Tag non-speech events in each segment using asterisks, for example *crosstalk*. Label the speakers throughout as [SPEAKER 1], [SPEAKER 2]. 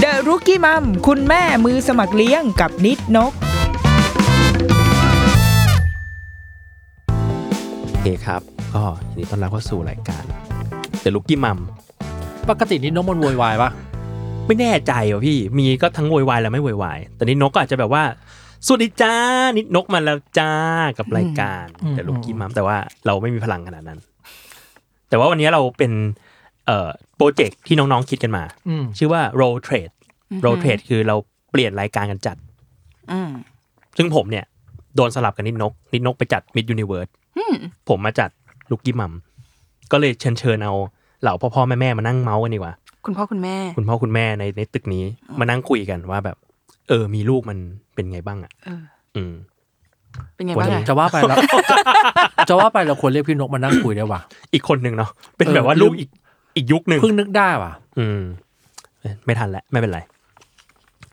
[SPEAKER 1] เดอะรุกี้มัมคุณแม่มือสมัครเลี้ยงกับนิดนก
[SPEAKER 2] โอเคครับ ก็ยินดีต้อนรับเข้าสู่รายการเด e l ลุกกี้มัม
[SPEAKER 3] ปกตินี่นกมันโวยวายปะ
[SPEAKER 2] ไม่แน่ใจว่ะพี่ มีก็ทั้งโวยวายและไม่โวยวายแต่นี่นกก็อาจจะแบบว่าสวัสดีจ้านิดนกมาแล้วจ้ากับรายการเด e l ลุกกี้มัมแต่ว่าเราไม่มีพลังขนาดนั้น แต่ว่าวันนี้เราเป็นเอ่อโปรเจกต์ที่น้องๆคิดกันมา
[SPEAKER 3] อืม
[SPEAKER 2] ชื่อว่า roll trade roll trade คือเราเปลี่ยนรายการกันจัด
[SPEAKER 4] อืม
[SPEAKER 2] ซึ่งผมเนี่ย โดนสลับกันนิดนก นิดนกไปจัด mid universe ผมมาจัดลุกกี้มัมก็เลยเชิญเชิญเอาเหล่าพ่อพ่อแม่แม่ๆมานั่งเมาส์กันดีกว่า
[SPEAKER 4] คุณพ่อคุณแม่
[SPEAKER 2] คุณพ่อคุณแม่ในในตึกนี้มานั่งคุยกันว่าแบบ เออ มีลูกมันเป็นไงบ้างอ่ะ
[SPEAKER 4] เออ
[SPEAKER 2] อืม
[SPEAKER 4] เป็นไงบ้าง
[SPEAKER 2] วันนี้
[SPEAKER 4] อะ
[SPEAKER 3] จะว่าไป *laughs* แล้ว จะว่าไปเราควรเรียกพี่นกมานั่งคุยได้ว่ะ
[SPEAKER 2] อีกคนหนึ่งเนาะเป็น
[SPEAKER 3] เออ
[SPEAKER 2] แบบว่าลูก
[SPEAKER 3] ลืม
[SPEAKER 2] อีกอีกยุคหนึ่ง
[SPEAKER 3] เพิ่งนึกได้ว่ะ
[SPEAKER 2] อืมเอ้ยไม่ทันแล้วไม่เป็นไร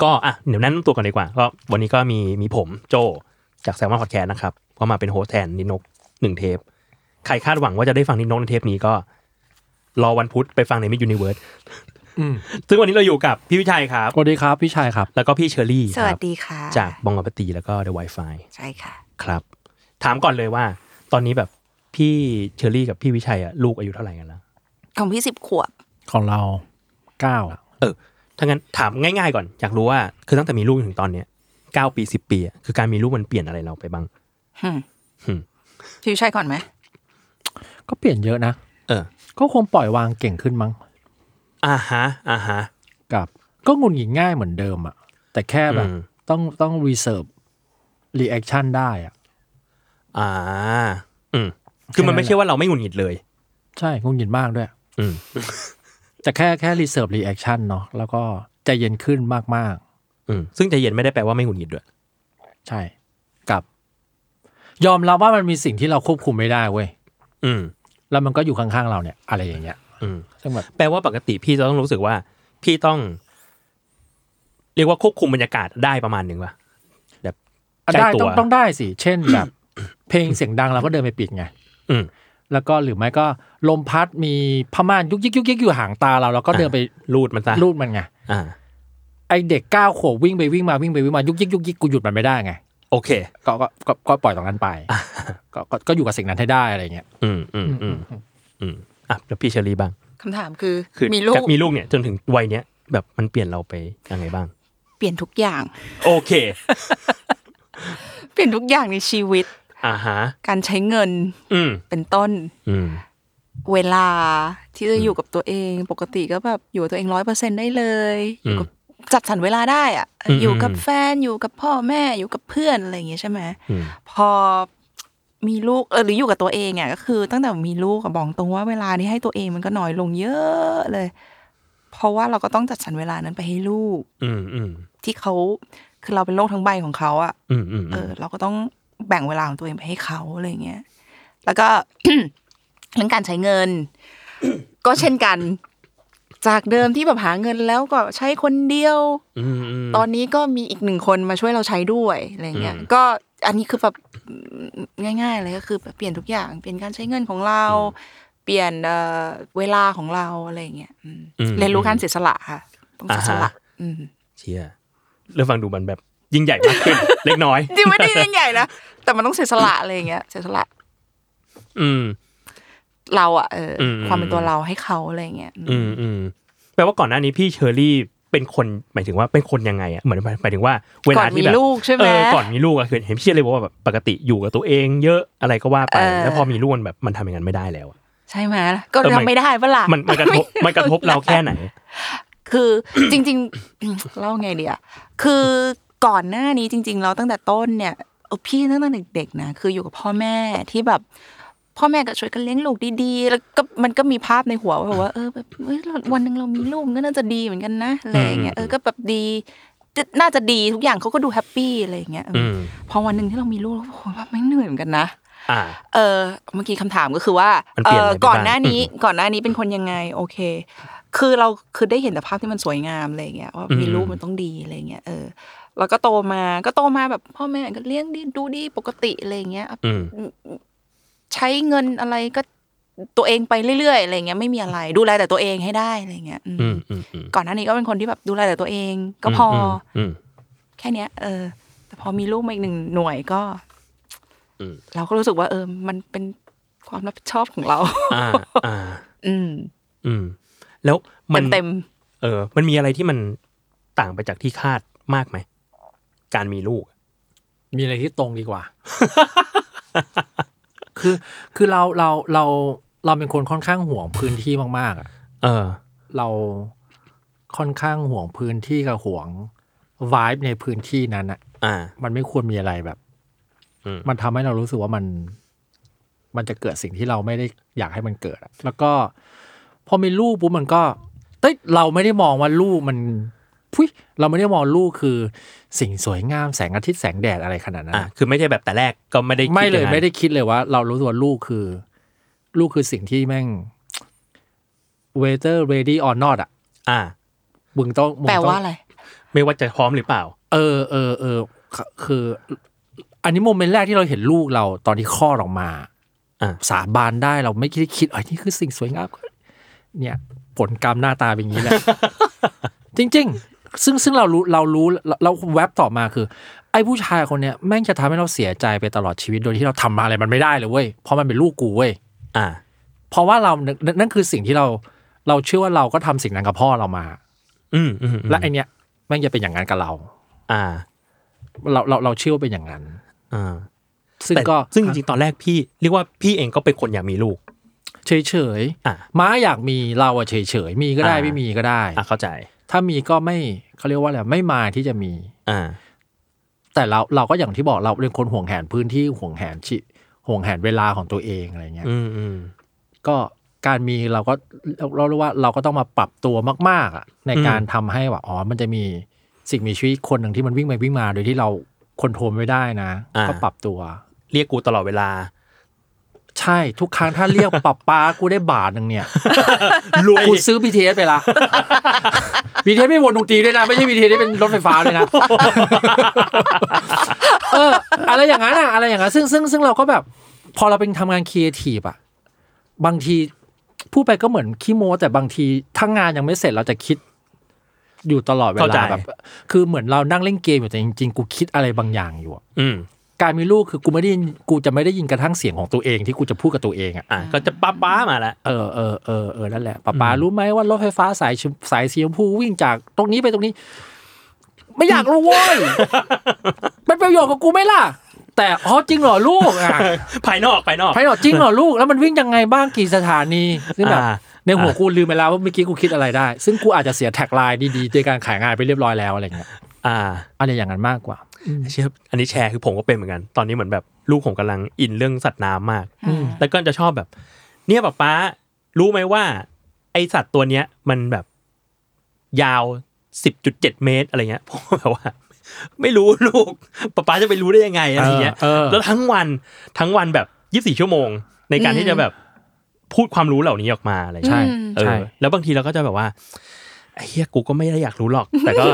[SPEAKER 2] ก็อ่ะเดี๋ยวนั้นำตัวกันดีกว่า ก็วันนี้ก็มีมีผมโจจากแซมมอนพอดแคสต์นะครับก็มาเป็นโฮสต์แทนนินกหนึ่งเทป ใครคาดหวังว่าจะได้ฟังนินกในเทปนี้ก็ รอวันพุธไปฟังในมิยูนิเวิร์ส
[SPEAKER 3] อืม
[SPEAKER 2] ซึ่งวันนี้เราอยู่กับพี่วิชัยครับ
[SPEAKER 3] สวัสดีครับพี่ชายครับ
[SPEAKER 2] แล้วก็พี่เชอรี่
[SPEAKER 4] ส
[SPEAKER 2] ค
[SPEAKER 4] วั
[SPEAKER 2] รั
[SPEAKER 4] ส
[SPEAKER 2] บ
[SPEAKER 4] ดีค่ะ
[SPEAKER 2] จากบองกปตีแล้วก็เดอะไวไฟ
[SPEAKER 4] ใช่ค่ะ
[SPEAKER 2] ครับ ถามก่อนเลยว่า ตอนนี้แบบพี่เชอรี่กับพี่วิชัยอะลูกอายุเท่าไหร่กันแล้ว
[SPEAKER 4] ของพี่สิบขวบ
[SPEAKER 3] ของเราเก้า
[SPEAKER 2] ถ้างั้นถามง่ายๆก่อน อยากรู้ว่าคือตั้งแต่มีลูกจนถึงตอนเนี้ยเก้าปีสิบปีอะคือการมีลูกมันเปลี่ยนอะไรเราไปบ้าง
[SPEAKER 4] หืม
[SPEAKER 2] หืม
[SPEAKER 4] พี่ชัยก่อนไหม
[SPEAKER 3] ก็เปลี่ยนเยอะนะ
[SPEAKER 2] เออ
[SPEAKER 3] ก็คงปล่อยวางเก่งขึ้นมั้ง
[SPEAKER 2] อ่าฮะอ่าฮะ
[SPEAKER 3] กับ ก็หงุนหงิดง่ายเหมือนเดิมอะแต่แค่แบบ
[SPEAKER 2] อืม
[SPEAKER 3] ต้องต้องรีเซิร์ฟรีแอคชั่นได้อะ
[SPEAKER 2] อ่า อืมคือมันไม่ใช่ว่าเราไม่หงุดหงิดเลย
[SPEAKER 3] ใช่หงุนหงิดมากด้วย
[SPEAKER 2] อืม
[SPEAKER 3] แต่แค่แค่รีเซิร์ฟรีแอคชั่นเนาะแล้วก็ใจเย็นขึ้นมาก
[SPEAKER 2] อืมซึ่งใจเย็นไม่ได้แปลว่าไม่หงุดหงิดด้วย
[SPEAKER 3] ๆ ใช่กับ ยอมรับว่ามันมีสิ่งที่เราควบคุมไม่ได้เว้ย
[SPEAKER 2] อืม
[SPEAKER 3] แล้วมันก็อยู่ข้างๆเราเนี่ย อะไรอย่างเงี้ย
[SPEAKER 2] อืม
[SPEAKER 3] ซึ่งแบบ
[SPEAKER 2] แปลว่าปกติพี่จะต้องรู้สึกว่า พี่ต้อง เรียกว่าควบคุมบรรยากาศได้ประมาณหนึ่งป่ะ ใกล้
[SPEAKER 3] ได้
[SPEAKER 2] ตัว
[SPEAKER 3] ต้องต้องได้สิ เช่นแบบ *coughs* เพลงเสียงดังเราก็เดินไปปิดไง
[SPEAKER 2] อืม
[SPEAKER 3] แล้วก็หรือไม่ก็ลมพัดมีพม่านยุกยิกยุกยิกอยู่ห่างตาเราเราก็เดินไป
[SPEAKER 2] รูดมันซะ
[SPEAKER 3] ลูดมันไง
[SPEAKER 2] อ่า
[SPEAKER 3] ไอเด็กเก้าขวบวิ่งไปวิ่งมาวิ่งไปวิ่งมายุกยิกยุกยิกกูหยุดมันไม่ได้ไง
[SPEAKER 2] โอเค
[SPEAKER 3] ก็ก็ก็ก็ปล่อยตรงนั้นไปก็ก็ก็อยู่กับสิ่งนั้นให้ได้อะไรเงี้ย
[SPEAKER 2] อืมอืมอืมอืมอ่ะแล้วพี่เชอรี่บ้าง
[SPEAKER 4] คำถามคือ
[SPEAKER 2] คือ
[SPEAKER 4] มีลูก
[SPEAKER 2] จากมีลูกเนี่ยจนถึงวัยเนี้ยแบบมันเปลี่ยนเราไปยังไงบ้าง
[SPEAKER 4] เปลี่ยนทุกอย่าง
[SPEAKER 2] โอเค
[SPEAKER 4] เปลี่ยนทุกอย่างในชีวิต
[SPEAKER 2] อ่าฮะ
[SPEAKER 4] การใช้เงิน
[SPEAKER 2] อืม
[SPEAKER 4] เป็นต้น
[SPEAKER 2] อืม
[SPEAKER 4] เวลาที่จะอยู่กับตัวเอง ปกติก็แบบอยู่กับตัวเองร้อยเปอร์เซ็นได้เลยอยู่กับจัดสรรเวลาได้อะ
[SPEAKER 2] อืม
[SPEAKER 4] อยู่กับ
[SPEAKER 2] อืม
[SPEAKER 4] แฟนอยู่กับพ่อแม่อยู่กับเพื่อนอะไรอย่างเงี้ยใช่ไหม
[SPEAKER 2] อืม
[SPEAKER 4] พอมีลูกเออหรืออยู่กับตัวเองอ่ะก็คือ ตั้งแต่มีลูกอะบอกตรงว่าเวลาที่ให้ตัวเองมันก็น้อยลงเยอะเลย เพราะว่าเราก็ต้องจัดสรรเวลานั้นไปให้ลูก
[SPEAKER 2] อืมอืม
[SPEAKER 4] ที่เขาคือเราเป็นโลกทั้งใบของเขาอ่ะ
[SPEAKER 2] อืมอืม
[SPEAKER 4] เอ
[SPEAKER 2] อื
[SPEAKER 4] อ
[SPEAKER 2] ม
[SPEAKER 4] เราก็ต้องแบ่งเวลาของตัวเองไปให้เขาอะไรอย่างเงี้ยแล้วก็ *clears throat* เรื่องการใช้เงิน *coughs* ก็เช่นกัน จากเดิมที่แบบหาเงินแล้วก็ใช้คนเดียว
[SPEAKER 2] อืมอืม
[SPEAKER 4] ตอนนี้ก็มีอีกหนึ่งคนมาช่วยเราใช้ด้วยอะไรเงี้ย
[SPEAKER 2] อืม
[SPEAKER 4] ก็อันนี้คือแบบง่าย ๆ เลยก็คือแบบเปลี่ยนทุกอย่างเปลี่ยนการใช้เงินของเรา เปลี่ยนเอ่อเวลาของเราอะไรเงี้ยอืม
[SPEAKER 2] อืม
[SPEAKER 4] เรียนรู้การเสียสละค่ะ ต้องเสียสละ
[SPEAKER 2] อ่าฮะ
[SPEAKER 4] อืม *laughs*
[SPEAKER 2] เชีย เริ่มฟังดูมันแบบยิ่งใหญ่มากขึ้น *laughs* เล็กน้อย
[SPEAKER 4] จริงไม่ได้เรื่องใหญ่นะแต่มันต้องเสียสละอะไรอย่างเงี้ยเสียสละ
[SPEAKER 2] อืม
[SPEAKER 4] เราอะเอออ
[SPEAKER 2] ม
[SPEAKER 4] ความเป็นตัวเราให้เขาอะไรอย่างเงี้ย
[SPEAKER 2] อืมอืมแปลว่าก่อนหน้านี้พี่เชอรี่เป็นคนหมายถึงว่าเป็นคนยังไงอะเหมือนหมายถึงว่าเว
[SPEAKER 4] ก่อ
[SPEAKER 2] ลาน ที่
[SPEAKER 4] มี
[SPEAKER 2] แบบ
[SPEAKER 4] ลูกใช่ไหม
[SPEAKER 2] เออก่อนมีลูกอะคือเห็นพี่เชอรี่บอกว่าแบบปกติอยู่กับตัวเอง เยอะอะไรก็ว่าไป
[SPEAKER 4] เออ
[SPEAKER 2] แล้วพอมีลูกมันแบบมันทำอย่างนั้นไม่ได้แล้วอะ
[SPEAKER 4] ใช่ไหมก็
[SPEAKER 2] เออมัน
[SPEAKER 4] ทำไม่ได้ปะล่ะ
[SPEAKER 2] มันมันกระทบมันกระทบเราแค่ไหน
[SPEAKER 4] คือ จริงๆ *coughs* เล่าไงเดียคือก่อนหน้านี้จริง ๆ เราตั้งแต่ต้นเนี่ยเออพี่ตั้งแต่เด็กๆนะคืออยู่กับพ่อแม่ที่แบบ พ่อแม่ก็ช่วยกันเลี้ยงลูกดีๆ แล้วก็มันก็มีภาพในหัวว่าแบบว่าเออแบบเอ้ยเราวันหนึ่งเรามีลูกก็น่าจะดีเหมือนกันนะอะไรอย่างเงี้ยเออก็แบบดีน่าจะดีทุกอย่างเขาก็ดูแฮปปี้อะไรอย่างเงี้ยเออ
[SPEAKER 2] อืม
[SPEAKER 4] พอวันหนึ่งที่เรามีลูกแล้วโอ้โหแบบไม่งเหนื่อยเหมือนกันนะ
[SPEAKER 2] อ่า
[SPEAKER 4] เออเมื่อกี้คำถามก็คือว่าม
[SPEAKER 2] น
[SPEAKER 4] เอ
[SPEAKER 2] เปลี่ยน
[SPEAKER 4] อ
[SPEAKER 2] อะไรไป
[SPEAKER 4] ก่อน
[SPEAKER 2] บ้าง *laughs*
[SPEAKER 4] หน้านี้
[SPEAKER 2] อืม
[SPEAKER 4] ก่อนหน้านี้เป็นคนยังไง โอเค คือเราคือได้เห็นแต่ภาพที่มันสวยงามอะไรอย่างเงี้ยว่า
[SPEAKER 2] อืม
[SPEAKER 4] มีลูกมันต้องดีอะไรเงี้ยเออ แล้วก็โตมาก็โตมาแบบพ่อแม่ก็เลี้ยงดีดูดีปกติอะไรเงี้ย
[SPEAKER 2] อืม
[SPEAKER 4] ใช้เงินอะไรก็ตัวเองไปเรื่อยๆอะไรเงี้ยไม่มีอะไรดูแลแต่ตัวเองให้ได้อะไรเงี้ยอืม
[SPEAKER 2] อืมอืมอืม
[SPEAKER 4] ก่อนหน้านี้ก็เป็นคนที่แบบดูแลแต่ตัวเอง ก็พออ
[SPEAKER 2] อืม
[SPEAKER 4] แค่เนี้ย เออ แต่พอมีลูกมาอีกหนึ่งหน่วยก็
[SPEAKER 2] อืม
[SPEAKER 4] เราก็รู้สึกว่า เออ มันเป็นความรับผิดชอบของเรา
[SPEAKER 2] อืมอ่าอ่า
[SPEAKER 4] อืม
[SPEAKER 2] อืม แล้ว
[SPEAKER 4] เต็
[SPEAKER 2] มัน
[SPEAKER 4] มเต็ม
[SPEAKER 2] เออ มันมีอะไรที่มันต่างไปจากที่คาดมากไหม การมีลูก
[SPEAKER 3] มีอะไรที่ตรงดีกว่า *laughs* คือคือเราเราเราเราเป็นคนค่อนข้างห่วงพื้นที่มากๆอะ
[SPEAKER 2] เออ
[SPEAKER 3] เราค่อนข้างห่วงพื้นที่กับห่วงวายในพื้นที่นั้นอะ
[SPEAKER 2] อ่า
[SPEAKER 3] มันไม่ควรมีอะไรแบบ
[SPEAKER 2] อืม
[SPEAKER 3] มันทำให้เรารู้สึกว่ามัน มันจะเกิดสิ่งที่เราไม่ได้อยากให้มันเกิดอะแล้วก็ พอมีลูกปุ๊บมันก็เต้ยเราไม่ได้มองว่าลูกมันพุยเราไม่ได้มองลูกคือ สิ่งสวยงามแสงอาทิตย์แสงแดดอะไรขนาดนั้น
[SPEAKER 2] อ่า
[SPEAKER 3] อะ
[SPEAKER 2] คือไม่ใช่แบบแต่แรกก็ไม่ได้คิ
[SPEAKER 3] ไม่เล
[SPEAKER 2] อาง
[SPEAKER 3] ย
[SPEAKER 2] นั้น
[SPEAKER 3] ไม่ได้คิดเลยว่า เรารู้ตัวาลูกคือ ลูกคือสิ่งที่แม่ง waiter ready or not อ่ะ
[SPEAKER 2] อ่า
[SPEAKER 3] มึงต้องมึง
[SPEAKER 4] แปล
[SPEAKER 3] ต้
[SPEAKER 4] ว่า
[SPEAKER 3] อง
[SPEAKER 4] อะไร
[SPEAKER 2] ไม่ว่าจะพร้อมหรือเปล่า
[SPEAKER 3] เออเออเออคือคือ อันนี้โมเมนต์แรกที่เราเห็นลูกเราตอนที่คลอดออกมา
[SPEAKER 2] อ่ะ
[SPEAKER 3] สาบานได้เราไม่ได้คิดไอ้ยนี่คือสิ่งสวยงามเนี่ย ผลกรรมหน้าตาเป็นอย่า
[SPEAKER 2] *laughs*
[SPEAKER 3] งนี้แหละ จริง ๆ ซึ่งซึ่งเรารู้เรารู้เราเราแวบต่อมาคือ ไอ้ผู้ชายคนเนี้ยแม่งจะทำให้เราเสียใจไปตลอดชีวิตโดยที่เราทำอะไรมันไม่ได้เลยเว้ยเพราะมันเป็นลูกกูเว้ย
[SPEAKER 2] อ่า
[SPEAKER 3] เพราะว่าเรานนนั่นคือสิ่งที่เราเราเชื่อว่าเราก็ทำสิ่งนั้นกับพ่อเรามา
[SPEAKER 2] อืมอืมอืม
[SPEAKER 3] และไอเนี้ยแม่งจะเป็นอย่างนั้นกับเรา
[SPEAKER 2] อ่า
[SPEAKER 3] เราเราเราเชื่อว่าเป็นอย่างนั้น
[SPEAKER 2] อ่า
[SPEAKER 3] ซึ่ง
[SPEAKER 2] แต่
[SPEAKER 3] ก็
[SPEAKER 2] ซึ่งจริงๆตอนแรกพี่เรียกว่าพี่เองก็เป็นคนอยากมีลูก
[SPEAKER 3] เฉยเฉยๆ
[SPEAKER 2] อ่ะ
[SPEAKER 3] ม้าอยากมีเราอะเฉยเฉยๆมีก็ได้
[SPEAKER 2] อ่า
[SPEAKER 3] ไม่มีก็ได้
[SPEAKER 2] อ่าเข้าใจ
[SPEAKER 3] ถ้ามีก็ไม่เขาเรียกว่าอะไรไม่มาที่จะมี
[SPEAKER 2] อ่า
[SPEAKER 3] แต่เราเราก็อย่างที่บอกเราเป็นคนห่วงแหนพื้นที่ห่วงแหนชิห่วงแหนเวลาของตัวเองอะไรเงี้ย
[SPEAKER 2] อืมอืม
[SPEAKER 3] ก็การมีเราก็เราเราเรียกว่าเราก็ต้องมาปรับตัวมากๆอะในการทำให้ว่าอ๋อมันจะมีสิ่งมีชีวิตคนหนึ่งที่มันวิ่งไปวิ่งมาโดยที่เราคอนโทรลไม่ได้นะ
[SPEAKER 2] า
[SPEAKER 3] ก็ปรับตัว
[SPEAKER 2] เรียกกูตลอดเวลา
[SPEAKER 3] ใช่ทุกครั้งถ้าเรียก *laughs* ปรับป้ากูได้บาทหนึ่งเนี่ย
[SPEAKER 2] รวย
[SPEAKER 3] กูซื้อ BTS *laughs* ไปละ BTS ไม่วนดนตรีด้วยนะ ไม่ใช่ BTS ที่เป็นรถไฟ *laughs* ฟ้าเลยนะ เออ อะไรอย่างนั้นอะอะไรอย่างนั้นซึ่งซึ่งซึ่งเราก็แบบ พอเราเป็นทำงานครีเอทีฟอะบางทีพูดไปก็เหมือนขี้โม้แต่บางทีถ้างานยังไม่เสร็จเราจะคิด อยู่ตลอดเว
[SPEAKER 2] เข้าใจ
[SPEAKER 3] ลาแบบ คือเหมือนเรานั่งเล่นเกมอยู่แต่จริงๆกูคิดอะไรบางอย่างอยู่อะ
[SPEAKER 2] อืม
[SPEAKER 3] การมีลูกคือกูไม่ได้ยินกูจะไม่ได้ยินกระทั่งเสียงของตัวเองที่กูจะพูดกับตัวเองอะ
[SPEAKER 2] อ่า ก็จะป้าป้ามาแล้ว
[SPEAKER 3] เออเออเออเออนั่นแหละป๊าป๊ารู้ไหมว่ารถไฟฟ้าสายชมสายสีชมพูวิ่งจากตรงนี้ไปตรงนี้ ไม่อยากรู้เว้
[SPEAKER 2] *laughs*
[SPEAKER 3] ย มันประโยชน์กับกูไหม่ล่ะ แต่อ๋อจริงเหรอลูก
[SPEAKER 2] *laughs*
[SPEAKER 3] อ่ะ
[SPEAKER 2] ภายนอกภายนอก
[SPEAKER 3] ใครเหรอจริงเหรอลูกแล้วมันวิ่งยังไงบ้างกี่สถานีซึ่งแบบ
[SPEAKER 2] อ่า
[SPEAKER 3] ในหัวกูลืมไปแล้วว่าเมื่อกี้กูคิดอะไรได้ ซึ่งกูอาจจะเสียแท็กไลน์ดีๆในการขายงานไปเรียบร้อยแล้วอะไรเงี้ย
[SPEAKER 2] อ่า
[SPEAKER 3] อะไรอย่างนั้นมากกว่า
[SPEAKER 2] เชื่ออันนี้แชร์คือผมก็เป็นเหมือนกัน ตอนนี้เหมือนแบบลูกผมกำลังอินเรื่องสัตว์น้ำมาก แล้วก็จะชอบแบบ เนี่ยป๊าป๊ารู้ไหมว่า ไอสัตว์ตัวเนี้ย มันแบบยาวสิบจุดเจ็ดเมตรอะไรเงี้ย *laughs* ผมก็แบบว่า ไม่รู้ลูกป๊าป๊าจะไปรู้ได้ยังไงอะไรเงี้ย
[SPEAKER 3] เออเออ
[SPEAKER 2] แล้วทั้งวันทั้งวันแบบยี่สี่ชั่วโมง ในการที่จะแบบพูดความรู้เหล่านี้ออกมาอะไรเงี้ย
[SPEAKER 3] ใช่
[SPEAKER 2] เอ
[SPEAKER 3] ใช่
[SPEAKER 2] อแล้วบางทีเราก็จะแบบว่าไอ้เฮียกูก็ไม่ได้อยากรู้หร
[SPEAKER 4] *laughs*
[SPEAKER 2] อก แต่ก็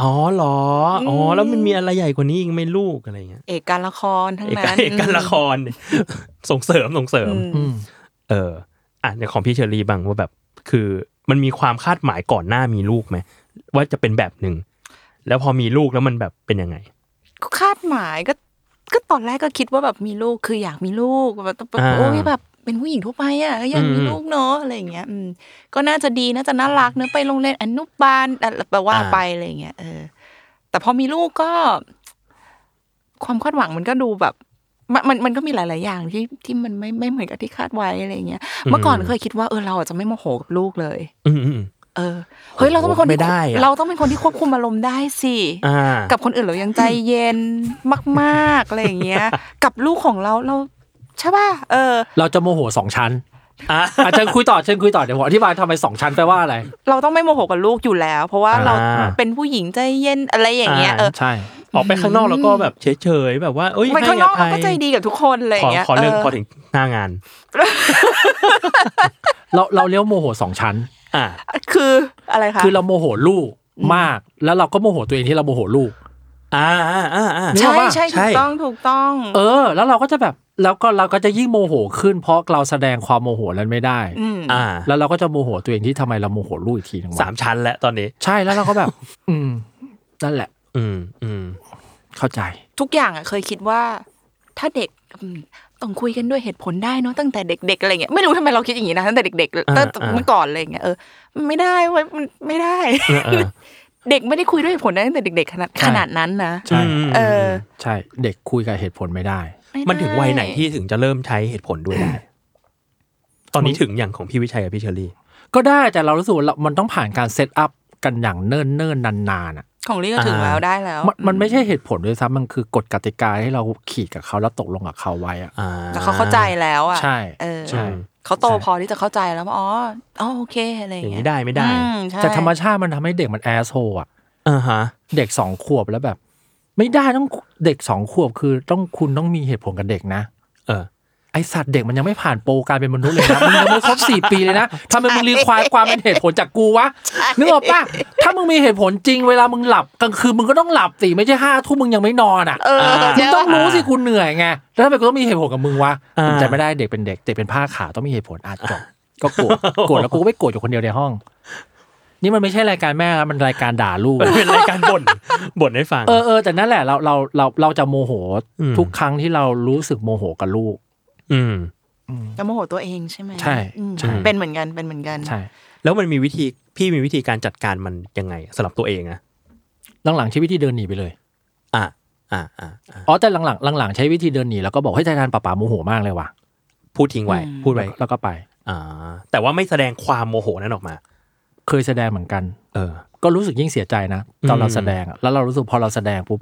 [SPEAKER 2] อ๋อเหรออ๋อแล้วมันมีอะไรใหญ่กว่านี้อีกไหม่ลูกอะไรเงี้ย
[SPEAKER 4] เอกการละครทั้ง
[SPEAKER 2] เอก
[SPEAKER 4] นั้น
[SPEAKER 2] เอกการละคร *laughs* ส่งเสริมส่งเสริม
[SPEAKER 3] อืม
[SPEAKER 2] เอออ่ะอย่างของพี่เชอรี่บ้างว่าแบบ คือมันมีความคาดหมายก่อนหน้ามีลูกไหมว่าจะเป็นแบบหนึ่ง แล้วพอมีลูกแล้วมันแบบเป็นยังไง
[SPEAKER 4] คาดหมายก็ก็ตอนแรกก็คิดว่าแบบมีลูกคืออยากมีลูกแบบแบบ
[SPEAKER 2] อ่า
[SPEAKER 4] โอ้ยแบบเป็นผู้หญิงทั่วไปอ่ะก็อยากมี
[SPEAKER 2] อืม
[SPEAKER 4] ลูกเนาะอะไรอย่างเงี้ยอืมก็น่าจะดีน่าจะน่ารักเนอะไปโรงเรียนอนุบาลอะแบบว่า
[SPEAKER 2] อ่า
[SPEAKER 4] ไปอะไรอย่างเงี้ยเออ แต่พอมีลูกก็ ความคาดหวังมันก็ดูแบบ มันมันมันก็มีหลาย ๆ อย่างที่ที่มันไม่ไม่เหมือนกับที่คาดไว้อะไรอย่างเงี้ยเมื่อก่อนเคยคิดว่าเออเราอาจจะไม่โมโหกับลูกเลย
[SPEAKER 2] อืมอืม
[SPEAKER 4] เออเฮ้ยเราต้องเป็นคนที่
[SPEAKER 2] ไม่ได้อะ
[SPEAKER 4] เราต้องเป็นคนที่ควบคุมอารมณ์ได้สิ
[SPEAKER 2] อ่า
[SPEAKER 4] กับคนอื่นเรายังใจเย็นมากๆอะไรอย่างเงี้ย *laughs* กับลูกของเราเราใช่ป่ะเออ
[SPEAKER 3] เราจะโมโหสองชั้น
[SPEAKER 2] อ่ะ
[SPEAKER 3] อาจารย์คุยต่อเชิญคุยต่อเดี๋ยวผมอธิบายทำไมสองชั้นแปลว่าอะไร
[SPEAKER 4] เราต้องไม่โมโหกับลูกอยู่แล้ว เพราะว่าเรา
[SPEAKER 2] อ่า
[SPEAKER 4] เป็นผู้หญิงใจเย็นอะไรอย่างเงี้ยเออ
[SPEAKER 3] ใช่
[SPEAKER 2] ออกไปข้างนอกแล้วก็แบบเฉยๆแบบว่าเอ้ย
[SPEAKER 4] ไปข้างนอก
[SPEAKER 2] ให้
[SPEAKER 4] เรา
[SPEAKER 2] ภั
[SPEAKER 4] ก็
[SPEAKER 2] ย
[SPEAKER 4] ใจดีกับทุกคนอะไรอ
[SPEAKER 2] ขอย่าง
[SPEAKER 4] เงี้ย
[SPEAKER 2] ขอเรื่อง
[SPEAKER 4] เออ
[SPEAKER 2] พอถึงหน้างาน
[SPEAKER 3] เราเราเรียกว่าโมโหสองชั้น
[SPEAKER 2] อ่า
[SPEAKER 4] คืออะไรคะ
[SPEAKER 3] คือเราโมโหลูกมาก แล้วเราก็โมโหตัวเองที่เราโมโหลูก
[SPEAKER 2] อ่าอ่าอ่าอ่า
[SPEAKER 3] นึกอ
[SPEAKER 4] ใช่
[SPEAKER 3] อกปะ
[SPEAKER 4] ใช่
[SPEAKER 2] ใช่
[SPEAKER 4] ถูกต้องถูกต้อง
[SPEAKER 3] เออ แล้วเราก็จะแบบแล้วก็เราก็จะยิ่งโมโหขึ้น เพราะเราแสดงความโมโหนั้นไม่ได้
[SPEAKER 4] ม
[SPEAKER 2] อ่า
[SPEAKER 3] แล้วเราก็จะโมโหตัวเองที่ทำไมเราโมโหลูกอีกทีหนึงวะ
[SPEAKER 2] สามชั้นแล้วตอนนี้
[SPEAKER 3] ใช่แล้วเราก็แบบ *laughs* อืมนั่นแหละ
[SPEAKER 2] อืมอืม
[SPEAKER 3] เข้าใจ
[SPEAKER 4] ทุกอย่างอะเคยคิดว่า ถ้าเด็กอืมต้องคุยกันด้วยเหตุผลได้เนาะตั้งแต่เด็กๆอะไรเงี้ยไม่รู้ทำไมเราคิดอย่างงี้นะตั้งแต่เด็กๆตั้งแต่
[SPEAKER 2] อ่า
[SPEAKER 4] เมื่อก่อนอะไรอย่างเงี้ยเออไม่ได้เว้ยมันไม่ได้ *laughs*
[SPEAKER 2] เออเออ
[SPEAKER 4] เด็กไม่ได้คุยด้วยเหตุผลได้ตั้งแต่เด็กๆขนาด
[SPEAKER 3] ใช่
[SPEAKER 4] ขนาดนั้นนะ
[SPEAKER 3] ใช่
[SPEAKER 2] ม
[SPEAKER 4] เออ
[SPEAKER 3] ใช่ เด็กคุยกับเหตุผลไม่ได้
[SPEAKER 4] ไได้
[SPEAKER 2] มันถึงวัยไหนที่ถึงจะเริ่มใช้เหตุผลด้วยได้ ตอนนี้ถึงอย่างของพี่วิชัยกับพี่เชอรี่
[SPEAKER 3] ก็ได้แต่เรารู้สึกว่าเรามันต้องผ่านการเซตอัพกันอย่างเนิ่นเนิ่นๆนานๆอ่ะ
[SPEAKER 4] ของลี่ก็ถึงแล้ว
[SPEAKER 2] อ่า
[SPEAKER 4] ได้แล้ว
[SPEAKER 3] มันมันไม่ใช่เหตุผลด้วยซ้ำมันคือกฎกติกาที่เราขีดกับเขาแล้วตกลงกับเขาไว้อ่ะ
[SPEAKER 2] อ่า
[SPEAKER 4] แต่เขาเข้าใจแล้วอ่ะ
[SPEAKER 3] ใช่
[SPEAKER 4] เออ
[SPEAKER 3] ใช่
[SPEAKER 4] เขาโต
[SPEAKER 3] ใช่
[SPEAKER 4] พอที่จะเข้าใจแล้วว่าอ๋ออ๋อโอเคอะไรอย่างเงี้
[SPEAKER 2] อย ย่างนี้ได้ไม่ได้
[SPEAKER 4] อืใช่
[SPEAKER 3] แต่ธรรมชาติมันทำให้เด็กมันแอสโซอ่ะ
[SPEAKER 2] อ่าฮะ
[SPEAKER 3] เด็กสองขวบแล้วแบบ ไม่ได้ต้องเด็กสองขวบคือต้องคุณต้องมีเหตุผลกับเด็กนะ
[SPEAKER 2] เออ
[SPEAKER 3] ไอสัตว์เด็กมันยังไม่ผ่านโปรการเป็นมนุษย์เลยนะ มึงยังไม่ครบสี่ปีเลยนะทำไมมึงรีควายความเป็นเหตุผลจากกูวะนึกออกปะถ้ามึงมีเหตุผลจริงเวลามึงหลับกลางคืนมึงก็ต้องหลับสิไม่ใช่ห้าทุ่มมึงยังไม่นอนอ่ะ
[SPEAKER 4] เออ
[SPEAKER 2] อ่า
[SPEAKER 3] มึง
[SPEAKER 4] ใช่
[SPEAKER 3] ต้อง
[SPEAKER 4] ปะ
[SPEAKER 3] รู้สิคุณเหนื่อยไงแล้วทำไมกูต้องมีเหตุผลกับมึงวะ
[SPEAKER 2] อ่า
[SPEAKER 3] ผมจะไม่ได้เด็กเป็นเด็กเด็กเป็นผ้าขาวต้องมีเหตุผลอาจจบก็โกรธ *laughs* โกรธแล้วกูก็ไม่โกรธอยู่คนเดียวในห้อง นี่มันไม่ใช่รายการแม่ครับมันรายการด่าลูก
[SPEAKER 2] เป็นรายการบ่น *laughs* บ่นให้ฟัง
[SPEAKER 3] เออเออแต่นั่นแหละเราเราเราเราจะโมโห
[SPEAKER 2] อืม
[SPEAKER 3] ทุกครั้งที่เรารู้สึกโมโหกับลูก
[SPEAKER 2] อืม
[SPEAKER 4] แล้วโมโหตัวเองใช่ไหม
[SPEAKER 3] ใช่
[SPEAKER 4] อืม
[SPEAKER 3] ใช่
[SPEAKER 4] เป็นเหมือนกันเป็นเหมือนกัน
[SPEAKER 3] ใช่
[SPEAKER 2] แล้วมันมีวิธีพี่มีวิธีการจัดการมันยังไงสำหรับตัวเองอะ
[SPEAKER 3] หลังๆใช้วิธีเดินหนีไปเลย
[SPEAKER 2] อ่ะอ่ะอ่ะอ่ะ
[SPEAKER 3] อ๋อแต่หลังๆหลังๆใช้วิธีเดินหนีแล้วก็บอกให้ยใจการป่าป่าโมโหมากเลยว่ะ
[SPEAKER 2] พูดทิ้งไว้ พูดไว้
[SPEAKER 3] แล้วก็ไป
[SPEAKER 2] อ่า แต่ว่าไม่แสดงความโมโหนั้นออกมา
[SPEAKER 3] เคยแสดงเหมือนกัน
[SPEAKER 2] เออ
[SPEAKER 3] ก็รู้สึกยิ่งเสียใจนะตอนเราแสดงอะแล้วเรารู้สึกพอเราแสดงปุ๊บ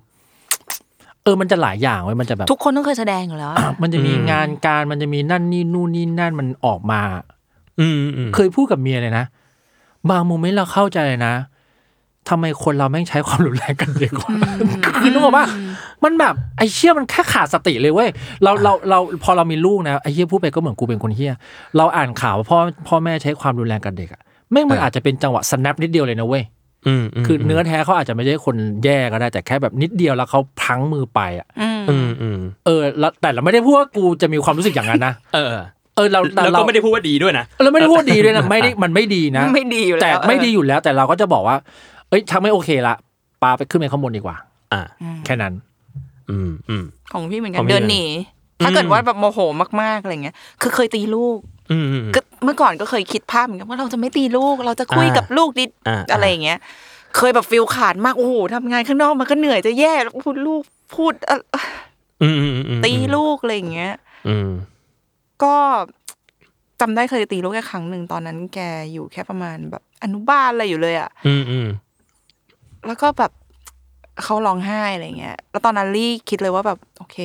[SPEAKER 3] เออมันจะหลายอย่างเว้ยมันจะแบบ
[SPEAKER 4] ทุกคนต้องเคยแสดงอยู่แล้วอะ
[SPEAKER 3] มันจะมี
[SPEAKER 2] อืม
[SPEAKER 3] งานการมันจะมีนั่นนี่นู่นนี่นั่นมันออกมา
[SPEAKER 2] อืมอืม
[SPEAKER 3] เคยพูดกับเมียเลยนะ บางโมเมนต์เราเข้าใจเลยนะทำไมคนเราแม่งใช้ความรุนแรงกันเด็กว่า *laughs* คือนึกออกปะมันแบบไอ้เชี่ยมันแค่ขาดสติเลยเว้ยเราเราเราพอเรามีลูกนะไอ้เชี่ยพูดไปก็เหมือนกูเป็นคนเฮี้ยเราอ่านข่าวว่าพ่อพ่อแม่ใช้ความรุนแรงกับเด็กอะแม่งมันอาจจะเป็นจังหวะ snap นิดเดียวเลยนะเว้ย
[SPEAKER 2] อืมม
[SPEAKER 3] คือเนื้อแท้เขาอาจจะไม่ใช่คนแย่ก็ได้แต่แค่แบบนิดเดียวแล้วเขาพลั้งมือไปอะ
[SPEAKER 4] อืม
[SPEAKER 2] อืมอืม
[SPEAKER 3] เออแล้วแต่เราไม่ได้พูดว่ากูจะมีความรู้สึกอย่างนั้นนะ
[SPEAKER 2] เออเออ
[SPEAKER 3] เออเราแต่
[SPEAKER 2] แล้ว
[SPEAKER 3] เรา
[SPEAKER 2] ก็ไม่ได้พูดว่าดีด้วยนะ
[SPEAKER 3] เราไม่ได้พูดดี
[SPEAKER 4] *laughs*
[SPEAKER 3] ด้วยนะไม่ได้มันไม่ดีนะ
[SPEAKER 4] ไม่ดีอยู่แล้ว
[SPEAKER 3] แต่
[SPEAKER 4] เออ
[SPEAKER 3] ไม่ดีอยู่แล้วแต่เราก็จะบอกว่า เอ้ยชักไม่โอเคละปาไปขึ้นไปข้างบนดีกว่า
[SPEAKER 2] อ่า
[SPEAKER 3] แค่นั้น
[SPEAKER 2] อืมอืม
[SPEAKER 4] ของพี่เหมือนกั
[SPEAKER 2] ขอน งพี่
[SPEAKER 4] เดินหนีถ้าเกิดว่าแบบโมโหมากๆอะไรเงี้ยคือเคยตีลูก
[SPEAKER 2] อืมอืม
[SPEAKER 4] ก็เมื่อก่อนก็เคยคิดภาพเหมือนกันว่าเราจะไม่ตีลูก เราจะคุย
[SPEAKER 2] อ่า
[SPEAKER 4] กับลูกดิ
[SPEAKER 2] อ่า
[SPEAKER 4] อะไรอย่างเงี้ย เคยแบบฟิลขาดมากโอ้โหทำงานข้างนอกมันก็เหนื่อยจะแย่แล้วพูดลูกพูดเอ่อ
[SPEAKER 2] อืมอืมอืมอืม
[SPEAKER 4] ตีลูกอะไรอย่างเงี้ย
[SPEAKER 2] อืม
[SPEAKER 4] ก็จำได้เคยตีลูกแค่ครั้งหนึ่งตอนนั้นแกอยู่แค่ประมาณแบบอนุบาลอะไรอยู่เลยอะ
[SPEAKER 2] อืมอืม
[SPEAKER 4] แล้วก็แบบเขาร้องไห้อะไรเงี้ย แล้วตอนนั้นลี่คิดเลยว่าแบบ โอเค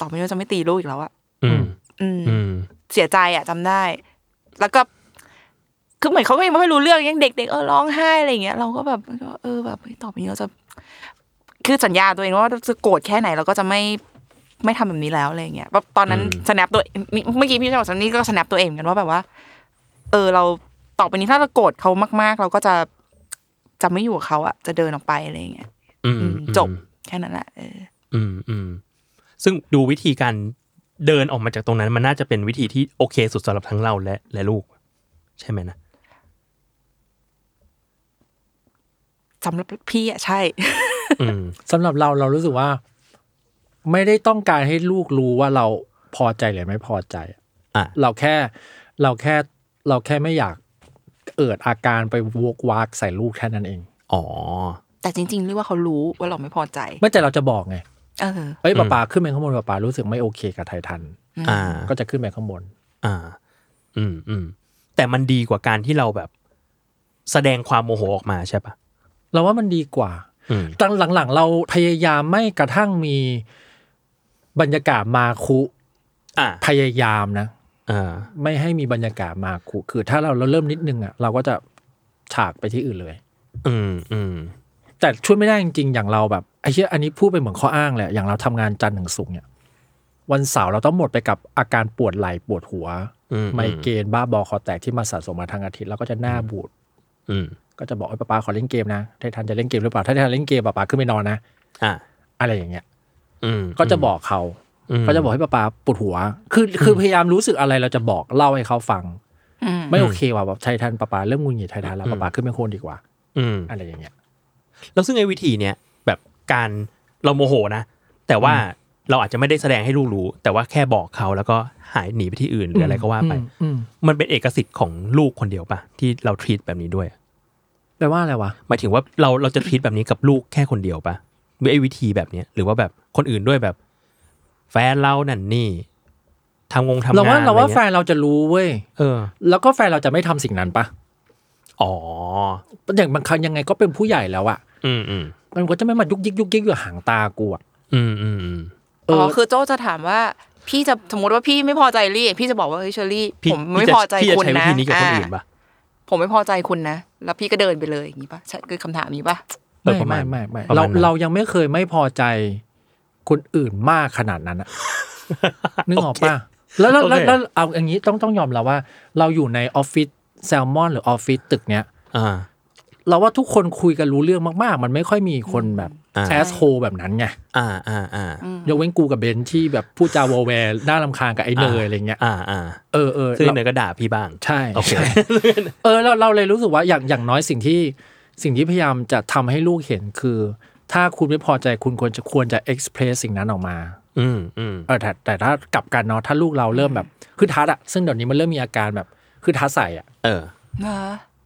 [SPEAKER 4] ต่อไปนี้เราจะไม่ตีลูกอีกแล้วอะ
[SPEAKER 2] อืม
[SPEAKER 4] อืม
[SPEAKER 2] อืม
[SPEAKER 4] เสียใจอะจำได้ แล้วก็ คือเหมือนเขาไม่ไม่รู้เรื่องยังเด็กๆเออร้องไห้อะไรอย่างเงี้ยเราก็แบบเออแบบเฮ้ยต่อไปนี้เราจะ คือสัญญาตัวเองว่าจะโกรธแค่ไหนเราก็จะไม่ไม่ทำแบบนี้แล้วอะไรอย่างเงี้ยแบบตอนนั้น
[SPEAKER 2] อืม
[SPEAKER 4] สแนปตัวเมื่อเมื่อกี้พี่จะบอกสนี่ก็สแนปตัวเองเหมือนกันว่าแบบว่า เออ เราต่อไปนี้ถ้าเราโกรธเขามากๆ เราก็จะจะไม่อยู่กับเขาอะจะเดินออกไปอะไรอย่างเงี้ย
[SPEAKER 2] อืม
[SPEAKER 4] อืมจบแค่นั้นแหละเออ
[SPEAKER 2] อืมอืมซึ่งดูวิธีการเดินออกมาจากตรงนั้น มันน่าจะเป็นวิธีที่โอเคสุดสำหรับทั้งเราและและลูก ใช่ไหมนะ
[SPEAKER 4] สำหรับพี่อะใช่
[SPEAKER 2] อืม
[SPEAKER 3] สำหรับเราเรารู้สึกว่า ไม่ได้ต้องการให้ลูกรู้ว่าเราพอใจหรือไม่พอใจ
[SPEAKER 2] อ่ะ
[SPEAKER 3] เราแค่เราแค่เราแค่ไม่อยากเอิดอาการไปวกวากใส่ลูกแค่นั้นเอง
[SPEAKER 2] อ๋อ
[SPEAKER 4] แต่จริงๆเรียกว่าเขารู้ว่าเราไม่พอใจ
[SPEAKER 3] ไม่แต่เราจะบอกไง
[SPEAKER 4] เออ
[SPEAKER 3] เอ้ย
[SPEAKER 2] อืม
[SPEAKER 3] ป๊าป๊าขึ้นไปข้างบนป๊าป๊ารู้สึกไม่โอเคกับไททัน
[SPEAKER 2] อ่า
[SPEAKER 3] ก็จะขึ้นไปข้างบน
[SPEAKER 2] อ่า อืมอืมแต่มันดีกว่าการที่เราแบบ แสดงความโมโหออกมาใช่ปะ
[SPEAKER 3] เราว่ามันดีกว่า
[SPEAKER 2] อืม
[SPEAKER 3] ตอนหลังๆ เราพยายามไม่กระทั่งมีบรรยากาศมาคุ
[SPEAKER 2] อ่า
[SPEAKER 3] พยายามนะ
[SPEAKER 2] อ่า
[SPEAKER 3] ไม่ให้มีบรรยากาศมาคุคือ ถ้าเราเราเริ่มนิดนึงอ่ะเราก็จะฉากไปที่อื่นเลย
[SPEAKER 2] อืมอืม
[SPEAKER 3] แต่ช่วยไม่ได้จริงๆ อย่างเราแบบไอ้เชี่ยอันนี้พูดไปเหมือนข้ออ้างแหละอย่างเราทำงานจันทร์ถึงศุกร์เนี่ย วันเสาร์เราต้องหมดไปกับอาการปวดไหล่ปวดหัว
[SPEAKER 2] อื
[SPEAKER 3] ไมเกรนบ้าบอคอแตกที่มาสะสมมาทางอาทิตย์เราก็จะหน้าบูด
[SPEAKER 2] อืม
[SPEAKER 3] ก็จะบอกว่าป้าป๊าขอเล่นเกมนะไททันจะเล่นเกมหรือเปล่าถ้าไททันเล่นเกมป้าป๊าขึ้นไปนอนนะ
[SPEAKER 2] อ่า
[SPEAKER 3] อะไรอย่างเงี้ย
[SPEAKER 2] อืม
[SPEAKER 3] ก็จะบอกเขา
[SPEAKER 2] ม
[SPEAKER 3] ก็จะบอกให้ป้าป๊าปวดหัว คือคือพยายามรู้สึกอะไรเราจะบอกเล่าให้เขาฟัง
[SPEAKER 4] อืม
[SPEAKER 3] ไม่โอเคว่ะแบบไททันป้าป๊าเริ่มงุนหงิดไททันแล้วป้าป๊าขึ้นไปโคนดีกว่า
[SPEAKER 2] อืม
[SPEAKER 3] อะไรอย่างเงี้ย
[SPEAKER 2] แล้วซึ่งไอ้วิธีเนี้ยแบบการเราโมโหนะ แต่ว่าเราอาจจะไม่ได้แสดงให้ลูกรู้ แต่ว่าแค่บอกเขาแล้วก็หายหนีไปที่อื่นหรืออะไรก็ว่าไป
[SPEAKER 3] อืม
[SPEAKER 2] มันเป็นเอกสิทธิ์ของลูกคนเดียวปะที่เราทีตแบบนี้ด้วย
[SPEAKER 3] แปลว่าอะไรวะ
[SPEAKER 2] หมายถึงว่าเราเราจะทีตแบบนี้กับลูกแค่คนเดียวปะหรือไอ้วิธีแบบเนี้ยหรือว่าแบบคนอื่นด้วยแบบ แฟนเรานั่นนี่ทำงงทำงาน
[SPEAKER 3] เราว่า
[SPEAKER 2] อะไร
[SPEAKER 3] เราว่าแฟ
[SPEAKER 2] เงี้ย
[SPEAKER 3] นเราจะรู้เว้ย
[SPEAKER 2] เออ
[SPEAKER 3] แล้วก็แฟนเราจะไม่ทำสิ่งนั้นปะ
[SPEAKER 2] อ๋อ
[SPEAKER 3] อย่างบางครั้งยังไงก็เป็นผู้ใหญ่แล้วอะ
[SPEAKER 2] อืมอืม
[SPEAKER 3] มันก็จะไม่มายุกยิกยุกยิกอยู่ห่างตากูอะ
[SPEAKER 2] อืมอืมอืม
[SPEAKER 3] เอ
[SPEAKER 4] อ๋
[SPEAKER 3] อ
[SPEAKER 4] อ
[SPEAKER 3] อ
[SPEAKER 4] คือโจจะถามว่าพี่จะสมมติว่าพี่ไม่พอใจลี่พี่จะบอกว่าเฮ้ยเชอรี่
[SPEAKER 2] พี่
[SPEAKER 4] ผมไม่พอใจ
[SPEAKER 2] พี่จะ
[SPEAKER 4] คุณ
[SPEAKER 2] ใช้วิ
[SPEAKER 4] นะ
[SPEAKER 2] ธีนี้กับคนอื่นปะ
[SPEAKER 4] อ่าผมไม่พอใจคุณนะ แล้วพี่ก็เดินไปเลยอย่างนี้ปะใช่คือคำถามนี้ปะ
[SPEAKER 2] เออ
[SPEAKER 3] ไม่
[SPEAKER 2] ประมา
[SPEAKER 3] ไม่
[SPEAKER 2] ณ
[SPEAKER 3] ไม่ไม่
[SPEAKER 2] ประ
[SPEAKER 3] เรา
[SPEAKER 2] มาณนั้น
[SPEAKER 3] เรายังไม่เคยไม่พอใจคนอื่นมากขนาดนั้นอะ นึกออกปะแล้วแล้วแล้วแล้วเอาอย่างนี้ต้องต้องยอมเราว่า เราอยู่ในออฟฟิศแซลมอนหรือออฟฟิศตึกเนี้ย
[SPEAKER 2] อ่า
[SPEAKER 3] เราว่าทุกคนคุยกันรู้เรื่องมากๆ มันไม่ค่อยมีคนแบบ
[SPEAKER 2] อ่า
[SPEAKER 3] แอสโฮแบบนั้นไง
[SPEAKER 2] อ่าอ่าอ่าย
[SPEAKER 3] กเว้นกูกับเบนซ์ที่แบบพูดจาวอลแวร์น่าลำคาญกับไอ้เนยอะไรเงี้ย
[SPEAKER 2] อ่าอ่า
[SPEAKER 3] เออเออ
[SPEAKER 2] ซึ่ง
[SPEAKER 3] เรา
[SPEAKER 2] เนยก็ด่าพี่บ้าง
[SPEAKER 3] ใช่
[SPEAKER 2] โอเค
[SPEAKER 3] ใช่เออเราเราเลยรู้สึกว่าอย่างอย่างน้อยสิ่งที่สิ่งที่พยายามจะทำให้ลูกเห็นคือ ถ้าคุณไม่พอใจคุณควรจะควรจะเอ็กซ์เพรสสิ่งนั้นออกมา
[SPEAKER 2] อืมอืม
[SPEAKER 3] เออแต่แต่ถ้ากลับกันเนาะถ้าลูกเราเริ่มแบบคือทัดอะซึ่งเดี๋ยวนี้มันเริ่มมีอาการแบบคือทัดใส่อะ
[SPEAKER 2] เออ
[SPEAKER 4] เหรอ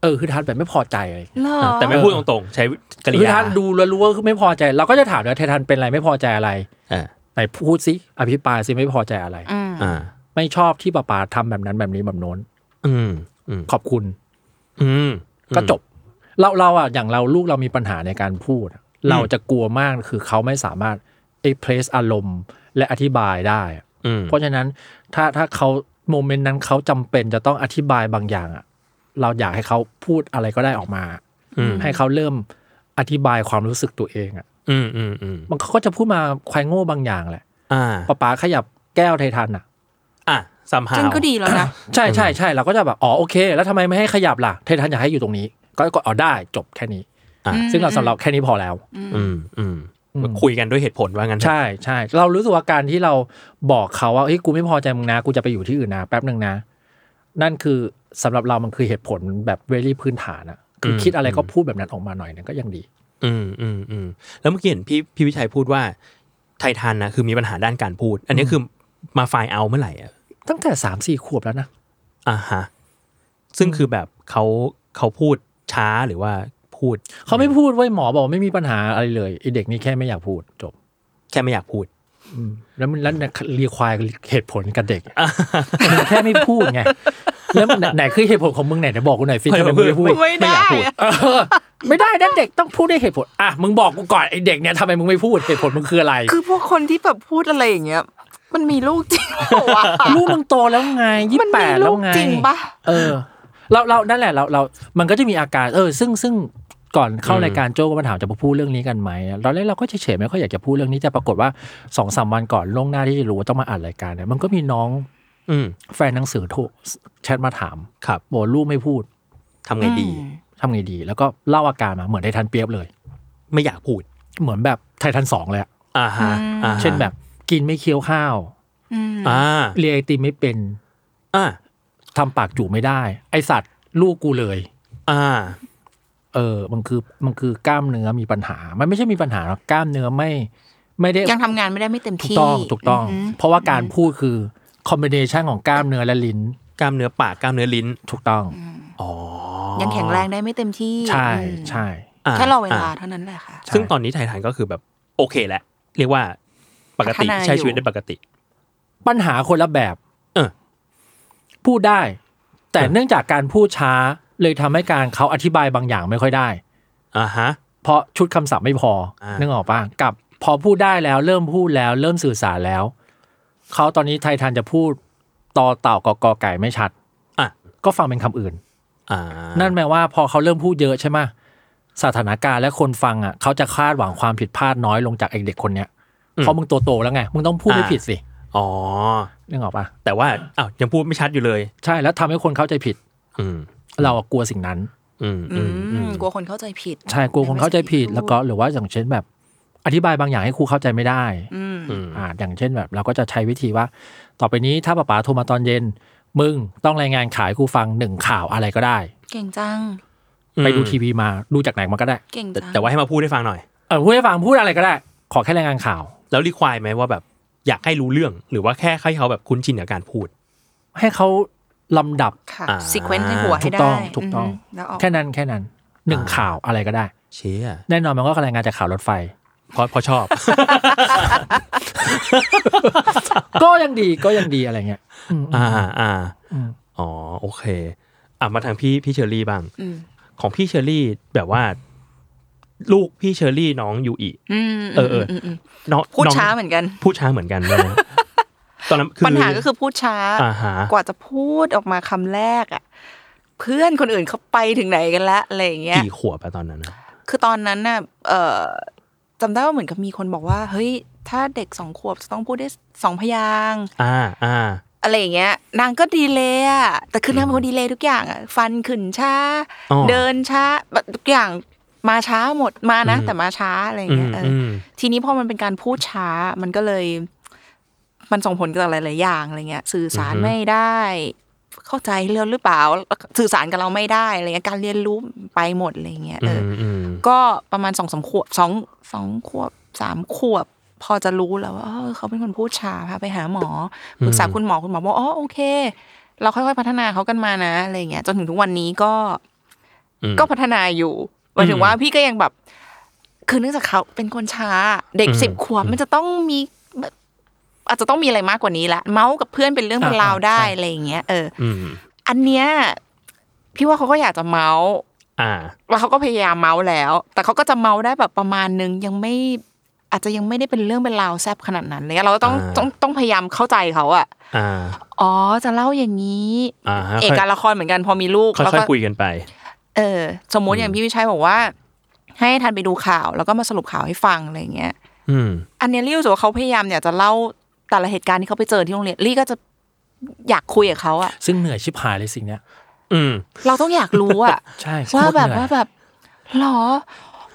[SPEAKER 3] เออคือทัดแบบไม่พอใจอะไร
[SPEAKER 4] เหรอ
[SPEAKER 2] แต่ไม่พูดตรงๆ ใช้ก
[SPEAKER 3] คือย
[SPEAKER 2] ริา
[SPEAKER 3] ทัดดูแล้วรู้ว่าคือไม่พอใจ เราก็จะถามแล้วเททันเป็นอะไรไม่พอใจอะไร
[SPEAKER 2] เออ
[SPEAKER 3] ไหนพูดสิอภิปรายสิไม่พอใจอะไร
[SPEAKER 4] อืม
[SPEAKER 2] อ่า
[SPEAKER 3] ไม่ชอบที่ป้าป๋าทำแบบนั้นแบบนี้แบบโน้น
[SPEAKER 2] อืมอืม
[SPEAKER 3] ขอบคุณ
[SPEAKER 2] อืม
[SPEAKER 3] ก็จบ เราเราอะอย่างเราลูกเรามีปัญหาในการพูดอะเราจะกลัวมากคือเขาไม่สามารถเอ็กเพรสอารมณ์ และอธิบายได้อะ
[SPEAKER 2] อืม
[SPEAKER 3] เพราะฉะนั้นถ้าถ้าเขาโมเมนต์นั้นเขาจำเป็นจะต้องอธิบายบางอย่างอะเราอยากให้เขาพูดอะไรก็ได้ออกมา
[SPEAKER 2] อืม
[SPEAKER 3] ให้เขาเริ่มอธิบายความรู้สึกตัวเองอะ
[SPEAKER 2] อืมอืมอืม
[SPEAKER 3] มันเขาก็จะพูดมาควายโง่บางอย่างแหละ
[SPEAKER 2] อ่า
[SPEAKER 3] ป๊าป๋าขยับแก้วไททันอะ
[SPEAKER 2] อ่ะซัมฮา
[SPEAKER 4] ซึ่ง
[SPEAKER 2] ว
[SPEAKER 4] ก็ดีแล้วนะ
[SPEAKER 3] ใช่ใช่ใช่เราก็จะแบบอ๋อโอเค แล้วทำไมไม่ให้ขยับล่ะไททันอยากให้อยู่ตรงนี้ ก็ก็อ๋อได้จบแค่นี้ ซึ่งเราสำหรับแค่นี้พอแล้ว
[SPEAKER 2] อืมอืม
[SPEAKER 3] อืม
[SPEAKER 2] คุยกันด้วยเหตุผลว่างั้นเถอะ
[SPEAKER 3] ใช่ใช่เรารู้สึกว่าการที่เราบอกเขาว่าเฮ้ยกูไม่พอใจมึงนะกูจะไปอยู่ที่อื่นนะแป๊บหนึ่งนะ นั่นคือสำหรับเรามันคือเหตุผลแบบเวลี่พื้นฐานอะคือคิดอะไรก็พูดแบบนั้นออกมาหน่อยนึงก็ยังดี
[SPEAKER 2] อืมอืมอืมแล้วเมื่อกี้เห็นพี่พี่วิชัยพูดว่า ไททันนะคือมีปัญหาด้านการพูด อันนี้คือมาไฟล์เอาเมื่อไหร่อ่ะ
[SPEAKER 3] ตั้งแต่สามสี่ขวบแล้วนะ
[SPEAKER 2] อ่าฮะซึ่งคือแบบเขาเขาพูดช้าหรือว่าพูด
[SPEAKER 3] เขาไม่พูดไว้ยหมอบอกไม่มีปัญหาอะไรเลยไอเด็กนี่แค่ไม่อยากพูดจบ
[SPEAKER 2] แค่ไม่อยากพูด
[SPEAKER 3] แล้วมันแล้วเนี่ยเรียควายเหตุผลกับเด็ก *laughs* มันแค่ไม่พูดไงแล้วมันไหนไหนคือเหตุผลของมึงไหนไหนบอกกูหน่อยฟิทำไมมึงไม่พูด
[SPEAKER 4] ไม่
[SPEAKER 2] ไม่อ
[SPEAKER 4] ได้
[SPEAKER 2] ยากพูด
[SPEAKER 4] อะ
[SPEAKER 3] เออไม่ได้นั่นเด็กต้องพูดด้วยเหตุผล อ่ะ มึงบอกกูก่อนไอเด็กเนี่ยทำไมมึงไม่พูดเหตุผลมึงคืออะไร
[SPEAKER 4] คือพวกคนที่แบบพูดอะไรอย่างเงี้ย มันมีลูกจริงเปล่าวะ
[SPEAKER 3] ลูกมึงโตแล้วไงยี่
[SPEAKER 4] มัน
[SPEAKER 3] แป
[SPEAKER 4] มี
[SPEAKER 3] ด
[SPEAKER 4] ลู
[SPEAKER 3] แล้ว
[SPEAKER 4] ก
[SPEAKER 3] ไง
[SPEAKER 4] จริงปะ
[SPEAKER 3] เออ เราเรานั่นแหละเราเรา มันก็จะมีอาการเออ ซึ่งซึ่งก่อนเข้ารายการโจก็มาถามจะมาพูดเรื่องนี้กันไหมตอนแรกเราก็เฉยๆไม่ค่อยอยากจะพูดเรื่องนี้แต่ปรากฏว่าสองสามวันก่อนล่วงหน้าที่จะรู้ว่าต้องมาอ่านรายการเนี่ยมันก็มีน้อง
[SPEAKER 2] อืม
[SPEAKER 3] แฟนหนังสือโทรแชทมาถาม
[SPEAKER 2] ครับ
[SPEAKER 3] บอกลูกไม่พูด
[SPEAKER 2] ทำไงดี
[SPEAKER 3] ทำไงดี แล้วก็เล่าอาการมาเหมือนไททันเปียบเลย
[SPEAKER 2] ไม่อยากพูด
[SPEAKER 3] เหมือนแบบไททันสองเลยอะ
[SPEAKER 2] อ่าฮะอ่าฮะ
[SPEAKER 3] เช่นแบบกินไม่เคี้ยวข้าว
[SPEAKER 4] อืม
[SPEAKER 2] อ่า
[SPEAKER 3] เลียไอติมไม่เป็น
[SPEAKER 2] อ่า
[SPEAKER 3] ทำปากจู่ไม่ได้ ไอสัตว์ลูกกูเลย
[SPEAKER 2] อ่า
[SPEAKER 3] เ เออมันคือมันคือกล้ามเนื้อมีปัญหา มันไม่ใช่มีปัญหาหรอกกล้ามเนื้อไม่ไม่ได้
[SPEAKER 4] ยังทำงานไม่ได้ไม่เต็ม
[SPEAKER 3] ถูก
[SPEAKER 4] ที่
[SPEAKER 3] ต้องถูกต้อง
[SPEAKER 4] อืม
[SPEAKER 3] เพราะว่าการพูดคือคอมบิเนชันของกล้ามเนื้อและลิ้น
[SPEAKER 2] กล้ามเนื้อปากกล้ามเนื้อลิ้น
[SPEAKER 3] ถูกต้อง
[SPEAKER 2] อ๋อ
[SPEAKER 4] ยังแข็งแรงได้ไม่เต็มที่
[SPEAKER 3] ใช่
[SPEAKER 4] อืม
[SPEAKER 3] ใช่
[SPEAKER 2] า
[SPEAKER 4] แค่รอเวลา
[SPEAKER 2] า
[SPEAKER 4] เท่านั้นแหละค่ะ
[SPEAKER 2] ซึ่งตอนนี้ไททันก็คือแบบโอเคแหละ เรียกว่าปกติ
[SPEAKER 4] พัฒนาอยู่
[SPEAKER 2] ใช้ชีวิตได้ปกติ
[SPEAKER 3] ปัญหาคนละแบบ
[SPEAKER 2] เออ
[SPEAKER 3] พูดได้ แต่
[SPEAKER 2] เออ
[SPEAKER 3] เนื่องจากการพูดช้าเลยทำให้การเขาอธิบายบางอย่างไม่ค่อยได้
[SPEAKER 2] อ่าฮะ
[SPEAKER 3] เพราะชุดคำศัพท์ไม่พอ
[SPEAKER 2] อ่านึ
[SPEAKER 3] นึกออกปะกับพอพูดได้แล้ว เริ่มพูดแล้ว เริ่มสื่อสารแล้วเขาตอนนี้ไททันจะพูดต่อเต่ากอกอไก่ไม่ชัด
[SPEAKER 2] อ่ะ
[SPEAKER 3] ก็ฟังเป็นคำอื่น
[SPEAKER 2] อ่า
[SPEAKER 3] นั่นแปลว่าพอเขาเริ่มพูดเยอะใช่ไหมสถานการณ์และคนฟังอ่ะเขาจะคาดหวังความผิดพลาดน้อยลงจากไอ้เด็กคนเนี้ยเพราะมึงตัวโตแล้วไง มึงต้องพูดไม่ผิดสิ
[SPEAKER 2] อ๋อ
[SPEAKER 3] นึกออกปะ
[SPEAKER 2] แต่ว่าอ้าวยังพูดไม่ชัดอยู่เลย
[SPEAKER 3] ใช่แล้วทำให้คนเข้าใจผิด
[SPEAKER 2] อืม
[SPEAKER 3] เราอะกลัวสิ่งนั้น
[SPEAKER 2] อืม
[SPEAKER 4] อื
[SPEAKER 2] อื
[SPEAKER 4] ม
[SPEAKER 2] มอืม
[SPEAKER 4] กลัวคนเข้าใจผิด
[SPEAKER 3] ใช่กลัวคนเข้าใจผิดแล้วก็หรือว่าอย่างเช่นแบบ อธิบายบางอย่างให้ครูเข้าใจไม่ได้
[SPEAKER 4] อืม
[SPEAKER 2] อืม
[SPEAKER 3] อ่าอย่างเช่นแบบเราก็จะใช้วิธีว่า ต่อไปนี้ถ้าป๋าป๋าโทรมาตอนเย็น มึงต้องรายงานขายกูฟังหนึ่งข่าวอะไรก็ได้
[SPEAKER 4] เก่งจัง
[SPEAKER 3] ไปดูทีวีมาดูจากไหนมาก็ได้
[SPEAKER 4] เก่ง
[SPEAKER 2] แต่
[SPEAKER 4] จัง
[SPEAKER 2] แต่ว่าให้มาพูดให้ฟังหน่อย
[SPEAKER 3] เออพูดให้ฟังพูดอะไรก็ได้ ขอแค่รายงานข่าว
[SPEAKER 2] แล้วรีควายไหมว่าแบบอยากให้รู้เรื่อง หรือว่าแค่ให้เขาแบบคุ้นชินกับการพูด
[SPEAKER 3] ให้เขาลำดับ
[SPEAKER 4] ค่ะ
[SPEAKER 2] อ่า
[SPEAKER 4] ซีเควนซ์ในหัว
[SPEAKER 3] ถู
[SPEAKER 4] ให้
[SPEAKER 3] ก
[SPEAKER 4] ได้
[SPEAKER 3] ต้องถูกต้อง
[SPEAKER 4] มแล้วออก
[SPEAKER 3] แค่นั้นแค่นั้นหนึ่งข่าวอะไรก็ได้
[SPEAKER 2] เชี่ย
[SPEAKER 3] แน่นอนมันก็รายงานจากข่าวรถไฟ
[SPEAKER 2] เพราะเพราะชอบ
[SPEAKER 3] *laughs* ก็ยังดีก็ยังดีอะไรเงี้ยอืม
[SPEAKER 2] อ่าอ่า
[SPEAKER 3] อืมอืม
[SPEAKER 2] อ๋อโอเคอ่ะมาทางพี่พี่เชอรี่บ้าง
[SPEAKER 4] อืม
[SPEAKER 2] ของพี่เชอรี่แบบว่า ลูกพี่เชอรี่น้องยูอิ
[SPEAKER 4] อืม
[SPEAKER 2] เออเออ
[SPEAKER 4] มมม
[SPEAKER 2] น้อง
[SPEAKER 4] พูด
[SPEAKER 2] น้อง
[SPEAKER 4] ช้าเหมือนกัน
[SPEAKER 2] พูดช้าเหมือนกันนะตอนนั้นคือ
[SPEAKER 4] ปัญหาก็คือพูดช้า
[SPEAKER 2] อ่าฮะ
[SPEAKER 4] กว่าจะพูดออกมาคำแรกอ่ะ เพื่อนคนอื่นเขาไปถึงไหนกันละอะไรอย่างเงี้ย
[SPEAKER 2] กี่ขวบอะตอนนั้นอะ
[SPEAKER 4] คือตอนนั้นน่ะเอ่อจำได้ว่าเหมือนกับมีคนบอกว่า เฮ้ย ถ้าเด็กสองขวบจะต้องพูดได้สองพยางค์
[SPEAKER 2] อ่าอ่า
[SPEAKER 4] อะไรอย่างเงี้ย นางก็ดีเลยอะแต่คือนางเป็นคนดีเลยทุกอย่างอะฟันขึ้นช้า
[SPEAKER 2] อ๋อ
[SPEAKER 4] เดินช้าแบบทุกอย่างมาช้าหมดมานะ
[SPEAKER 2] อืม
[SPEAKER 4] แต่มาช้าอะไรอย่า
[SPEAKER 2] อื
[SPEAKER 4] งเงี้
[SPEAKER 2] ม
[SPEAKER 4] ยเอออ
[SPEAKER 2] อืม
[SPEAKER 4] ทีนี้พอมันเป็นการพูดช้ามันก็เลย มันส่งผลกับหลาย ๆ อย่างอะไรเงี้ย สื่อสารไม่ได้ เข้าใจเราหรือเปล่า สื่อสารกับเราไม่ได้อะไรเงี้ยการเรียนรู้ไปหมดอะไรอย่างเงี้ย
[SPEAKER 2] อื
[SPEAKER 4] เอออ
[SPEAKER 2] มอืม
[SPEAKER 4] ก็ประมาณสองสามขวบสองสองขวบสามขวบ พอจะรู้แล้วว่าเออเขาเป็นคนพูดช้าพาไปหาหมอปรึกษาคุณหมอคุณหมอบอกอ๋อโอเค เราค่อยๆพัฒนาเขากันมานะอะไรอย่างเงี้ยจนถึงทุกวันนี้ก็
[SPEAKER 2] อืม
[SPEAKER 4] ก็พัฒนาอยู่หมายถึงว่าพี่ก็ยังแบบ คือเนื่องจากเขาเป็นคนช้า เด็ก
[SPEAKER 2] อืม
[SPEAKER 4] สิบขวบมันจะต้องมีแบบอาจจะต้องมีอะไรมากกว่านี้ละเมาส์กับเพื่อนเป็นเรื่องเป็นราวได้อะไรอย่างเงี้ยเอออ
[SPEAKER 2] ม
[SPEAKER 4] อันเนี้ยพี่ว่าเขาก็อยากจะเมาส์
[SPEAKER 2] อ่า
[SPEAKER 4] แล้วเขาก็พยายามเมาส์แล้ว แต่เขาก็จะเมาส์ได้แบบประมาณนึงยังไม่อาจจะยังไม่ได้เป็นเรื่องเป็นราวแซบขนาดนั้นเลยเราก็ต้อง
[SPEAKER 2] อ่า
[SPEAKER 4] ต้องต้องพยายามเข้าใจเขาอะ
[SPEAKER 2] อ่า
[SPEAKER 4] อ๋อจะเล่าอย่างนี้
[SPEAKER 2] อ่าฮะ
[SPEAKER 4] เอกการละครเหมือนกันพอมีลูก
[SPEAKER 2] ค่อย
[SPEAKER 4] แล้ว
[SPEAKER 2] ค่อย
[SPEAKER 4] ก็
[SPEAKER 2] ๆคุยกันไป
[SPEAKER 4] เออสมมติอย่างพี่วิชัยบอกว่า ให้ทันไปดูข่าวแล้วก็มาสรุปข่าวให้ฟังอะไรอย่างเงี้ย
[SPEAKER 2] อืม
[SPEAKER 4] อันเนี้ยลี่รู้สึกว่าเขาพยายามอยากจะเล่าแต่ละเหตุการณ์ที่เขาไปเจอที่โรงเรียนลี่ก็จะอยากคุยกับเขาอะ
[SPEAKER 3] ซึ่งเหนื่อยชิบหายเลยสิ่งเนี้ย
[SPEAKER 2] อืม
[SPEAKER 4] *laughs* เราต้องอยากรู้อะ
[SPEAKER 3] ใช่โค
[SPEAKER 4] *laughs*
[SPEAKER 3] ตร
[SPEAKER 4] ว่าแบบ
[SPEAKER 3] เหนื่อย
[SPEAKER 4] ว่าแบบหรอ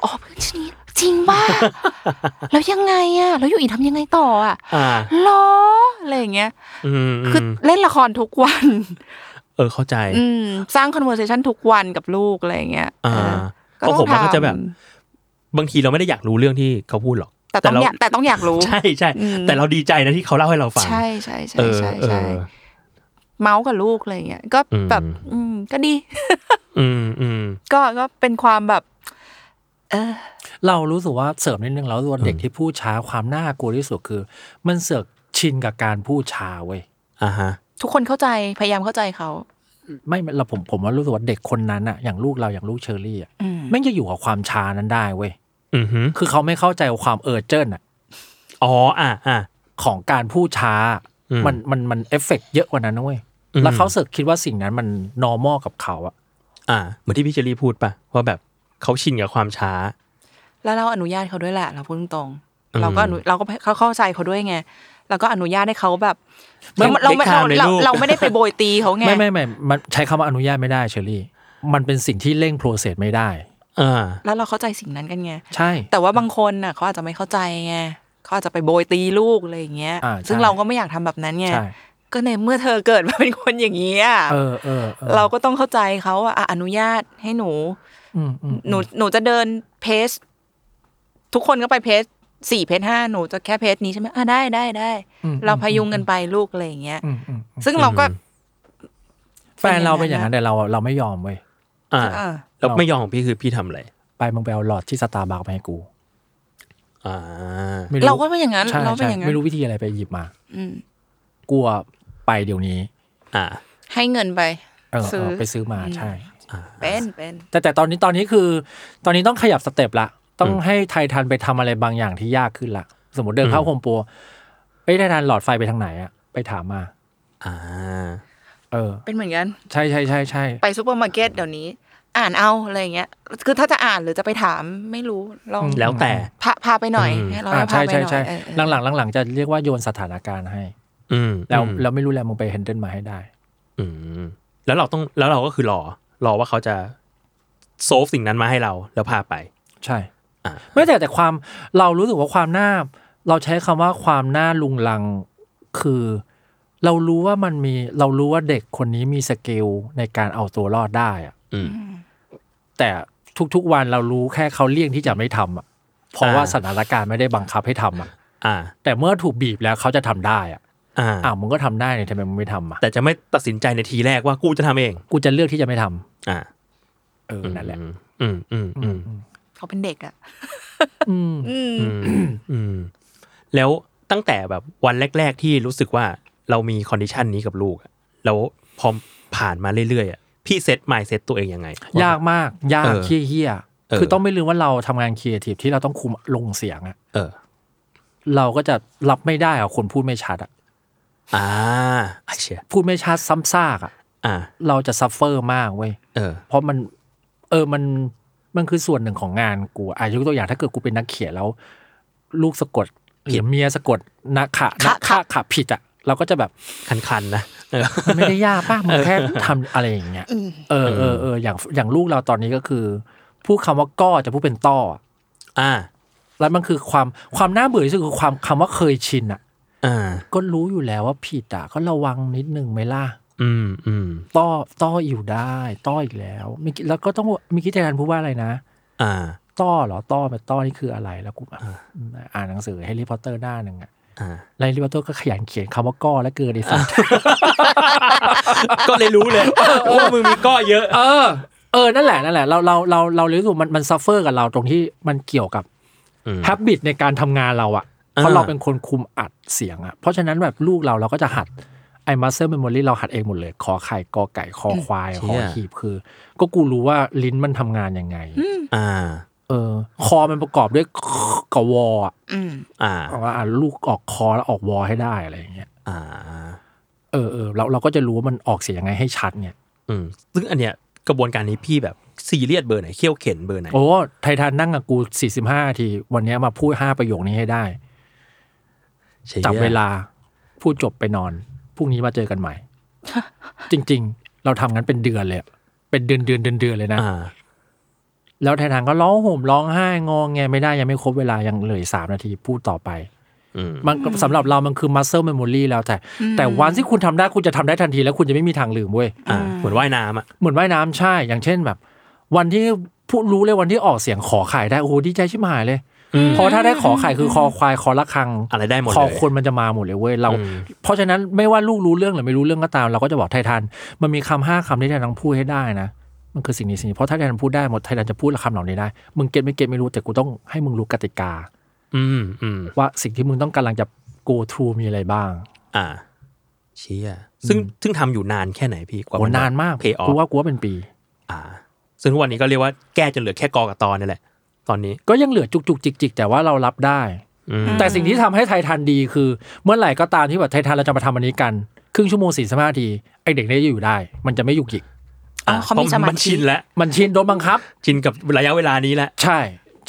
[SPEAKER 4] อ๋อเพื่อนชื่อนี้จริงป่ะ *laughs* แล้วยังไงอ่ะ แล้วอยู่อีทำยังไงต่ออ่ะ
[SPEAKER 2] อ่า
[SPEAKER 4] หรออะไรอย่างเงี้ย
[SPEAKER 2] อืม
[SPEAKER 4] คือ
[SPEAKER 2] ม
[SPEAKER 4] เล่นละครทุกวัน
[SPEAKER 2] เออเข้าใจ
[SPEAKER 4] อืม สร้างคอนเวอร์เซชันทุกวันกับลูกอะไรอย่างเงี้ย
[SPEAKER 2] อ่า
[SPEAKER 4] เออ
[SPEAKER 2] เพราะผมว่าเขาจะแบบ
[SPEAKER 4] ท
[SPEAKER 2] บางทีเราไม่ได้อยากรู้เรื่องที่เขาพูดหรอก
[SPEAKER 4] ำแต่ต้อง
[SPEAKER 2] เรา
[SPEAKER 4] อยากแต่ต้องอยากรู้
[SPEAKER 2] ใช่ใช่
[SPEAKER 4] อืม
[SPEAKER 2] แต่เราดีใจนะที่เขาเล่าให้เราฟัง
[SPEAKER 4] ใช่ใช่
[SPEAKER 2] เอ
[SPEAKER 4] ใช่
[SPEAKER 2] อ
[SPEAKER 4] ใช่
[SPEAKER 2] เอ
[SPEAKER 4] ใช่
[SPEAKER 2] อ
[SPEAKER 4] เมาส์กับลูกอะไรอย่างเงี้ยก็
[SPEAKER 2] อืม
[SPEAKER 4] แบบ อืม ก็ดี
[SPEAKER 2] อืมอืม
[SPEAKER 4] ก็ก็เป็นความแบบ เออ
[SPEAKER 3] เรารู้สึกว่าเสริมนิดนึงแล้วตัวเด็กที่พูดช้าความน่ากลัวที่สุดคือ มันเสือกชินกับการพูดช้าเว้ย
[SPEAKER 2] อ่าฮะ
[SPEAKER 4] ทุกคนเข้าใจพยายามเข้าใจเขา
[SPEAKER 3] ไม่เราผมผมว่ารู้สึกว่าเด็กคนนั้นอะอย่างลูกเราอย่างลูกเชอรี่อะ
[SPEAKER 4] อืม
[SPEAKER 3] แม่งจะอยู่กับความช้านั้นได้เว้ย
[SPEAKER 2] อือฮึ
[SPEAKER 3] คือเขาไม่เข้าใจความเออร์เจนอะ
[SPEAKER 2] อ๋ออ่าอ่า
[SPEAKER 3] ของการพูดช้า
[SPEAKER 2] อืม
[SPEAKER 3] มันมันมันเอฟเฟกเยอะกว่านั้นนะเว้ย
[SPEAKER 2] อืม
[SPEAKER 3] แล้วเขาเสิร์ฟคิดว่าสิ่งนั้นมัน normal กับเขาอะ
[SPEAKER 2] อ่า เหมือนที่พี่เจอรี่พูดปะว่าแบบเขาชินกับความช้า
[SPEAKER 4] แล้วเราอนุญาตเขาด้วยแหละ เราพูดตรง
[SPEAKER 2] อื
[SPEAKER 4] ๆ
[SPEAKER 2] ม
[SPEAKER 4] เราก็อนุเราก็เขาเข้าใจเขาด้วยไงเราก็อนุญาตให้เขาแบบ
[SPEAKER 2] ไม่
[SPEAKER 4] เราเราไม่
[SPEAKER 2] ไม่ข้า
[SPEAKER 4] เรา
[SPEAKER 2] มเลย
[SPEAKER 4] เรา
[SPEAKER 2] ลูก
[SPEAKER 4] เราไม่ได้ไปโบยตีเขาไง
[SPEAKER 3] ไม่ไม่ไม่มันใช้คำว่าอนุญาตไม่ได้เชอรี่ มันเป็นสิ่งที่เร่งโปรเซสไม่ได้
[SPEAKER 2] อ่า
[SPEAKER 4] แล้วเราเข้าใจสิ่งนั้นกันไง
[SPEAKER 3] ใช่
[SPEAKER 4] แต่ว่าบางคนน่ะเขาอาจจะไม่เข้าใจไงเขาอาจจะไปโบยตีลูกอะไรอย่างเงี้ย
[SPEAKER 3] อ่าใช่
[SPEAKER 4] ซึ่งเราก็ไม่อยากทำแบบนั้นไง
[SPEAKER 3] ใช่
[SPEAKER 4] ก็ในเมื่อเธอเกิดมาเป็นคนอย่างนี้ย
[SPEAKER 3] เออเออออ
[SPEAKER 4] เราก็ต้องเข้าใจเขาอะอ่ะอนุญาตให้หนู
[SPEAKER 3] อืมอืม
[SPEAKER 4] หนูหนูจะเดินเพจทุกคนก็ไปเพจสี่เพจห้าหนูจะแค่เพจนี้ใช่ไหมอ่ะได้ได้ได้
[SPEAKER 3] อืม
[SPEAKER 4] เราพยุงกันไปลูกอะไรอย่างเงี้ย
[SPEAKER 3] อืมอืมอืม
[SPEAKER 4] ซึ่งเราก็
[SPEAKER 3] แฟนเราเป็นอย่างนั้นแต่เราเราไม่ยอมเว้ย
[SPEAKER 2] อ่า
[SPEAKER 4] เออ
[SPEAKER 2] แล้วไม่ยอมของพี่คือพี่ทำอะไร
[SPEAKER 3] ไปมึงไปเอาหลอดที่สตาร์บัคมาให้กู
[SPEAKER 2] อ่า
[SPEAKER 3] ไม่
[SPEAKER 4] เราก็เป็นอย่างนั้น
[SPEAKER 3] ใช่
[SPEAKER 4] เราเป็น
[SPEAKER 3] ใช่
[SPEAKER 4] อย่างนั้น
[SPEAKER 3] ไม่รู้วิธีอะไรไปหยิบมา
[SPEAKER 4] อืม
[SPEAKER 3] กลัวไปเดี๋ยวนี้
[SPEAKER 2] อ่า
[SPEAKER 4] ให้เงินไป
[SPEAKER 3] เออ
[SPEAKER 4] ซื้อ
[SPEAKER 3] เออไปซื้อมาใช่
[SPEAKER 4] เป็นเป็น
[SPEAKER 3] แต่แต่ตอนนี้ตอนนี้คือ ตอนนี้ต้องขยับสเต็ปละต้องให้ไททันไปทำอะไรบางอย่างที่ยากขึ้นละสมมติเดินเข้า
[SPEAKER 2] อืม
[SPEAKER 3] โฮมโปรเอ้ยไททันหลอดไฟไปทางไหนอะไปถามมา
[SPEAKER 2] อ่า
[SPEAKER 3] เออ
[SPEAKER 4] เป็นเหมือนกัน
[SPEAKER 3] ใช่ใช่ใช่ใช่
[SPEAKER 4] ไปซูเปอร์มาร์เก็ตเดี๋ยวนี้ อ่านเอาอะไรอย่างเงี้ย คือถ้าจะอ่านหรือจะไปถามไม่รู้ลอง
[SPEAKER 2] แล้วแต่
[SPEAKER 4] พาพาไปหน่อย
[SPEAKER 2] อืม
[SPEAKER 4] ให้เรา
[SPEAKER 3] อ่า
[SPEAKER 4] พา
[SPEAKER 3] ใช่
[SPEAKER 4] ไป
[SPEAKER 3] ใช่
[SPEAKER 4] หน่อ
[SPEAKER 3] ใช่
[SPEAKER 4] ยเออเออ
[SPEAKER 3] หลังๆหลังๆจะเรียกว่าโยนสถานการณ์ให้
[SPEAKER 2] อืม
[SPEAKER 3] แล้ว
[SPEAKER 2] อืม
[SPEAKER 3] แล้วไม่รู้แหล้วมึงไปเฮนเดิลมาให้ได้
[SPEAKER 2] อืมแล้วเราต้องแล้วเราก็คือรอ รอว่าเขาจะโซฟสิ่งนั้นมาให้เราแล้วพาไป
[SPEAKER 3] ใช่
[SPEAKER 2] อ่า
[SPEAKER 3] ไม่แต่แต่ความเรารู้สึกว่าความน่า เราใช้คำว่าความน่าลุงลังคือ เรารู้ว่ามันมีเรารู้ว่าเด็กคนนี้มีสกิลในการเอาตัวรอดได้อะ
[SPEAKER 2] อืม
[SPEAKER 3] แต่ทุกๆวันเรารู้แค่เขาเลี่ยงที่จะไม่ทำอ่ะเพราะว่า
[SPEAKER 2] อ่า
[SPEAKER 3] สถานการณ์ไม่ได้บังคับให้ทำอ่ะ
[SPEAKER 2] อ่า
[SPEAKER 3] แต่เมื่อถูกบีบแล้วเขาจะทำได้อ่ะ
[SPEAKER 2] อ่า
[SPEAKER 3] อ้าวมึงก็ทำได้เนี่ยทำไมมึงไม่ทำอ่ะ
[SPEAKER 2] แต่จะไม่ตัดสินใจในทีแรกว่ากูจะทำเอง
[SPEAKER 3] กูจะเลือกที่จะไม่ทำ
[SPEAKER 2] อ่า
[SPEAKER 3] เออนั่นแหละ
[SPEAKER 2] อืมอืมอืม
[SPEAKER 4] เขาเป็นเด็กอะ
[SPEAKER 3] อืม
[SPEAKER 2] อืมอืมแล้วตั้งแต่แบบวันแรก ๆ ที่รู้สึกว่าเรามีคอนดิชันนี้กับลูกอะแล้วพอผ่านมาเรื่อยๆอะพี่เซตไมเซตตัวเองยังไงว่
[SPEAKER 3] ยากมากยาก
[SPEAKER 2] เออ
[SPEAKER 3] เฮี้ยๆ
[SPEAKER 2] เออ
[SPEAKER 3] คือต้องไม่ลืมว่าเราทำงานครีเอทีฟที่เราต้องคุมลงเสียงอ่ะ
[SPEAKER 2] เออ
[SPEAKER 3] เราก็จะรับไม่ได้อะคนพูดไม่ชัดอะ
[SPEAKER 2] อ่าไอ้เชี่ย
[SPEAKER 3] พูดไม่ชัดซ้ำซากอะ
[SPEAKER 2] อ่า
[SPEAKER 3] เราจะซัฟเฟอร์มากเว้ย
[SPEAKER 2] เออ
[SPEAKER 3] เพราะมัน เออมันมันคือส่วนหนึ่งของงานกูอะอายุตัวอย่างถ้าเกิดกูเป็นนักเขียนแล้ว ลูกสะกดหรือเมียสะกดนะขะนะขะขะผิดอะเราก็จะแบบ
[SPEAKER 2] คันๆนะเออ
[SPEAKER 3] มันไม่ได้ยากป่ะมันแค่ทำอะไรอย่างเงี้ยเออเออเอออย่างอย่างลูกเราตอนนี้ก็คือพูดคำว่าก้อจะพูดเป็นต้ออะ
[SPEAKER 2] อ่า
[SPEAKER 3] แล้วมันคือความความน่าเบื่อที่สุดคือความคำว่าเคยชินอะ
[SPEAKER 2] อ่า
[SPEAKER 3] ก็รู้อยู่แล้วว่าผิดอะก็ระวังนิดนึงไหมล่ะ
[SPEAKER 2] อืมอืม
[SPEAKER 3] ต้อต้ออยู่ได้ ต้ออีกแล้วเมอกี้แล้วก็ต้องเมีกิจการพูดว่าอะไรนะ
[SPEAKER 2] อ่า
[SPEAKER 3] ต้อเหรอต้อเป็นต้อนี่คืออะไรแล้วกูอ่ะอ่านหนังสือแฮร์รี่พอตเตอร์หน้าหนึ่งอะ
[SPEAKER 2] อ่า
[SPEAKER 3] แล้วแฮร์รี่พอตเตอร์ก็ขยันเขียนคำว่าก้อและเกินในสัตว์
[SPEAKER 2] *laughs* ก็เลยรู้เลยว่ามึงมีก้อเยอะ
[SPEAKER 3] เออ เออ นั่นแหละนั่นแหละเราเราเราเรารู้สึกมันมันซัฟเฟอร์กับเราตรงที่มันเกี่ยวกับ
[SPEAKER 2] อืม
[SPEAKER 3] ฮับบิตในการทำงานเราอะ
[SPEAKER 2] อ่า
[SPEAKER 3] เพราะเราเป็นคนคุมอัดเสียงอะเพราะฉะนั้นแบบลูกเราเราก็จะหัดไอ้มาสเตอร์เมมโมรีเราหัดเองหมดเลยคอไข่กอไก่คอควายคอหีบคือ ก็กูรู้ว่าลิ้นมันทำงานยังไง
[SPEAKER 2] อ่า
[SPEAKER 3] เออคอมันประกอบด้วย กับวออะ
[SPEAKER 4] อืม
[SPEAKER 2] อ่า
[SPEAKER 3] เอาว่าอ่ะลูกออกคอแล้วออกวอให้ได้อะไรอย่างเงี้ย
[SPEAKER 2] อ่า
[SPEAKER 3] เออเออเราเราก็จะรู้ว่ามันออกเสียงยังไงให้ชัดเนี่ย
[SPEAKER 2] อืม ซึ่งอันเนี้ยกระบวนการนี้พี่แบบซีเรียสเบอร์ไหนเขี้ยวเข็นเบอร์ไหน
[SPEAKER 3] โอ้ไททันนั่งกับกู 45นาที วันเนี้ยมาพูด 5 ประโยคนี้ให้ได้ จับเวลาพูดจบไปนอนพรุ่งนี้มาเจอกันใหม่ *laughs* จริง ๆ เราทำงั้นเป็นเดือนเลยอะเป็นเดือนเดือนเดือนเดือนเลยนะ
[SPEAKER 2] อ่า
[SPEAKER 3] แล้วไททันก็ร้องห่มร้องไห้งองแงไม่ได้ยังไม่ครบเวลายังเหลืออกสามนาทีพูดต่อไป
[SPEAKER 2] อืม
[SPEAKER 3] มันสำหรับเรามันคือ muscle memory แล้วแต่ แต่วันที่คุณทำได้คุณจะทำได้ทันทีแล้วคุณจะไม่มีทางลืมเว้ย
[SPEAKER 2] อ่า เหมือนว่ายน้ำอ่ะ
[SPEAKER 3] เหมือนว่ายน้ำใช่ อย่างเช่นแบบ วันที่พูดรู้เลยวันที่ออกเสียงขอไข่ได้ โอ้โหดีใจชิบหายเลย เพราะถ้าได้ขอไข่คือคอควายคอละคัง
[SPEAKER 2] อะไรได้หมดเลย
[SPEAKER 3] คอคนมันจะมาหมดเลยเว้ยเรา
[SPEAKER 2] อืม
[SPEAKER 3] เพราะฉะนั้นไม่ว่าลูกรู้เรื่องหรือไม่รู้เรื่องก็ตาม เราก็จะบอกไททัน มันมีคำห้าคำที่ไททันต้องพูดให้ได้นะ มันคือสิ่งนี้สิ่งนี้เพราะถ้าไททันพูดได้หมดไททันจะพูดคำเหล่านี้ได้ มึงเก็ตไม่เก็ตไม่รู้แต่กูต้องให้มึงรู้กติกา
[SPEAKER 2] อืมอืม
[SPEAKER 3] ว่าสิ่งที่มึงต้องกำลังจะ go through มีอะไรบ้าง
[SPEAKER 2] อ่า เชี่ย ซึ่งซึ่งทำอยู่นานแค่ไหนพี่กว่า
[SPEAKER 3] โหนานมาก
[SPEAKER 2] เพย์ออ
[SPEAKER 3] กู
[SPEAKER 2] ฟ
[SPEAKER 3] ว่ากูว่าเป็นปี
[SPEAKER 2] อ่า ซึ่งทุกวันนี้ก็เรียกว่าแก้จนเหลือแค่กอกับตอนนี่แหละ ตอนนี้
[SPEAKER 3] ก็ยังเหลือจุกจุกจิกจิกแต่ว่าเรารับได้
[SPEAKER 2] อืม
[SPEAKER 3] แต่สิ่งที่ทำให้ไททันดีคือ เมื่อไหร่ก็ตามที่แบบไททันเราจะมาทำอันนี้กัน ครึ่งชั่วโมงสี่สิบห้าที ไอเด็กเนี่ยจะอยู่ได้ มันจะไม่หยุกหยิก
[SPEAKER 4] อ๋อเขามีสมาธิ
[SPEAKER 2] นชินแล้ว
[SPEAKER 3] มันชินโดนบังคับ
[SPEAKER 2] ชินกับระยะเวลานี้แล้ว
[SPEAKER 3] ใช่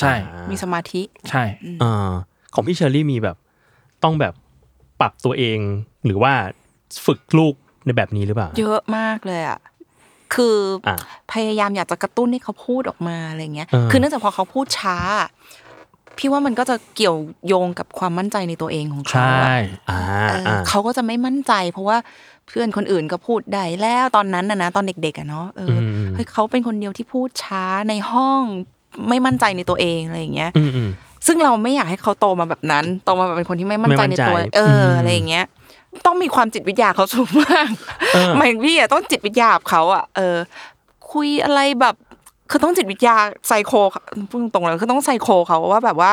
[SPEAKER 3] ใช่
[SPEAKER 4] มีสมาธิ
[SPEAKER 3] ใช่
[SPEAKER 2] อ่าของพี่เชอรี่มีแบบต้องแบบปรับตัวเอง หรือว่าฝึกลูกในแบบนี้หรือเปล่า
[SPEAKER 4] เยอะมากเลยอ่ะ คืออะ พยายามอยากจะกระตุ้นให้เขาพูดออกมาอะไรเงี้ย
[SPEAKER 2] เออ
[SPEAKER 4] คือเนื่องจากพอเขาพูดช้า พี่ว่ามันก็จะเกี่ยวโยงกับความมั่นใจในตัวเองของเขา
[SPEAKER 3] ใช่
[SPEAKER 4] อะ
[SPEAKER 2] อ่า
[SPEAKER 4] เอออ
[SPEAKER 2] อ่า
[SPEAKER 4] เขาก็จะไม่มั่นใจ เพราะว่าเพื่อนคนอื่นก็พูดได้แล้วตอนนั้นนะนะตอนเด็กๆอะเนาะเอออ
[SPEAKER 2] ม
[SPEAKER 4] เฮ้ยเขาเป็นคนเดียวที่พูดช้าในห้องไม่มั่นใจในตัวเองอะไรอย่างเงี้ย
[SPEAKER 2] อืมอืม
[SPEAKER 4] ซึ่งเราไม่อยากให้เขาโตมาแบบนั้น โตมาแบบเป็นคนที่ไม่มั่นใจ
[SPEAKER 2] ไม่มั่
[SPEAKER 4] ใน
[SPEAKER 2] นใจ
[SPEAKER 4] ตัว เอออ
[SPEAKER 2] ม
[SPEAKER 4] อะไรอย่างเงี้ย ต้องมีความจิตวิทยาเขาสูงมาก
[SPEAKER 2] เออ
[SPEAKER 4] หมายถึงพี่อะต้องจิตวิทยากับเขาอะเออ คุยอะไรแบบคือต้องจิตวิทยาไซโคเขาพูดตรงๆเลยคือต้องไซโคเขาว่าแบบว่า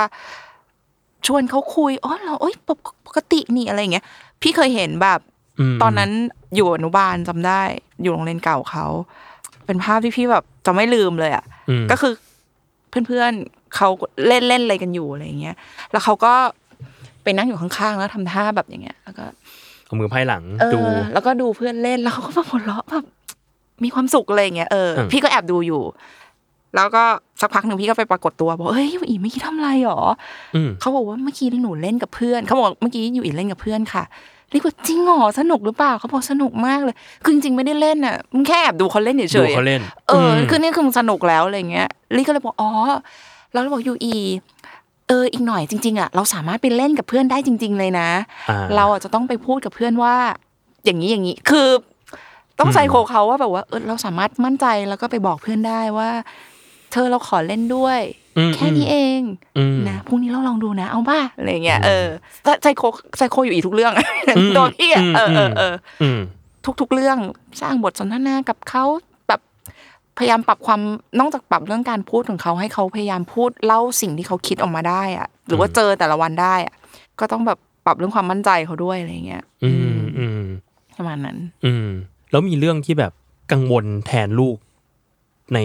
[SPEAKER 4] ชวนเขาคุยอ๋อเราเอ้ยปกปกตินี่อะไรอย่างเงี้ย พี่เคยเห็นแบบ
[SPEAKER 2] ม
[SPEAKER 4] ตอนนั้นอยู่อนุบาลจำได้ อยู่โรงเรียนเก่าเขา เป็นภาพที่พี่แบบจะไม่ลืมเลยอ่ะ
[SPEAKER 2] อืม
[SPEAKER 4] ก็คือเพื่อนๆเขาเล่นเล่นอะไรกันอยู่อะไรอย่างเงี้ย แล้วเขาก็ไปนั่งอยู่ข้างๆ แล้วทำท่าแบบอย่างเงี้ย แล้วก็
[SPEAKER 2] เอามือไพ่หลัง
[SPEAKER 4] เอ
[SPEAKER 2] ดู
[SPEAKER 4] อแล้วก็ดูเพื่อนเล่นแล้วเขาก็แบบหัวเราะแบบมีความสุขอะไรอย่างเงี้ยเออ
[SPEAKER 2] อืม
[SPEAKER 4] พี่ก็แอบดูอยู่ แล้วก็สักพักหนึ่งพี่ก็ไปปรากฏตัวบอกเฮ้ยยูอีเมื่อกี้ทำอะไรหรอ
[SPEAKER 2] อืม
[SPEAKER 4] เขาบอกว่าเมื่อกี้หนูเล่นกับเพื่อน เขาบอกเมื่อกี้อยู่อีเล่นกับเพื่อนค่ะเรียกว่าจริงเหรอสนุกหรือเปล่าเขาบอกสนุกมากเลยคือจริงๆไม่ได้เล่นน่ะมึงแค่แอบดูเขาเล่นเฉยๆ
[SPEAKER 2] ดูเขาเล่น
[SPEAKER 4] เอออ
[SPEAKER 2] ม
[SPEAKER 4] คือนี่คือมึงสนุกแล้วอะไรเงี้ยลิก็เลยบอกอ๋อแล้วเราบอกยูอีเอออีกหน่อยจริงๆอ่ะเราสามารถไปเล่นกับเพื่อนได้จริง ๆ เลยนะ
[SPEAKER 2] อ่า
[SPEAKER 4] เราอาจจะต้องไปพูดกับเพื่อนว่า อย่างนี้อย่างนี้คือ ต้อง
[SPEAKER 2] อืม
[SPEAKER 4] ไซโคเขาว่าแบบว่าเออเราสามารถมั่นใจแล้วก็ไปบอกเพื่อนได้ว่า เธอเราขอเล่นด้วย
[SPEAKER 2] อืม
[SPEAKER 4] แค่นี้เอง
[SPEAKER 2] อืม
[SPEAKER 4] นะพรุ่งนี้เราลองดูนะ เอาบ้าอะไรอย่างเงี้ยเออไซโคไซโคอยู่อีกทุกเรื่อง
[SPEAKER 2] อืม
[SPEAKER 4] *laughs* โดนพี่อะเออเออเออ
[SPEAKER 2] อืม
[SPEAKER 4] ทุกทุกๆเรื่องสร้างบทสนทนากับเขาแบบพยายามปรับความนอกจากปรับเรื่องการพูดของเขาให้เขาพยายามพูดเล่าสิ่งที่เขาคิดออกมาได้อะหรือว่า
[SPEAKER 2] อืม
[SPEAKER 4] เจอแต่ละวันได้อะก็ต้องแบบปรับเรื่องความมั่นใจเขาด้วยอะไรอย่างเงี้ย
[SPEAKER 2] อืมอืม
[SPEAKER 4] ประมาณนั้น
[SPEAKER 2] อืม แล้วมีเรื่องที่แบบกังวลแทนลูกใน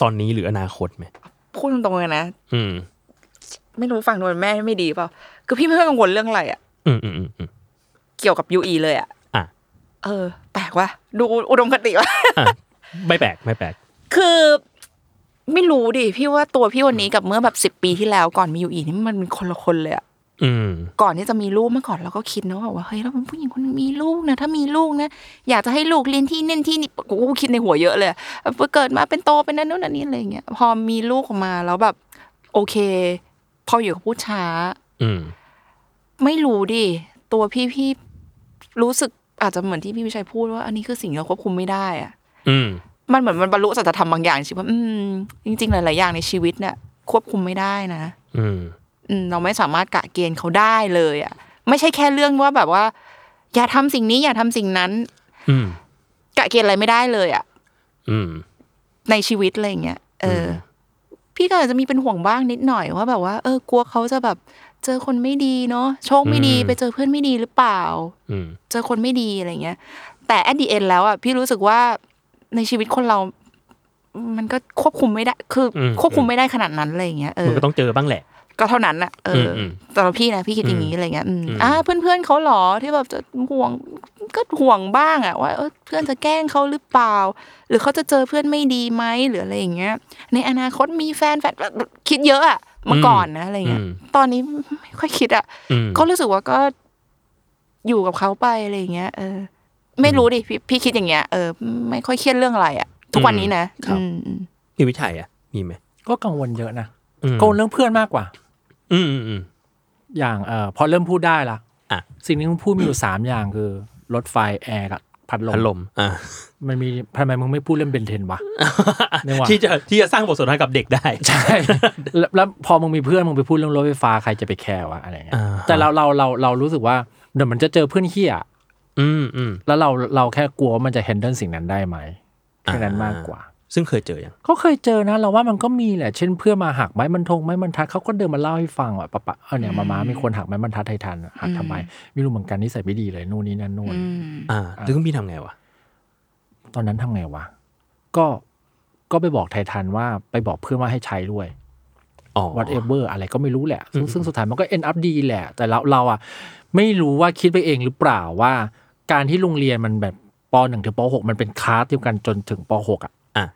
[SPEAKER 2] ตอนนี้หรืออนาคตไหม
[SPEAKER 4] พูดตรงๆเลยนะ
[SPEAKER 2] อืม
[SPEAKER 4] ไม่รู้ฟังดูเป็นแม่ไม่ดีเปล่าคือพี่ไม่ค่อยกังวลเรื่องอะไรอะ
[SPEAKER 2] อืมอืมอืมอืม
[SPEAKER 4] เกี่ยวกับยูอีเลยอะ
[SPEAKER 2] อ่ะ
[SPEAKER 4] เออแปลกว่ะดูอุดมคติว่ะ
[SPEAKER 2] อ่ะไม่แปลกไม่แปลก
[SPEAKER 4] คือไม่รู้ดิพี่ว่าตัวพี่วันนี้กับเมื่อแบบสิบ10 ปีที่แล้วก่อนมียูอีนี่มันเป็นคนละคนเลยอะ
[SPEAKER 2] อืม
[SPEAKER 4] ก่อนที่จะมีลูกเมื่อก่อนเราก็คิดนะว่าแบบว่าเฮ้ยเราเป็นผู้หญิงคนหนึ่งมีลูกนะถ้ามีลูกนะอยากจะให้ลูกเรียนที่เน้นที่นี่กูกูคิดในหัวเยอะเลยอะเกิดมาเป็นโตเป็นนั่นนู่นนั่นนี่อะไรอย่างเงี้ยพอมีลูกออกมาแล้วแบบ โอเค พออยู่กับผู้ช้า
[SPEAKER 2] อืม
[SPEAKER 4] ไม่รู้ดิ ตัวพี่พี่รู้สึกอาจจะเหมือนที่พี่วิชัยพูดว่า อันนี้คือสิ่งที่เราควบคุมไม่ได้อะ
[SPEAKER 2] อืม
[SPEAKER 4] มันเหมือนมันบรรลุสัจธรรมบางอย่างใช่ไหมอืมจริงๆหลายๆอย่างในชีวิตเนี่ยควบคุมไม่ได้นะ
[SPEAKER 2] อืม
[SPEAKER 4] อืมเราไม่สามารถกะเกณฑ์เขาได้เลยอะไม่ใช่แค่เรื่องว่าแบบว่า อย่าทำสิ่งนี้อย่าทำสิ่งนั้น
[SPEAKER 2] อืม
[SPEAKER 4] กะเกณฑ์อะไรไม่ได้เลยอะ
[SPEAKER 2] อืม
[SPEAKER 4] ในชีวิตอะไรอย่างเงี้ยเอออ พี่ก็อาจจะมีเป็นห่วงบ้างนิดหน่อยว่าแบบว่า เออกลัวเขาจะแบบเจอคนไม่ดีเนาะโชคไม่ดี
[SPEAKER 2] อืม
[SPEAKER 4] ไปเจอเพื่อนไม่ดีหรือเปล่า
[SPEAKER 2] อืม
[SPEAKER 4] เจอคนไม่ดีอะไรเงี้ย แต่แอดดีเอ็นแล้วอ่ะพี่รู้สึกว่าในชีวิตคนเรา มันก็ควบคุมไม่ได้ คืออ
[SPEAKER 2] ม
[SPEAKER 4] ควบคุมไม่ได้ขนาดนั้นอะไรเงี้ยเออ
[SPEAKER 2] มันก็ต้องเจอบ้างแหละ
[SPEAKER 4] ก็เท่านั้นอ่ะเอออ
[SPEAKER 2] ม
[SPEAKER 4] สำหรับพี่นะพี่คิดอย่างนี้
[SPEAKER 2] อืม
[SPEAKER 4] อะไรเงี้ยอืม
[SPEAKER 2] อืม
[SPEAKER 4] อ่าเพื่อนๆเขาหรอที่แบบจะห่วงก็ห่วงบ้างอ่ะว่าเออเพื่อนจะแกล้งเขาหรือเปล่า หรือเขาจะเจอเพื่อนไม่ดีไหมหรืออะไรอย่างเงี้ย ในอนาคตมีแฟนแฟนคิดเยอะอ่ะเมื่อก่อนนะอะไร
[SPEAKER 2] อื
[SPEAKER 4] เงี้ย
[SPEAKER 2] ม
[SPEAKER 4] ตอนนี้ไม่ค่อยคิดอ่ะ
[SPEAKER 2] อืม
[SPEAKER 4] ก็รู้สึกว่าก็อยู่กับเขาไปอะไรอย่างเงี้ยเออ ไม่รู้ดิพี่พี่คิดอย่างเงี้ยเออไม่ค่อยเครียดเรื่องอะไรอะทุกวันนี้นะครับ อืมอืม
[SPEAKER 2] พี่วิชัยอ่ะ มีไหม
[SPEAKER 3] ก็กังวลเยอะนะ
[SPEAKER 2] อืม
[SPEAKER 3] กังวลเรื่องเพื่อนมากกว่า
[SPEAKER 2] อืมอืมอืม
[SPEAKER 3] อย่างเออพอเริ่มพูดได้ละ
[SPEAKER 2] อ่ะ
[SPEAKER 3] สิ่งที่มึงพูดมีอยู่สามอย่างคือ รถไฟแอร์กับพัดลม
[SPEAKER 2] พัดลมอ่า
[SPEAKER 3] มันมีทำไมมึงไม่พูดเรื่องเบนเทนวะ ไม่ว่า
[SPEAKER 2] ที่จะที่จะสร้างบทสนทนากับเด็กได้
[SPEAKER 3] ใช่ *laughs* แล้วแล้วพอมึงมีเพื่อนมึงไปพูดเรื่องรถไฟฟ้าใครจะไปแคร์วะอะไรเงี้ย
[SPEAKER 2] อ่าฮะ
[SPEAKER 3] แต่เราเราเราเรารู้สึกว่าเดี๋ยวมันจะเจอเพื่อนเฮีย
[SPEAKER 2] อืมอืม
[SPEAKER 3] แล้วเราเราแค่กลัวว่ามันจะแฮนเดิลสิ่งนั้นได้ไหมแค่นั้น
[SPEAKER 2] อ่าม
[SPEAKER 3] มากกว่า
[SPEAKER 2] ซึ่งเคยเจอยัง
[SPEAKER 3] ก็เคยเจอนะ เราว่ามันก็มีแหละ เช่นเพื่อนมาหักไม้บรรทงไม้บรรทัดเขาก็เดินมาเล่าให้ฟังว่าปะปะเออเนี่ยมามามีคนหักไม้บรรทัดไทยทันหักทำไมไม่รู้เหมือนกันนิสัยไม่ดีเลยนู่นนี่นั่นนู่น
[SPEAKER 4] อืม
[SPEAKER 2] อ่าซึ่งพี่ทำไงวะ
[SPEAKER 3] ตอนนั้นทำไงวะ ก็ก็ไปบอกไททันว่าไปบอกเพื่อนว่าให้ใช้ด้วย
[SPEAKER 2] อ๋อ
[SPEAKER 3] whatever อะไรก็ไม่รู้แหละ ซึ่งซึ่งสุดท้ายมันก็ end up ดีแหละ แต่เราเราอ่ะไม่รู้ว่าคิดไปเองหรือเปล่าว่า การที่โรงเรียนมันแบบปหนึ่งถึงปหกมันเป็นคลาสเดียวกันจนถึงปหกอ่ะ
[SPEAKER 2] อ่ะ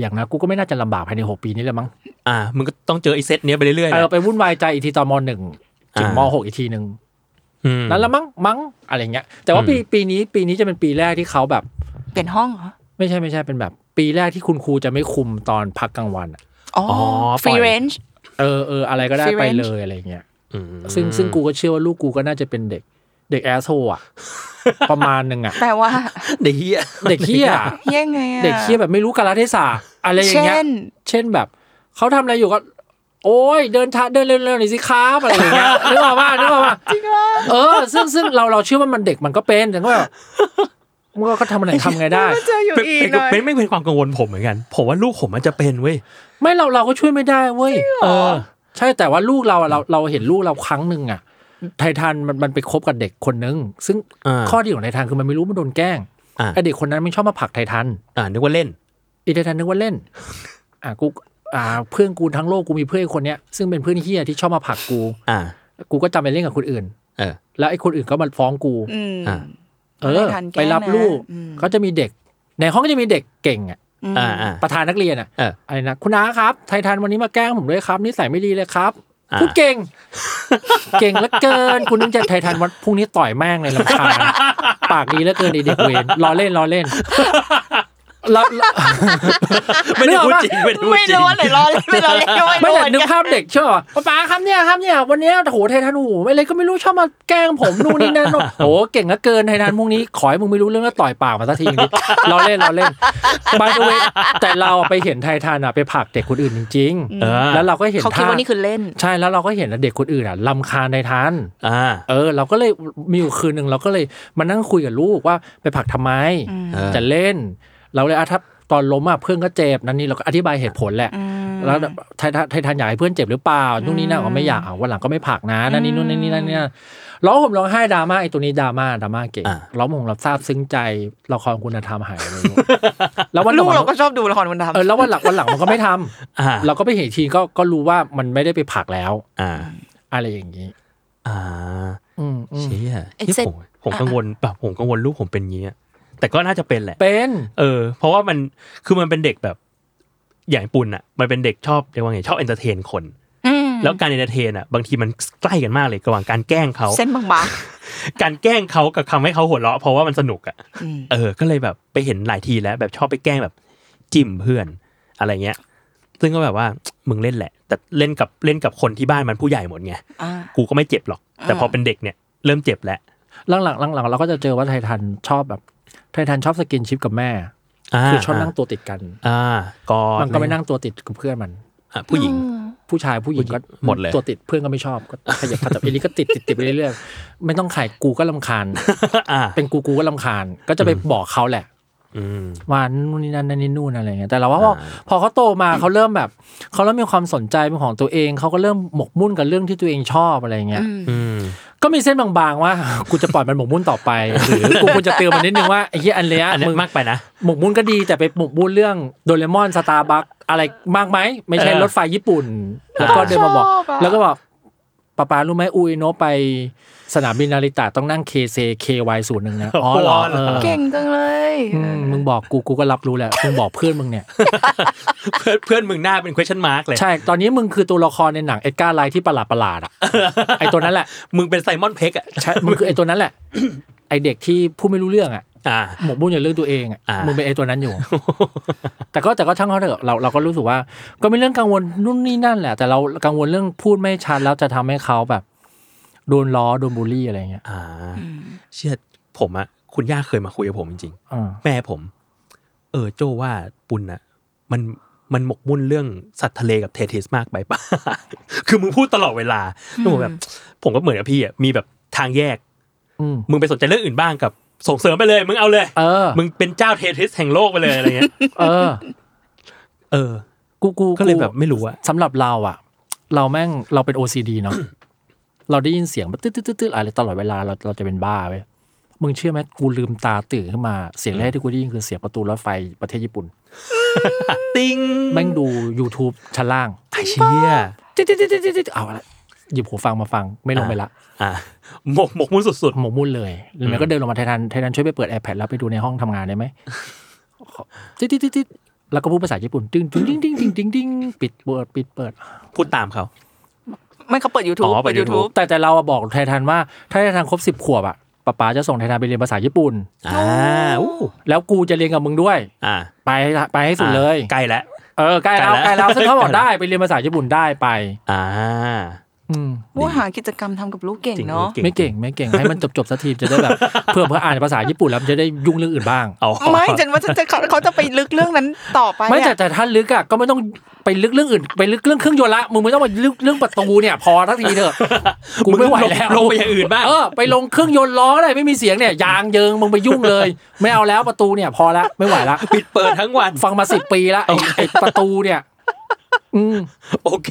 [SPEAKER 3] อย่างนั้นกูก็ไม่น่าจะลำบากภายในหกปีนี้แหละมั้ง
[SPEAKER 2] อ่า มึงก็ต้องเจอไอ้เซตเนี้ยไปเรื่อยๆ
[SPEAKER 3] เอ
[SPEAKER 2] แห
[SPEAKER 3] อ
[SPEAKER 2] ละ
[SPEAKER 3] ไปวุ่นวายใจอีกทีตอนมหนึ่งถึง
[SPEAKER 2] อ่าม ม
[SPEAKER 3] หกอีกทีหนึ่ง
[SPEAKER 2] ม
[SPEAKER 3] นั่นละมั้งมั้งอะไรเงี้ย แต่ว่าปี
[SPEAKER 2] อืม
[SPEAKER 3] ปีนี้ปีนี้จะเป็นปีแรกที่เขาแบบ
[SPEAKER 4] เปลี่ยนห้องเหรอ
[SPEAKER 3] ไม่ใช่ไม่ใช่เป็นแบบ ปีแรกที่คุณครูจะไม่คุมตอนพักกลางวันอะ
[SPEAKER 4] อ๋อ
[SPEAKER 2] อ๋อ
[SPEAKER 4] ฟ
[SPEAKER 2] ปล่
[SPEAKER 4] รี
[SPEAKER 2] อย
[SPEAKER 4] เรนจ์
[SPEAKER 3] เออเอออะไรก็ได้
[SPEAKER 4] Free
[SPEAKER 3] ไป
[SPEAKER 4] range
[SPEAKER 3] เลยอะไรเงี้ย
[SPEAKER 2] อืม
[SPEAKER 3] ซึ่งซึ่งกูก็เชื่อว่าลูกกูก็น่าจะเป็นเด็ก เด็กแอสโซอ่ะ ประมาณหนึ่งอ่ะ
[SPEAKER 4] แปลว่า
[SPEAKER 2] เด็กเฮีย
[SPEAKER 3] *laughs* เด็กเฮี้ย
[SPEAKER 4] เหี้ยังไงอะ
[SPEAKER 3] เด็กเฮี้ยแบบไม่รู้กาลเทศะอะไรอย่าง
[SPEAKER 4] เช่
[SPEAKER 3] เงี้ย
[SPEAKER 4] น
[SPEAKER 3] เช่นแบบ เขาทำอะไรอยู่ก็ โอ้ยเดินช้าเดินเร็วๆหน่อยสิครับอะไรอย่างเงี้ยนึกออกว่านึกออกว่าจริงเออ ซึ่งซึ่งเราเราเชื่อว่ามันเด็กมันก็เป็นแต่ก็แบบมันก็ทำ *laughs* อะไรทำไงได้
[SPEAKER 1] เจออยู่
[SPEAKER 2] เป็น
[SPEAKER 1] อีก
[SPEAKER 2] เป็น
[SPEAKER 1] หน่อย
[SPEAKER 2] เป็นไม่เป็นความกังวลผมเหมือนกัน ผมว่าลูกผมมันจะเป็นเว้ย
[SPEAKER 3] ไม่เราเราก็ช่วยไม่ได้เว้ยเออ ใช่แต่ว่าลูกเราอะเราเราเห็นลูกเราครั้งหนึ่งอ่ะ ไททันมันมันไปคบกับเด็กคนนึงซึ่ง
[SPEAKER 2] อ่า
[SPEAKER 3] ข้อดีของไททันคือมันไม่รู้มันโดนแกล้ง
[SPEAKER 2] อ่า
[SPEAKER 3] ไอเด็กคนนั้นมันชอบมาผลักไททัน
[SPEAKER 2] อ่านึกว่าเล่น
[SPEAKER 3] อีเดทันนึกว่าเล่น อ่ะกู อ่า เพื่อนกูทั้งโลกกูมีเพื่อนคนเนี้ยซึ่งเป็นเพื่อนเฮียที่ชอบมาผลักกู
[SPEAKER 2] อ่า
[SPEAKER 3] กูก็จำไปเล่นกับคนอื่น
[SPEAKER 2] เออ
[SPEAKER 3] แล้วไอ้คนอื่นก็มาฟ้องกู
[SPEAKER 4] อืม
[SPEAKER 2] อ่า
[SPEAKER 3] เอ
[SPEAKER 4] ไม่
[SPEAKER 3] อ
[SPEAKER 4] ทันแก้นะ
[SPEAKER 3] ไปรับลูก
[SPEAKER 4] อืม
[SPEAKER 3] ก็จะมีเด็ก ในห้องก็จะมีเด็กเก่งอ่ะ
[SPEAKER 4] อืม
[SPEAKER 2] อ่าอ่า
[SPEAKER 3] ประธานนักเรียนอ่ะ
[SPEAKER 2] เออ
[SPEAKER 3] อะไรนะ คุณอาครับ ไททันวันนี้มาแกล้งผมด้วยครับนิสัยไม่ดีเลยครับ
[SPEAKER 2] อ่า
[SPEAKER 3] พูดเก่ง เก่งเหลือเกิน คุณนึกจะไททันวันพรุ่งนี้ต่อยแม่งเลยลำคาญปากดีเหลือเกินไอ้เด็กเวรล้อเล่นล้อเล่น
[SPEAKER 2] *laughs*
[SPEAKER 3] แล้ว
[SPEAKER 2] ไม่ได้พูดจริงไม่ได้พูด
[SPEAKER 4] ไม่
[SPEAKER 2] จริง
[SPEAKER 4] รู้ว่าไหนรอดไม่รอดไม่รู้
[SPEAKER 3] ไม่แต่
[SPEAKER 4] ว่า
[SPEAKER 3] นึกภาพเด็กเชื่อป่ะป๊าครับเนี่ยครับเนี่ยวันเนี้ยโหไททันโอ้โหอะไรก็ไม่รู้ชอบมาแกล้งผมนู่นนี่นั่นโอ้โหเก่งเหลือเกินไททันพวกนี้ขอให้มึงไม่รู้เรื่องแล้วต่อยปากมาสักทีนิดเราเล่นเราเล่นบายเวแต่เราไปเห็นไททันอะไปผลักเด็กคนอื่นจริง
[SPEAKER 2] เออ
[SPEAKER 3] ๆ แล้วเราก็เห็น
[SPEAKER 4] เขาคิดว่านี่คือเล่น
[SPEAKER 3] ใช่แล้วเราก็เห็นว่าเด็กคนอื่นอะลำคาญไททัน
[SPEAKER 2] อ่า
[SPEAKER 3] เออ เราก็เลยมีอยู่คืนหนึ่งเราก็เลยมานั่งคุยกับลูกว่าไปผลักทำไม
[SPEAKER 2] เออ
[SPEAKER 3] จะเล่น เราเลยอ่ะถ้าตอนล้มอ่ะเพื่อนก็เจ็บนั่นนี่เราก็อธิบายเหตุผลแหละ แล้วไททันไททันอยากให้เพื่อนเจ็บหรือเปล่านู่นนี่นั่นก็ไม่อยากเอาวันหลังก็ไม่ผลักนะนั่นนี่นู่นนี่นั่นเนี่ยร้องห่มร้องไห้ดราม่าไอ้ตัวนี้ดราม่าดราม่าเก่ง
[SPEAKER 2] อ่ะ
[SPEAKER 3] ร้องห่มรับทราบซึ้งใจละครคุณธรรมหายไป
[SPEAKER 2] *laughs*
[SPEAKER 3] เลยแล้ววันห
[SPEAKER 4] ลูก
[SPEAKER 3] ลังมัน
[SPEAKER 4] เราก็ชอบดูละครมัน
[SPEAKER 3] เออ
[SPEAKER 4] ทำ
[SPEAKER 3] แล้ววันหลังวันหลังมันก็ไม่ทำ
[SPEAKER 2] อ่า
[SPEAKER 3] เราก็ไปเห็นอีกทีก็ก็รู้ว่ามันไม่ได้ไปผลักแล้ว
[SPEAKER 2] อ่า
[SPEAKER 3] อะไรอย่างนี้
[SPEAKER 2] อ่า
[SPEAKER 3] อืมอืม
[SPEAKER 2] เชี่ย
[SPEAKER 4] ไอ้
[SPEAKER 2] ที่
[SPEAKER 4] เส้น
[SPEAKER 2] ผมผมกังวลแบบผมกังวลลูกผมเป็นงี้อะแต่ก็น่าจะเป็นแหละ
[SPEAKER 3] เป็น
[SPEAKER 2] เออ เพราะว่ามันคือมันเป็นเด็กแบบ อย่างปุ่นอ่ะ มันเป็นเด็กชอบเรียกว่าไงชอบเอนเตอร์เทนคน
[SPEAKER 4] อืม
[SPEAKER 2] แล้วการเอนเตอร์เทนอ่ะบางทีมันใกล้กันมากเลยระหว่างการแกล้งเขา
[SPEAKER 4] เส้นบาง
[SPEAKER 2] การแกล้งเขากับคำให้เขาหัวเราะเพราะว่ามันสนุกอ่ะ
[SPEAKER 4] ๆอืม
[SPEAKER 2] เออ ก็เลยแบบไปเห็นหลายทีแล้ว แบบชอบไปแกล้งแบบจิ้มเพื่อนอะไรเงี้ย ซึ่งก็แบบว่ามึงเล่นแหละ แต่เล่นกับเล่นกับคนที่บ้านมันผู้ใหญ่หมดไง
[SPEAKER 4] อ่า
[SPEAKER 2] กูก็ไม่เจ็บหรอก แต่พอเป็นเด็กเนี่ยเริ่มเจ็บแล้ว
[SPEAKER 3] หลังหลังหลังหลังๆเราก็จะเจอว่าไททันชอบแบบไททันชอบสกินชิปกับแม่
[SPEAKER 2] า
[SPEAKER 3] คือชอบนั่งตัวติดกัน
[SPEAKER 2] อ่าก็
[SPEAKER 3] มันก็ไปนั่งตัวติดกับเพื่อนมัน
[SPEAKER 2] อ่ะผู้หญิง
[SPEAKER 3] ผู้ชายผู้หญิงก็
[SPEAKER 2] หมดเลย
[SPEAKER 3] ตัวติดเพื่อนก็ไม่ชอบก็ขยับขยับเอลิก็ติดติดติดไปเรื่อยๆไม่ต้องขายกูก็ลำคาญ
[SPEAKER 2] *laughs* อ่า
[SPEAKER 3] เป็นกูกูก็ลำคาญ ก็จะไปบอกเขาแหละ
[SPEAKER 2] อืม
[SPEAKER 3] ว่านู่นนี่นั่นนั่นนี่นู่นอะไรเงี้ยแต่เราว่าพอพอเขาโตมาเขาเริ่มแบบเขาเริ่มมีความสนใจเป็นของตัวเองเขาก็เริ่มหมกมุ่นกับเรื่องที่ตัวเองชอบอะไรเงี้ย
[SPEAKER 2] อืม
[SPEAKER 3] ก็มีเส้นบางๆว่า กูจะปล่อยมันหมกมุ่นต่อไปหรือกูควรจะเตือนมันนิดนึงว่าไอ้เหี้ยอันเนี้ย
[SPEAKER 2] อันนี้
[SPEAKER 3] มึง
[SPEAKER 2] มากไปนะ
[SPEAKER 3] หมกมุ่นก็ดีแต่ไปหมกมุ่นเรื่องโดเรมอนสตาร์บัคอะไรมากไหมไม่ใช่
[SPEAKER 2] เออ
[SPEAKER 3] รถไฟญี่ปุ่น แล้วก็เดินมาบอก แล้วก็บอกป้าปารู้ไหมอุยโนะไปสนามบินนาริตะต้องนั่ง KC KY ศูนย์หนึ่ง *laughs* นะอ๋อเหรอ
[SPEAKER 2] อ๋อเหรอ
[SPEAKER 3] เออ
[SPEAKER 4] เก่งจังเลย
[SPEAKER 3] อืมมึงบอกกูกูก็รับรู้แหละมึงบอกเพื่อนมึ *laughs* งเนี่ย
[SPEAKER 2] เพื่อนเพื่อนมึงหน้าเป็น question mark เลย
[SPEAKER 3] ใช่ตอนนี้มึงคือตัวละครในหนังเอ็ดการ์ไลที่ประหลาดประหลาดๆ *laughs* อ่ะไอตัวนั้นแหละ
[SPEAKER 2] มึงเป็นไซมอนเพ็กอ่ะ
[SPEAKER 3] ใช่มึงคือไอตัวนั้นแหละ ไอเด็กที่พูดไม่รู้เรื่องอ่ะ
[SPEAKER 2] อ่า
[SPEAKER 3] หมกมุ่นอย่าเรื่องตัวเองอะ
[SPEAKER 2] อ่ามึ
[SPEAKER 3] มึงเป็นไอตัว
[SPEAKER 2] *laughs*
[SPEAKER 3] นั้นอยู่ แต่ก็แต่ก็ช่างเขาเถอะเราเราก็รู้สึกว่า ก็เป็นเรื่องกังวลนู่นนี่นั่นแหละ แต่เรากังวลเรื่องพูดไม่ชัดแล้วจะทำให้เขาแบบ โดนล้อโดนบูลลี่อะไรเงี้ย
[SPEAKER 2] อ่า เชื่อผมอะคุณย่าเคยมาคุยกับผมจริง
[SPEAKER 3] อ่า
[SPEAKER 2] ๆ แม่ผม เออโจว่าปุณอะมันมันหมกมุ่นเรื่องสัตว์ทะเลกับเททิสมากไปป่ะ คือมึงพูดตลอดเวลาแล้วผมแบบ ผมก็เหมือนกับพี่อะมีแบบทางแยก
[SPEAKER 3] อืม
[SPEAKER 2] มึงไปสนใจเรื่องอื่นบ้างกับส่งเสริมไปเลย มึงเอาเลย
[SPEAKER 3] เออ
[SPEAKER 2] มึงเป็นเจ้าเททิสแห่งโลกไปเลยอะไร
[SPEAKER 3] *laughs*
[SPEAKER 2] เงี้ย
[SPEAKER 3] เออ
[SPEAKER 2] เออ
[SPEAKER 3] กูกู
[SPEAKER 2] ก็เลยแบบไม่รู้อะ
[SPEAKER 3] สำหรับเราอะเราแม่งเราเป็น OCD เนาะเราได้ยินเสียงแบบตืดตืดๆๆๆอะไรตลอดเวลาเราเราจะเป็นบ้าเว้ยมึงเชื่อไหมกูลืมตาตื่นขึ้นมาเสียงแรกที่กูได้ยินคือเสียงประตูรถไฟประเทศญี่ปุ่น
[SPEAKER 2] ติง
[SPEAKER 3] แม่งดู YouTube ชั้นล่าง
[SPEAKER 2] ไอ้เชี่ย
[SPEAKER 3] ติ๊ดติ๊ดติ๊ดติ๊ดติ๊ดเอาละหยิบหูฟังมาฟังไม่ลงไปละ
[SPEAKER 2] อ่ะ *laughs* หมกหมกมุ่นสุด
[SPEAKER 3] หมกมุ่นเลยหรือไม่ก็เดินลงมาไททันไททันช่วยไปเปิด iPad แล้วไปดูในห้องทำงานได้ไหมติ๊ดติ๊ดติ๊ดติ๊ดแล้วก็พูดภาษาญี่ปุ่นดิ้งดิ้งดิ้งดิ้งดิ้งดิ้งดิ้งปิดเปิดปิดเปิด
[SPEAKER 2] ๆ พูดตามเขา
[SPEAKER 4] ไม่เขาเปิด YouTube
[SPEAKER 2] อ๋อเปิด YouTube
[SPEAKER 3] แต่แต่เราอะบอกไททันว่าถ้าไททันครบสิบขวบอะป๊าป๊าจะส่งไททันไปเรียนภาษาญี่ปุ่น
[SPEAKER 2] อ่าอู้
[SPEAKER 3] แล้วกูจะเรียนกับมึงด้วย
[SPEAKER 2] อ่า
[SPEAKER 3] ไปไปให้สุดเลย
[SPEAKER 2] อ่ะใกล้แล้ว
[SPEAKER 3] เออใกล้แล้ว
[SPEAKER 2] ใก
[SPEAKER 3] ใก
[SPEAKER 2] ล้
[SPEAKER 3] ล้
[SPEAKER 2] แล้
[SPEAKER 3] แล้ว วซึ่งเขาบอกได้ไปเรียนภาษาญี่ปุ่นได้ไป
[SPEAKER 2] อ่า
[SPEAKER 3] อืม
[SPEAKER 4] ว่าหากิจกรรมทำกับลูกเก่ง
[SPEAKER 2] จริง
[SPEAKER 4] เนาะ
[SPEAKER 2] จริ
[SPEAKER 3] ไม่เก่งไม่เก่งให้มันจบจบๆสักทีจะได้แบบ เพื่อเพื่ออ่านภาษาญี่ปุ่นแล้วมันจะได้ยุ่งเรื่องอื่นบ้าง
[SPEAKER 2] เอา
[SPEAKER 4] ไม่ฉันว่าฉันจะเขาเขาจะไปลึกเรื่องนั้นต่อไปอะ
[SPEAKER 3] ไม่แต่แต่ถ้าลึกอ่ะก็ไม่ต้องไปลึกเรื่องอื่น ไปลึกเรื่องเครื่องยนต์ละมึงไม่ต้องมาลึกเรื่องประตูเนี่ย พอทักทีเถอะกูไม่ไหวแล้ว
[SPEAKER 2] ลงไปอย่างอื่นบ้าง
[SPEAKER 3] เออไปลงเครื่องยนต์ล้อก็ได้ไม่มีเสียงเนี่ยยางเยิงมึงไปยุ่งเลย ไม่เอาแล้วประตูเนี่ย พอละไม่ไหวละ
[SPEAKER 2] ปิดเปิดทั้งวัน
[SPEAKER 3] ฟังมาสิบปีละไอ้ไอ้ประตูเนี่ย อืม
[SPEAKER 2] โอเค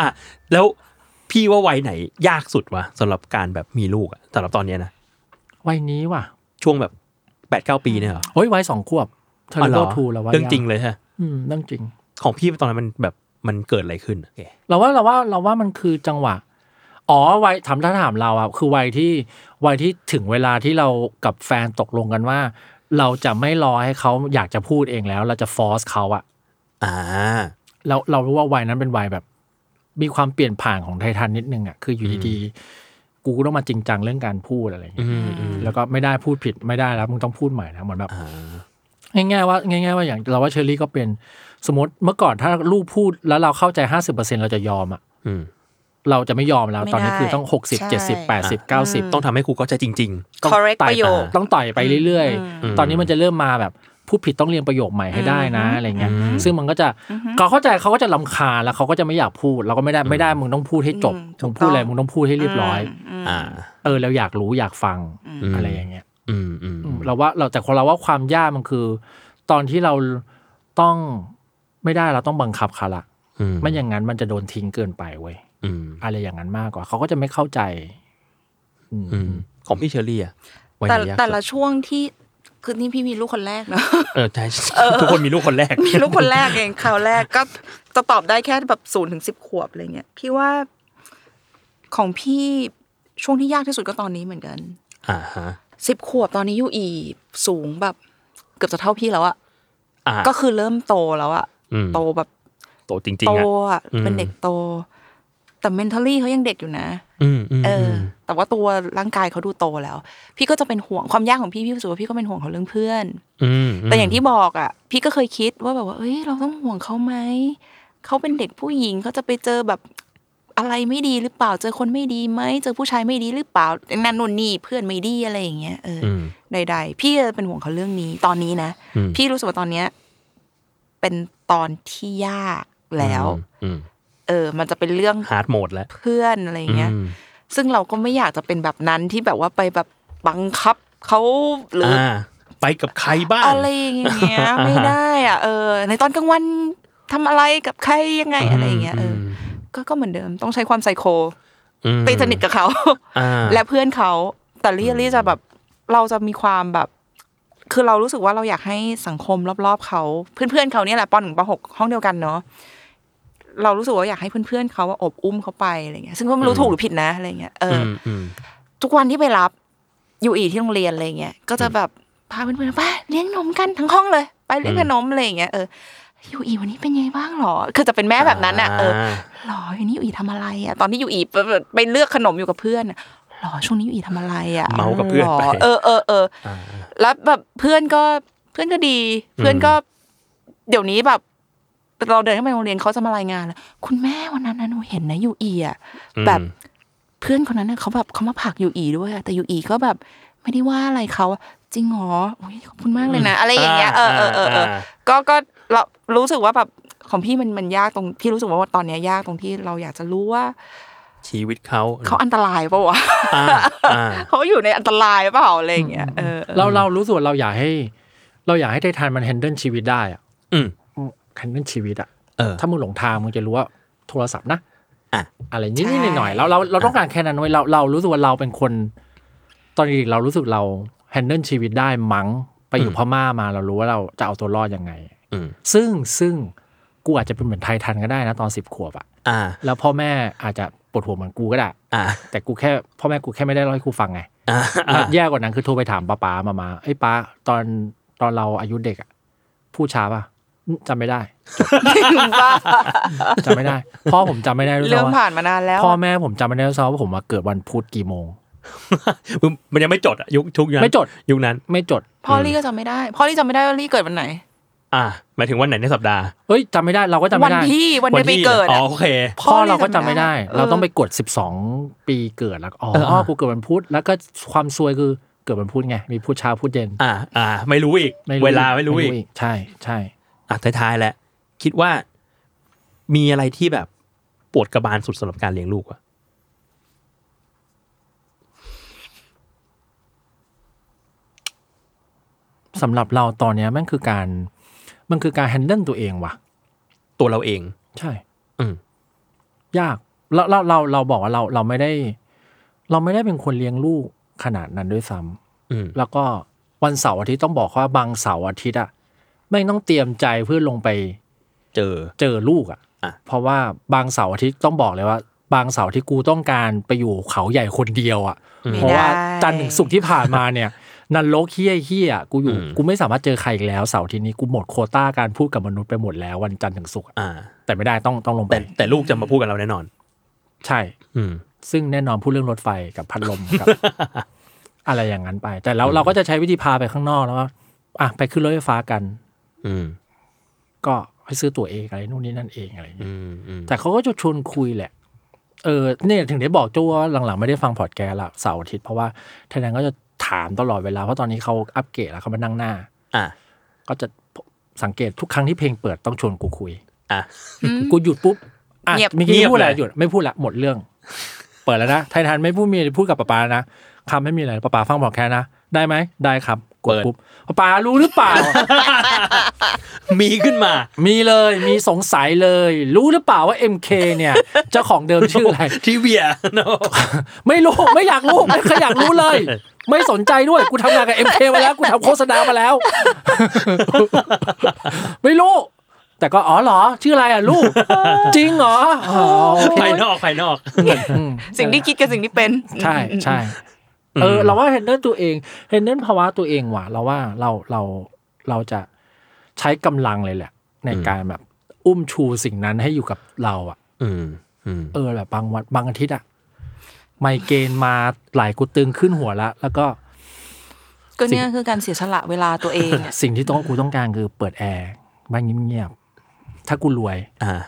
[SPEAKER 2] อ่ะ แล้วพี่ว่าวัยไหนยากสุดวะสำหรับการแบบมีลูกอะสำหรับตอนเนี้ยนะ
[SPEAKER 3] วัยนี้ว่ะ
[SPEAKER 2] ช่วงแบบแปดเก้าปีเนี่ยเหรอ
[SPEAKER 3] โอ้ยวัยสองขวบเธอ
[SPEAKER 2] อ๋อเหร
[SPEAKER 3] เลิ
[SPEAKER 2] อก
[SPEAKER 3] ทูแล้ววะ
[SPEAKER 2] เรื่องจริงเลยฮะ
[SPEAKER 3] อืมเรื่องจริง
[SPEAKER 2] ของพี่ตอนนั้นมันแบบมันเกิดอะไรขึ้น
[SPEAKER 3] เราว่าเราว่าเราว่ามันคือจังหวะ อ๋อวัยถามถ้าถามเราอ่ะคือวัยที่วัยที่ถึงเวลาที่เรากับแฟนตกลงกันว่า เราจะไม่รอให้เขาอยากจะพูดเองแล้ว เราจะฟอร์สเขาอ่ะ
[SPEAKER 2] อ่า
[SPEAKER 3] เราเรารู้ว่าวัยนั้นเป็นวัยแบบ มีความเปลี่ยนผ่านของไททันนิดนึงอ่ะคืออยู่ดีๆกูก็ต้องมาจริงจังเรื่องการพูดอะไรอย่างเงี้ย
[SPEAKER 2] อืมอืม
[SPEAKER 3] แล้วก็ไม่ได้พูดผิดไม่ได้แล้วมึงต้องพูดใหม่นะเหมือนแบบง่ายๆว่าง่ายๆว่าอย่างเราว่าเชอรี่ก็เป็นสมมติเมื่อก่อนถ้าลูกพูดแล้วเราเข้าใจห้าสิบเปอร์เซ็นเราจะยอมอ่ะ
[SPEAKER 2] อืม
[SPEAKER 3] เราจะไม่ยอมแล้ว ตอนนี้
[SPEAKER 4] ไม่ได้
[SPEAKER 3] คือต้อง
[SPEAKER 4] ใช่
[SPEAKER 3] 60 70 80 90
[SPEAKER 2] ต้องทำให้ครูเข้าใจจริง
[SPEAKER 3] ต้อง
[SPEAKER 4] correct
[SPEAKER 3] ไต่
[SPEAKER 4] ประโยค
[SPEAKER 3] ต้องต่อยไปเรื่อย
[SPEAKER 2] อืม
[SPEAKER 3] ๆ ตอนนี้มันจะเริ่มมาแบบผู้ผิดต้องเรียนประโยคใหม่ให้ได้นะอะไรเงี้ย
[SPEAKER 2] อืม
[SPEAKER 3] ซึ่งมันก็จะเขาเข้าใจเขาก็จะลำคาญแล้วเขาก็จะไม่อยากพูดเราก็ไม่ได้ไม่ได้มึงต้องพูดให้จบมึงพูดอะไรมึงต้องพูดให้เรียบร้อย
[SPEAKER 2] ๆ อ่า
[SPEAKER 3] เออเราอยากรู้อยากฟัง
[SPEAKER 2] อืม
[SPEAKER 3] อะไรอย่างเงี้ย
[SPEAKER 2] อืมอืม
[SPEAKER 3] อืมเราว่าเราแต่คนเราว่าความยากมันคือ ตอนที่เราต้องไม่ได้เราต้องบังคับเขาละ
[SPEAKER 2] อืม
[SPEAKER 3] ไม่อย่างนั้นมันจะโดนทิ้งเกินไปเว้ย
[SPEAKER 2] อืม
[SPEAKER 3] อะไรอย่างนั้นมากกว่า เขาก็จะไม่เข้าใจ
[SPEAKER 2] อืมของพี่เชอรี่อะวัยไห
[SPEAKER 4] แต่
[SPEAKER 2] นยาก
[SPEAKER 4] แต่
[SPEAKER 2] สุ
[SPEAKER 4] ละ
[SPEAKER 2] ด
[SPEAKER 4] ช่วงที่คือนี่พี่มีลูกคนแรกเนาะ
[SPEAKER 2] เออใช่ *laughs* ทุกคนมีลูกคนแรก
[SPEAKER 4] มีลูกคนแรกเองคราวแรกก็จะตอบได้แค่แบบศูนย์ถึงสิบขวบอะไรเงี้ยพี่ว่าของพี่ช่วงที่ยากที่สุดก็ตอนนี้เหมือนกัน
[SPEAKER 2] อ่าฮะ
[SPEAKER 4] สิบขวบตอนนี้ยูอีสูงแบบ เกือบจะเท่าพี่แล้วอะ
[SPEAKER 2] อ่า
[SPEAKER 4] ก็คือเริ่มโตแล้วอะ
[SPEAKER 2] อืม
[SPEAKER 4] โตแบบ
[SPEAKER 2] โตจริง
[SPEAKER 4] โต
[SPEAKER 2] ๆอ่ะ
[SPEAKER 4] อะ
[SPEAKER 2] อืม
[SPEAKER 4] เป็นเด็กโต แต่ mentally เขายังเด็กอยู่นะ
[SPEAKER 2] อืมอืม
[SPEAKER 4] เออ
[SPEAKER 2] อื
[SPEAKER 4] อ
[SPEAKER 2] ม
[SPEAKER 4] แต่ว่าตัวร่างกายเขาดูโตแล้ว พี่ก็จะเป็นห่วงความยากของพี่พี่รู้สึกว่าพี่ก็เป็นห่วงเขาเรื่องเพื่อน
[SPEAKER 2] อืมม
[SPEAKER 4] แต่อย่างที่บอกอ่ะ พี่ก็เคยคิดว่าแบบว่า เอ้ยเราต้องห่วงเขาไหมเขาเป็นเด็กผู้หญิงเขาจะไปเจอแบบอะไรไม่ดีหรือเปล่าเจอคนไม่ดีไหมเจอผู้ชายไม่ดีหรือเปล่านั่นนู่นนี่เพื่อนไม่ดีอะไรอย่างเงี้ยเอออ
[SPEAKER 2] อืม
[SPEAKER 4] ใดๆพี่เป็นห่วงเขาเรื่องนี้ตอนนี้นะ
[SPEAKER 2] อืม
[SPEAKER 4] พี่รู้สึกว่าตอนเนี้ยเป็นตอนที่ยากแล้ว
[SPEAKER 2] อืม
[SPEAKER 4] เออ มันจะเป็นเรื่อง
[SPEAKER 2] ฮาร์ดโหมดแล้ว
[SPEAKER 4] เพื่อนอะไรอย่างเงี้ย
[SPEAKER 2] อืม
[SPEAKER 4] ซึ่งเราก็ไม่อยากจะเป็นแบบนั้นที่แบบว่าไปแบบบังคับเขาหรืออ
[SPEAKER 2] อ่า ไปกับใครบ้าง
[SPEAKER 4] อะไรอย่างเงี้ย ไม่ได้อ่ะเออ ในตอนกลางวันทำอะไรกับใครยังไงอะไรอย่างเงี้ยเอออ
[SPEAKER 2] ม
[SPEAKER 4] ก็ก็เหมือนเดิมต้องใช้ความไซโค
[SPEAKER 2] อืม
[SPEAKER 4] ไปสนิทกับเขา
[SPEAKER 2] อ่า
[SPEAKER 4] และเพื่อนเขาแต่ลี่ลี่จะแบบเราจะมีความแบบ คือเรารู้สึกว่าเราอยากให้สังคมรอบๆเขาเพื่อนๆเขาเนี่ยแหละปหนึ่งปหกห้องเดียวกันเนาะเรารู้สึกว่าอยากให้เพื่อนๆเขาว่าอบอุ้มเขาไปอะไรเงี้ยซึ่งก็ไม่รู้ถูกหรือผิดนะอะไรเงี้ยเอออ
[SPEAKER 2] มอืม
[SPEAKER 4] ทุกวันที่ไปรับอยู่อีที่โรงเรียนอะไรเงี้ยก็จะแบบพาเพื่อนๆไปเลี้ยงนมกันทั้งห้องเลย ไปเลี้ยงขนมอะไรอย่างเงี้ยเอออยู่อีวันนี้เป็นยังไงบ้างหรอคือจะเป็นแม่แบบนั้นอ่ะเออ หรออยู่นี่อยู่อีทำอะไรอ่ะตอนที่อยู่อีไปไปเลือกขนมอยู่กับเพื่อนอะหรอช่วงนี้อยู่อีทำอะไรอ่ะ
[SPEAKER 2] เมากับเพื่อนไป
[SPEAKER 4] หรเออเออเออ
[SPEAKER 2] อ่า
[SPEAKER 4] แล้วแบบเพื่อนก็เพื่อนก็ดี เพื่อนก็ เดี๋ยวนี้แบบเราเดินเข้าไปโรงเรียนเขาจะมารายงานแล้วคุณแม่วันนั้นนะหนูเห็นนะยูอีอ่ะแบบ เพื่อนคนนั้นน่ะเขาแบบเขามาผลักยูอีด้วยอะแต่ยูอีก็แบบไม่ได้ว่าอะไรเขาอะจริงเหรออุ๊ยขอบคุณมากเลยนะ อะไรอย่างเงี้ยเออเออเออเออ ก็ก็เรารู้สึกว่าแบบของพี่มันมันยากตรงพี่รู้สึกว่าตอนเนี้ยยากตรงที่เราอยากจะรู้ว่า
[SPEAKER 2] ชีวิตเขา
[SPEAKER 4] เขาอันตรายเป *laughs* ล่าวะ
[SPEAKER 2] อ่าอ่า
[SPEAKER 4] เขาอยู่ในอันตรายเปล่าอะไรอย่างเงี้ยเออเออ
[SPEAKER 3] เราเรารู้สึกว่าเราอยากให้ เราอยากให้ไททันมันแฮนเดิลชีวิตได้อะ
[SPEAKER 2] อืม
[SPEAKER 3] แฮนเดิลชีวิตอะ
[SPEAKER 2] เออ
[SPEAKER 3] ถ้ามึงหลงทางมึงจะรู้ว่าโทรศัพท์นะ
[SPEAKER 2] อ่ะ
[SPEAKER 3] อะไรนิดนิดหน่อยหน่อยๆเราเราเราต้องการแค่นั้นไว้ยเราเรารู้สึกว่าเราเป็นคน ตอนเด็กๆเรารู้สึกเราแฮนเดิลชีวิตได้มั้งไปอยู่พม่ามาเรารู้ว่าเราจะเอาตัวรอดยังไง
[SPEAKER 2] อืม
[SPEAKER 3] ซึ่งซึ่งกูอาจจะเป็นเหมือนไททันก็ได้นะตอนสิบขวบอะ
[SPEAKER 2] อ่า
[SPEAKER 3] แล้วพ่อแม่อาจจะปวดหัวเหมือนกูก็ได้
[SPEAKER 2] อ่า
[SPEAKER 3] แต่กูแค่พ่อแม่กูแค่ไม่ได้เล่าให้กูฟังไง
[SPEAKER 2] อ่า
[SPEAKER 3] แล้วแย่กว่านั้นคือโทรไปถามป้าป้ามามาไอ้ยป้าตอนตอนเราอายุเด็กอะพูดช้าป่ะ จำไม่ได้
[SPEAKER 4] ว่า
[SPEAKER 3] จำไม่ได้ พ่อผมจำไม่ได้ด้วย
[SPEAKER 4] เรื่อง
[SPEAKER 3] ซ้ำว่า
[SPEAKER 4] ผ่านมานานแล้ว
[SPEAKER 3] พ่อแม่ผมจำไม่ได้ด้วยซ้ำว่าผมมาเกิดวันพุธกี่โมง
[SPEAKER 2] มันยังไม่จดอะยุคยุคนั้น
[SPEAKER 3] ไม่จด
[SPEAKER 2] ยุคนั้น
[SPEAKER 3] ไม่จด
[SPEAKER 4] พ่อลี่ก็จำไม่ได้ พ่อลี่จำไม่ได้ว่าลี่เกิดวันไหน
[SPEAKER 2] อ่าหมายถึงวันไหนในสัปดาห์
[SPEAKER 3] เอ้ยจำไม่ได้เราก็จำ
[SPEAKER 4] วั
[SPEAKER 3] ไม่ได้
[SPEAKER 4] ที่วันเดือนปีเกิด
[SPEAKER 2] อ๋อ
[SPEAKER 4] อะ
[SPEAKER 2] โอเค
[SPEAKER 3] พ่อเราก็จำ
[SPEAKER 4] พ่อเนี่ยจำไม่
[SPEAKER 3] ไม่
[SPEAKER 4] ได้
[SPEAKER 3] ได้
[SPEAKER 4] เออ
[SPEAKER 3] เราต้องไปกด 12 ปีเกิดแล้วก็อ๋อ
[SPEAKER 2] เออเออ
[SPEAKER 3] กูเกิดวันพุธแล้วก็ความซวยคือเกิดวันพุธไงมีพุธเช้าพุธเย็น
[SPEAKER 2] อ่าอ่า ไม่รู้อีก
[SPEAKER 3] ไม่รู้
[SPEAKER 2] เวลาไม่รู้อีก
[SPEAKER 3] ใช่ใช่
[SPEAKER 2] อ่ะท้ายๆแหละ คิดว่ามีอะไรที่แบบปวดกระบาลสุดสำหรับการเลี้ยงลูกอะ
[SPEAKER 3] สำหรับเราตอนเนี้ยมันคือการมันคือการแฮนเดิลตัวเองว่ะ
[SPEAKER 2] ตัวเราเอง
[SPEAKER 3] ใช่
[SPEAKER 2] อืม
[SPEAKER 3] ยากเราเราเราเราบอกว่าเราเราไม่ได้ เราไม่ได้เป็นคนเลี้ยงลูกขนาดนั้นด้วยซ้ำ
[SPEAKER 2] อืม
[SPEAKER 3] แล้วก็วันเสาร์อาทิตย์ต้องบอกว่าบางเสาร์อาทิตย์อะไม่งต้องเตรียมใจเพื่อลงไป
[SPEAKER 2] เจอ
[SPEAKER 3] เจอลูกอ่ะ
[SPEAKER 2] อ่ะ
[SPEAKER 3] เพราะว่าบางเสาร์อาทิตย์ต้องบอกเลยว่า บางเสาร์ที่กูต้องการไปอยู่เขาใหญ่คนเดียวอ่ะ เพราะว่าจันทร์ถึงศุกร์ที่ผ่านมาเนี่ย *laughs* นันโลกเฮี้ยเฮี้ยกูอยู่
[SPEAKER 2] อืม
[SPEAKER 3] กูไม่สามารถเจอใครอีกแล้วเสาร์อาทิตย์นี้กูหมดโควต้าการพูดกับมนุษย์ไปหมดแล้ววันจันทร์ถึงศุกร์อะ
[SPEAKER 2] อ่า
[SPEAKER 3] แต่ไม่ได้ต้องต้องลงไป
[SPEAKER 2] แต่แต่ลูกจะมาพูดกับเราแน่นอน
[SPEAKER 3] ใช่
[SPEAKER 2] อืม
[SPEAKER 3] ซึ่งแน่นอนพูดเรื่องรถไฟกับพัดลมกับ อะไรอย่างนั้นไป แต่แล้วเราก็จะใช้วิธีพาไปข้างนอกแล้วก็อ่ะไปขึ้นรถไฟฟ้ากัน
[SPEAKER 2] อืม
[SPEAKER 3] ก็ไปซื้อตั๋วเองอะไรนู่นนี่นั่นเองอะไรอย่างเงี้ย
[SPEAKER 2] อืมอืม
[SPEAKER 3] แต่เขาก็จะชวนคุยแหละ เออเนี่ยถึงได้บอกโจ้ว่าหลังๆไม่ได้ฟังพอดแคสต์ละเสาร์อาทิตย์เพราะว่าทนายก็จะถามตลอดเวลา เพราะตอนนี้เขาอัปเกรดแล้วเขามานั่งหน้า
[SPEAKER 2] อ่ะ
[SPEAKER 3] ก็จะสังเกตทุกครั้งที่เพลงเปิดต้องชวนกูคุย
[SPEAKER 2] อ่ะ
[SPEAKER 3] กูหยุดปุ๊บอ่ะ
[SPEAKER 4] เงียบ
[SPEAKER 3] เมื่อกี้
[SPEAKER 2] เงียบ
[SPEAKER 3] พูดอะไร
[SPEAKER 2] เลย
[SPEAKER 3] หยุดไม่พูดละหมดเรื่อง เปิดแล้วนะไททันไม่พูดมีอะไรพูดกับป๊าปานะคำไม่มีอะไรป๊าปาฟังพอดแคสต์นะได้ไหมได้ครับกดปุ๊บป๊าปารู้หรือเปล่า
[SPEAKER 2] มีขึ้นมา
[SPEAKER 3] มีเลยมีสงสัยเลย รู้หรือเปล่าว่า MK เนี่ยเจ้าของเดิมชื่ออะไร
[SPEAKER 2] ทีเวี *laughs* ยเนอะ
[SPEAKER 3] ไม่รู้ ไม่อยากรู้ ไม่เคยอยากรู้เลย ไม่สนใจด้วย กูทำงานกับ MK มาแล้ว กูทำโฆษณามาแล้ว ไม่รู้ แต่ก็อ๋อเหรอ ชื่ออะไรอ่ะ ลูก จริงเหรออ๋อโอเค
[SPEAKER 2] ภายนอกภายนอก
[SPEAKER 3] อืม
[SPEAKER 4] สิ่งที่คิดกับสิ่งที่เป็น
[SPEAKER 3] ใช่ใช่เออ เราว่าเฮนเด e ตัวเองเฮนเด e ภาวะตัวเองว่ะ เราว่าเราเราเราจะใช้กำลังเลยแหละ ในการแบบ อุ้มชูสิ่งนั้นให้อยู่กับเราอ่ะ
[SPEAKER 2] อืม อืม
[SPEAKER 3] เออแบบบางวันบางอาทิตย์อะไมเกรนมาไหลกูตึงขึ้นหัวละ แล้วก็
[SPEAKER 4] ก็เนี่ยคือการเสียสละเวลาตัวเองอะ
[SPEAKER 3] สิ่งที่ต้องกูต้องการคือเปิดแอร์บ้านเงียบๆถ้ากูรวย
[SPEAKER 2] อ่า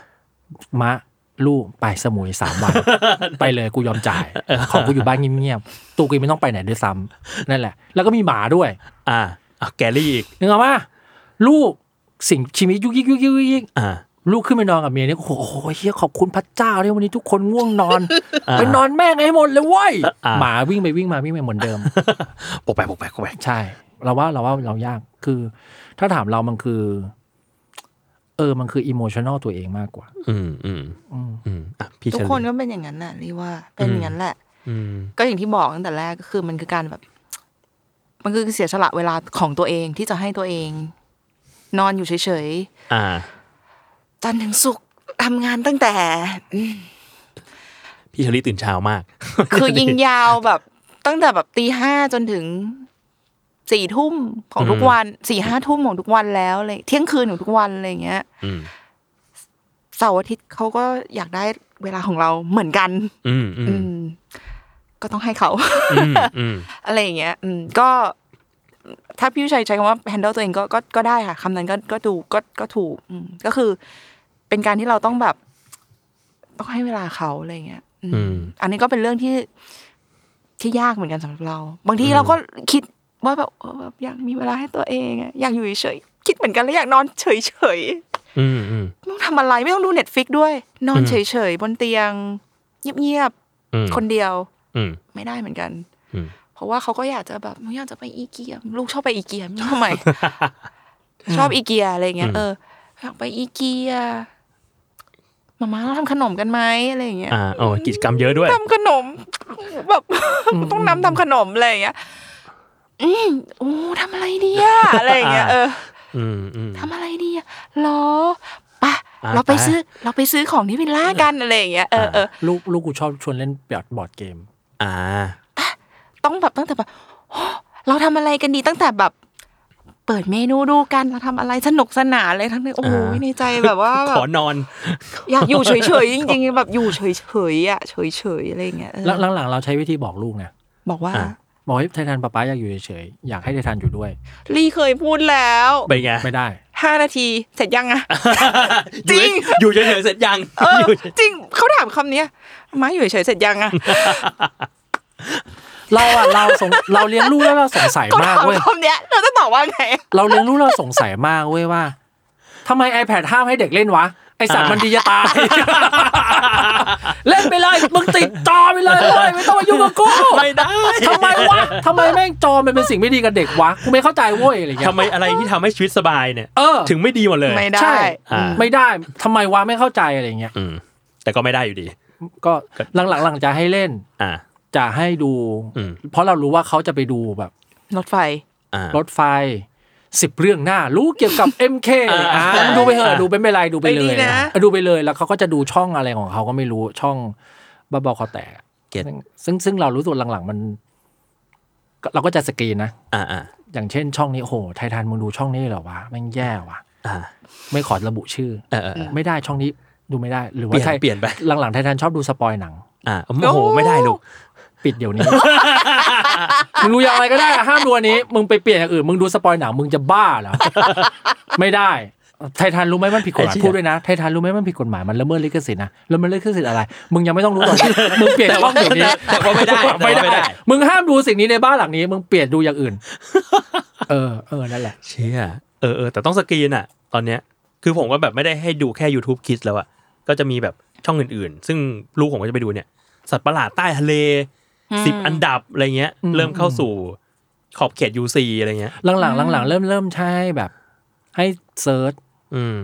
[SPEAKER 3] มะลูกไปสมุยสาม
[SPEAKER 2] *laughs*
[SPEAKER 3] วัน ไปเลยกูยอมจ่าย ของกูอยู่บ้านเงียบๆตัวกูยังไม่ต้องไปไหนด้วยซ้ำนั่นแหละ แล้วก็มีหมาด้วย
[SPEAKER 2] อ่าอ่ะแกลลี่อีก
[SPEAKER 3] นึกออกปะลูกสิ่งชีวิตยุกยิกยุกยิกยุกยิก
[SPEAKER 2] อ่า
[SPEAKER 3] ลูกขึ้นไปนอนกับเมียเนี่ยโอ้โหเฮียขอบคุณพระเจ้าที่วันนี้ทุกคนง่วงนอน
[SPEAKER 2] *laughs*
[SPEAKER 3] ไปนอนแม่งให้หมดเลยเว้ย
[SPEAKER 2] อ่า
[SPEAKER 3] หมาวิ่งไปวิ่งมาวิ่งไปเหมือนเดิม
[SPEAKER 2] ปกแปกปกแปกปกแปก
[SPEAKER 3] ใช่ เราว่าเราว่าเรายากคือ ถ้าถามเรามันคือ เออมันคืออิโมชันอลตัวเองมากกว่า
[SPEAKER 2] อืมอืม
[SPEAKER 3] อืม
[SPEAKER 2] อืมอ่ะพี่
[SPEAKER 4] ทุ
[SPEAKER 2] เช
[SPEAKER 4] ก
[SPEAKER 2] ลี
[SPEAKER 4] คนก็เป็นอย่างนั้นน่ะลี่ว่าเป็นอย่างนั้นแหละ
[SPEAKER 2] อืม
[SPEAKER 4] ก็อย่างที่บอกตั้งแต่แรกก็คือมันคือการแบบ มันคือเสียสละเวลาของตัวเองที่จะให้ตัวเอง นอนอยู่เฉย
[SPEAKER 2] อ่า
[SPEAKER 4] ๆ จันทร์ถึงศุกร์ทำงานตั้งแต่
[SPEAKER 2] พี่เชลีตื่นเช้ามาก
[SPEAKER 4] คือยิงยาวแบบ ตั้งแต่แบบตีห้าจนถึงสี่ทุ่มของทุก
[SPEAKER 2] อืม
[SPEAKER 4] วันสี่ห้าทุ่มของทุกวันแล้วเลย เที่ยงคืนของทุกวันอะไรอย่างเงี้ย
[SPEAKER 2] อืม
[SPEAKER 4] เสาร์อาทิตย์เขาก็อยากได้เวลาของเราเหมือนกัน
[SPEAKER 2] อืมอื
[SPEAKER 4] อื
[SPEAKER 2] ม
[SPEAKER 4] ม ก็ต้องให้เขา
[SPEAKER 2] อืมอืม
[SPEAKER 4] อะไรอย่างเงี้ย อืม ก็ ถ้าพี่วิชัยใช้คำว่า handle ตัวเองก็ก็ก็ได้ค่ะคำนั้นก็ก็ดูก็ก็ถูก อืม ก็คือ เป็นการที่เราต้องแบบ ต้องให้เวลาเขาอะไรอย่างเงี้ย อืม
[SPEAKER 2] อืม
[SPEAKER 4] อันนี้ก็เป็นเรื่องที่ที่ยากเหมือนกันสำหรับเรา บางทีเราก็คิดว่าแบบเออแบบอยากมีเวลาให้ตัวเองอะอยากอยู่เฉยๆคิดเหมือนกันแล้วอยากนอนเฉยๆ
[SPEAKER 2] อืมอืม
[SPEAKER 4] ไม่ต้องทำอะไรไม่ต้องดูเน็ตฟิกด้วย นอน
[SPEAKER 2] อืม
[SPEAKER 4] เฉยๆ บนเตียง เงียบ
[SPEAKER 2] อืม
[SPEAKER 4] ๆ คนเดียว
[SPEAKER 2] อืม
[SPEAKER 4] ไม่ได้เหมือนกัน
[SPEAKER 2] อืม
[SPEAKER 4] เพราะว่าเขาก็อยากจะแบบอยากจะไปอีเกีย ลูกชอบไปอีเกียไม่รู้ทำไม ชอบอีเกียอะไรอย่างเงี้ยเอออยากไปอีเกียมาม่าเราทำขนมกันไหมอะไรอย่างเงี้ย
[SPEAKER 2] อ่าโอ้ยกิจกรรมเยอะด้วย
[SPEAKER 4] ทำขนม แบบ *laughs* ต้องน้ำทำขนมอะไรอย่างเงี้ยอืมโอ้ทำอะไรดีอะอะไรอย่างเงี้ยเออ
[SPEAKER 2] อืมอืม
[SPEAKER 4] ทำอะไรดีอะเหรอปะ
[SPEAKER 2] อ่ะ
[SPEAKER 4] เราไป
[SPEAKER 2] ไป
[SPEAKER 4] ซื้อ เราไปซื้อของที่วิลล่ากันอะไรอย่างเงี้ย เออเออ
[SPEAKER 3] ลูกลูกกูชอบชวนเล่นบอร์ดบอร์ดเกม
[SPEAKER 2] อ่า
[SPEAKER 4] *gasps* ต้องแบบตั้งแต่แบบโอ้เราทำอะไรกันดีตั้งแต่แบบ เปิดเมนูดูกันเราทำอะไรสนุกสนานเลยทั้งนี้โอ้โห
[SPEAKER 2] อ่า
[SPEAKER 4] ในใจแบบ
[SPEAKER 2] *laughs*
[SPEAKER 4] ว่าแบ
[SPEAKER 2] ข
[SPEAKER 4] บ
[SPEAKER 2] อนอน
[SPEAKER 4] อยากอยู่เฉยๆจริงๆแบบอยู่เฉยๆอ่ะเฉยๆอะไรอย่างเงี้ยเออ
[SPEAKER 3] หลังหลังๆเราใช้วิธีบอกลูกนะ
[SPEAKER 4] บอกว่า
[SPEAKER 2] อ่า
[SPEAKER 3] บอกให้ไททันป๊าป๊าอยากอยู่เฉยๆอยากให้ไททันอยู่ด้วย
[SPEAKER 4] ลี่เคยพูดแล้ว
[SPEAKER 2] เป็นไง
[SPEAKER 3] ไม่ได้
[SPEAKER 4] ห้านาทีเสร็จยังอะ
[SPEAKER 2] อยู่
[SPEAKER 4] จริง
[SPEAKER 2] อยู่เฉยๆเสร็จยัง
[SPEAKER 4] เออ
[SPEAKER 2] ยู่
[SPEAKER 4] จริงเขาถามคำเนี้ยมาอยู่เฉยๆเสร็จยังอะ
[SPEAKER 3] เราอะเราสงเราเลี้ยงลูกแล้วเราสงสัย
[SPEAKER 4] เขา
[SPEAKER 3] มาก
[SPEAKER 4] ถาม
[SPEAKER 3] เว้ย
[SPEAKER 4] คำเนี้ยเราจะตอบว่าไง
[SPEAKER 3] เราเลี้ยงลูกเราสงสัยมากเว้ยว่าทำไม iPad ห้ามให้เด็กเล่นวะไอสัตว์
[SPEAKER 2] อ่ามั
[SPEAKER 3] มันดีจะ
[SPEAKER 4] *laughs*
[SPEAKER 3] ตาย เล่นไปเลยมึงติดจอไปเลยเว้ยไม่ต้องมายุ่งกับกู
[SPEAKER 2] ไม่ได้
[SPEAKER 3] *laughs* ทำไมวะทำไมแม่งจอมันเป็นสิ่งไม่ดีกับเด็กวะกูไม่เข้าใจเว้ยอะไรเงี้ย
[SPEAKER 2] ทำไมอะไรที่ทำให้ชีวิตสบายเนี่ย
[SPEAKER 3] เออ
[SPEAKER 2] ถึงไม่ดีหมดเลย
[SPEAKER 4] ไม่ได้
[SPEAKER 3] ใช่
[SPEAKER 2] อ่า
[SPEAKER 3] ไม่ได้ทำไมวะไม่เข้าใจอะไรเงี้ย
[SPEAKER 2] อืมแต่ก็ไม่ได้อยู่ดี
[SPEAKER 3] ก็หลังๆหลังจะให้เล่น
[SPEAKER 2] อ่า
[SPEAKER 3] จะให้ดู
[SPEAKER 2] อืม
[SPEAKER 3] เพราะเรารู้ว่าเขาจะไปดูแบบ
[SPEAKER 4] รถไฟ
[SPEAKER 2] อ่า
[SPEAKER 3] รถไฟสิบเรื่องหน้า รู้เกี่ยวกับ MK
[SPEAKER 2] อ่า
[SPEAKER 3] อ่า
[SPEAKER 2] อ่า
[SPEAKER 3] ดูไปเถอะดูไปไม่เป็นไรดูไปเล
[SPEAKER 4] ไปดี
[SPEAKER 3] ย
[SPEAKER 4] นะ
[SPEAKER 3] อ่ะดูไปเลยแล้วเขาก็จะดูช่องอะไรของเขาก็ไม่รู้ช่องบ้าบอคอแตกอ่ะ
[SPEAKER 2] เก็ต
[SPEAKER 3] ซึ่งซึ่งเรารู้ตัวหลังๆมัน เราก็จะสกรีนนะ
[SPEAKER 2] อ่าอ่า
[SPEAKER 3] อย่างเช่นช่องนี้โอ้โหไททันมึงดูช่องนี้เหรอวะแม่งแย่ว่ะ
[SPEAKER 2] อ่า
[SPEAKER 3] ไม่ขอระบุชื่อ
[SPEAKER 2] เออเออเออ
[SPEAKER 3] ไม่ได้ช่องนี้ดูไม่ได้ หรือ
[SPEAKER 2] เปลี่น
[SPEAKER 3] ว่ายไท
[SPEAKER 2] เปลี่ยนไป
[SPEAKER 3] หลังๆไททันชอบดูสปอยหนัง
[SPEAKER 2] อ่าโอ้โหไม่ได้ลูก
[SPEAKER 3] ปิดเดี๋ยว
[SPEAKER 2] *laughs*
[SPEAKER 3] นี้ มึงดูอย่างไรก็ได้อะห้ามดูอันนี้ มึงไปเปลี่ยนอย่างอื่น มึงดูสปอยหนัง มึงจะบ้าเหรอ *laughs* ไม่ได้ ไททันรู้ไหมมันผิดกฎห
[SPEAKER 2] ไอ้
[SPEAKER 3] มา
[SPEAKER 2] เหี้
[SPEAKER 3] ย
[SPEAKER 2] ย
[SPEAKER 3] พูดด้วยนะ ไททันรู้ไหมมันผิดกฎหมายมันละเมิดลิขสิทธิ์นะละเมิดลิขสิทธิ์อะไร มึงยังไม่ต้องรู้ตอนนี้ มึงเปลี่ยนช่องเดี๋ยวนี้
[SPEAKER 2] แต่ว่าไม่ได้แต่
[SPEAKER 3] ไม่
[SPEAKER 2] ว่าไม่
[SPEAKER 3] ได้
[SPEAKER 2] ได้
[SPEAKER 3] มึงห้ามดูสิ่งนี้ในบ้านหลังนี้ มึงเปลี่ยนดูอย่าง
[SPEAKER 2] *laughs*
[SPEAKER 3] อื่น เออ เออ นั่นแหละ
[SPEAKER 2] เชี่ยเออเออแต่ต้องสกรีนอ่ะ ตอนเนี้ยคือผมก็แบบไม่ได้ให้ดูแค่ YouTube Kids แล้วอะก็จะมีแบบช่องอื่นๆ ซึ่งลูกผมก็จะไปดูเนี่ย สัตว์ประหลาดใต้ทะเลสิบอันดับอะไรเงี้ย
[SPEAKER 3] อืม
[SPEAKER 2] เริ่มเข้าสู่ขอบเขต UC อะไรเงี้ย
[SPEAKER 3] หลังๆหลังๆเริ่มเริ่มใช้แบบ ให้เซิร์ช
[SPEAKER 2] อืม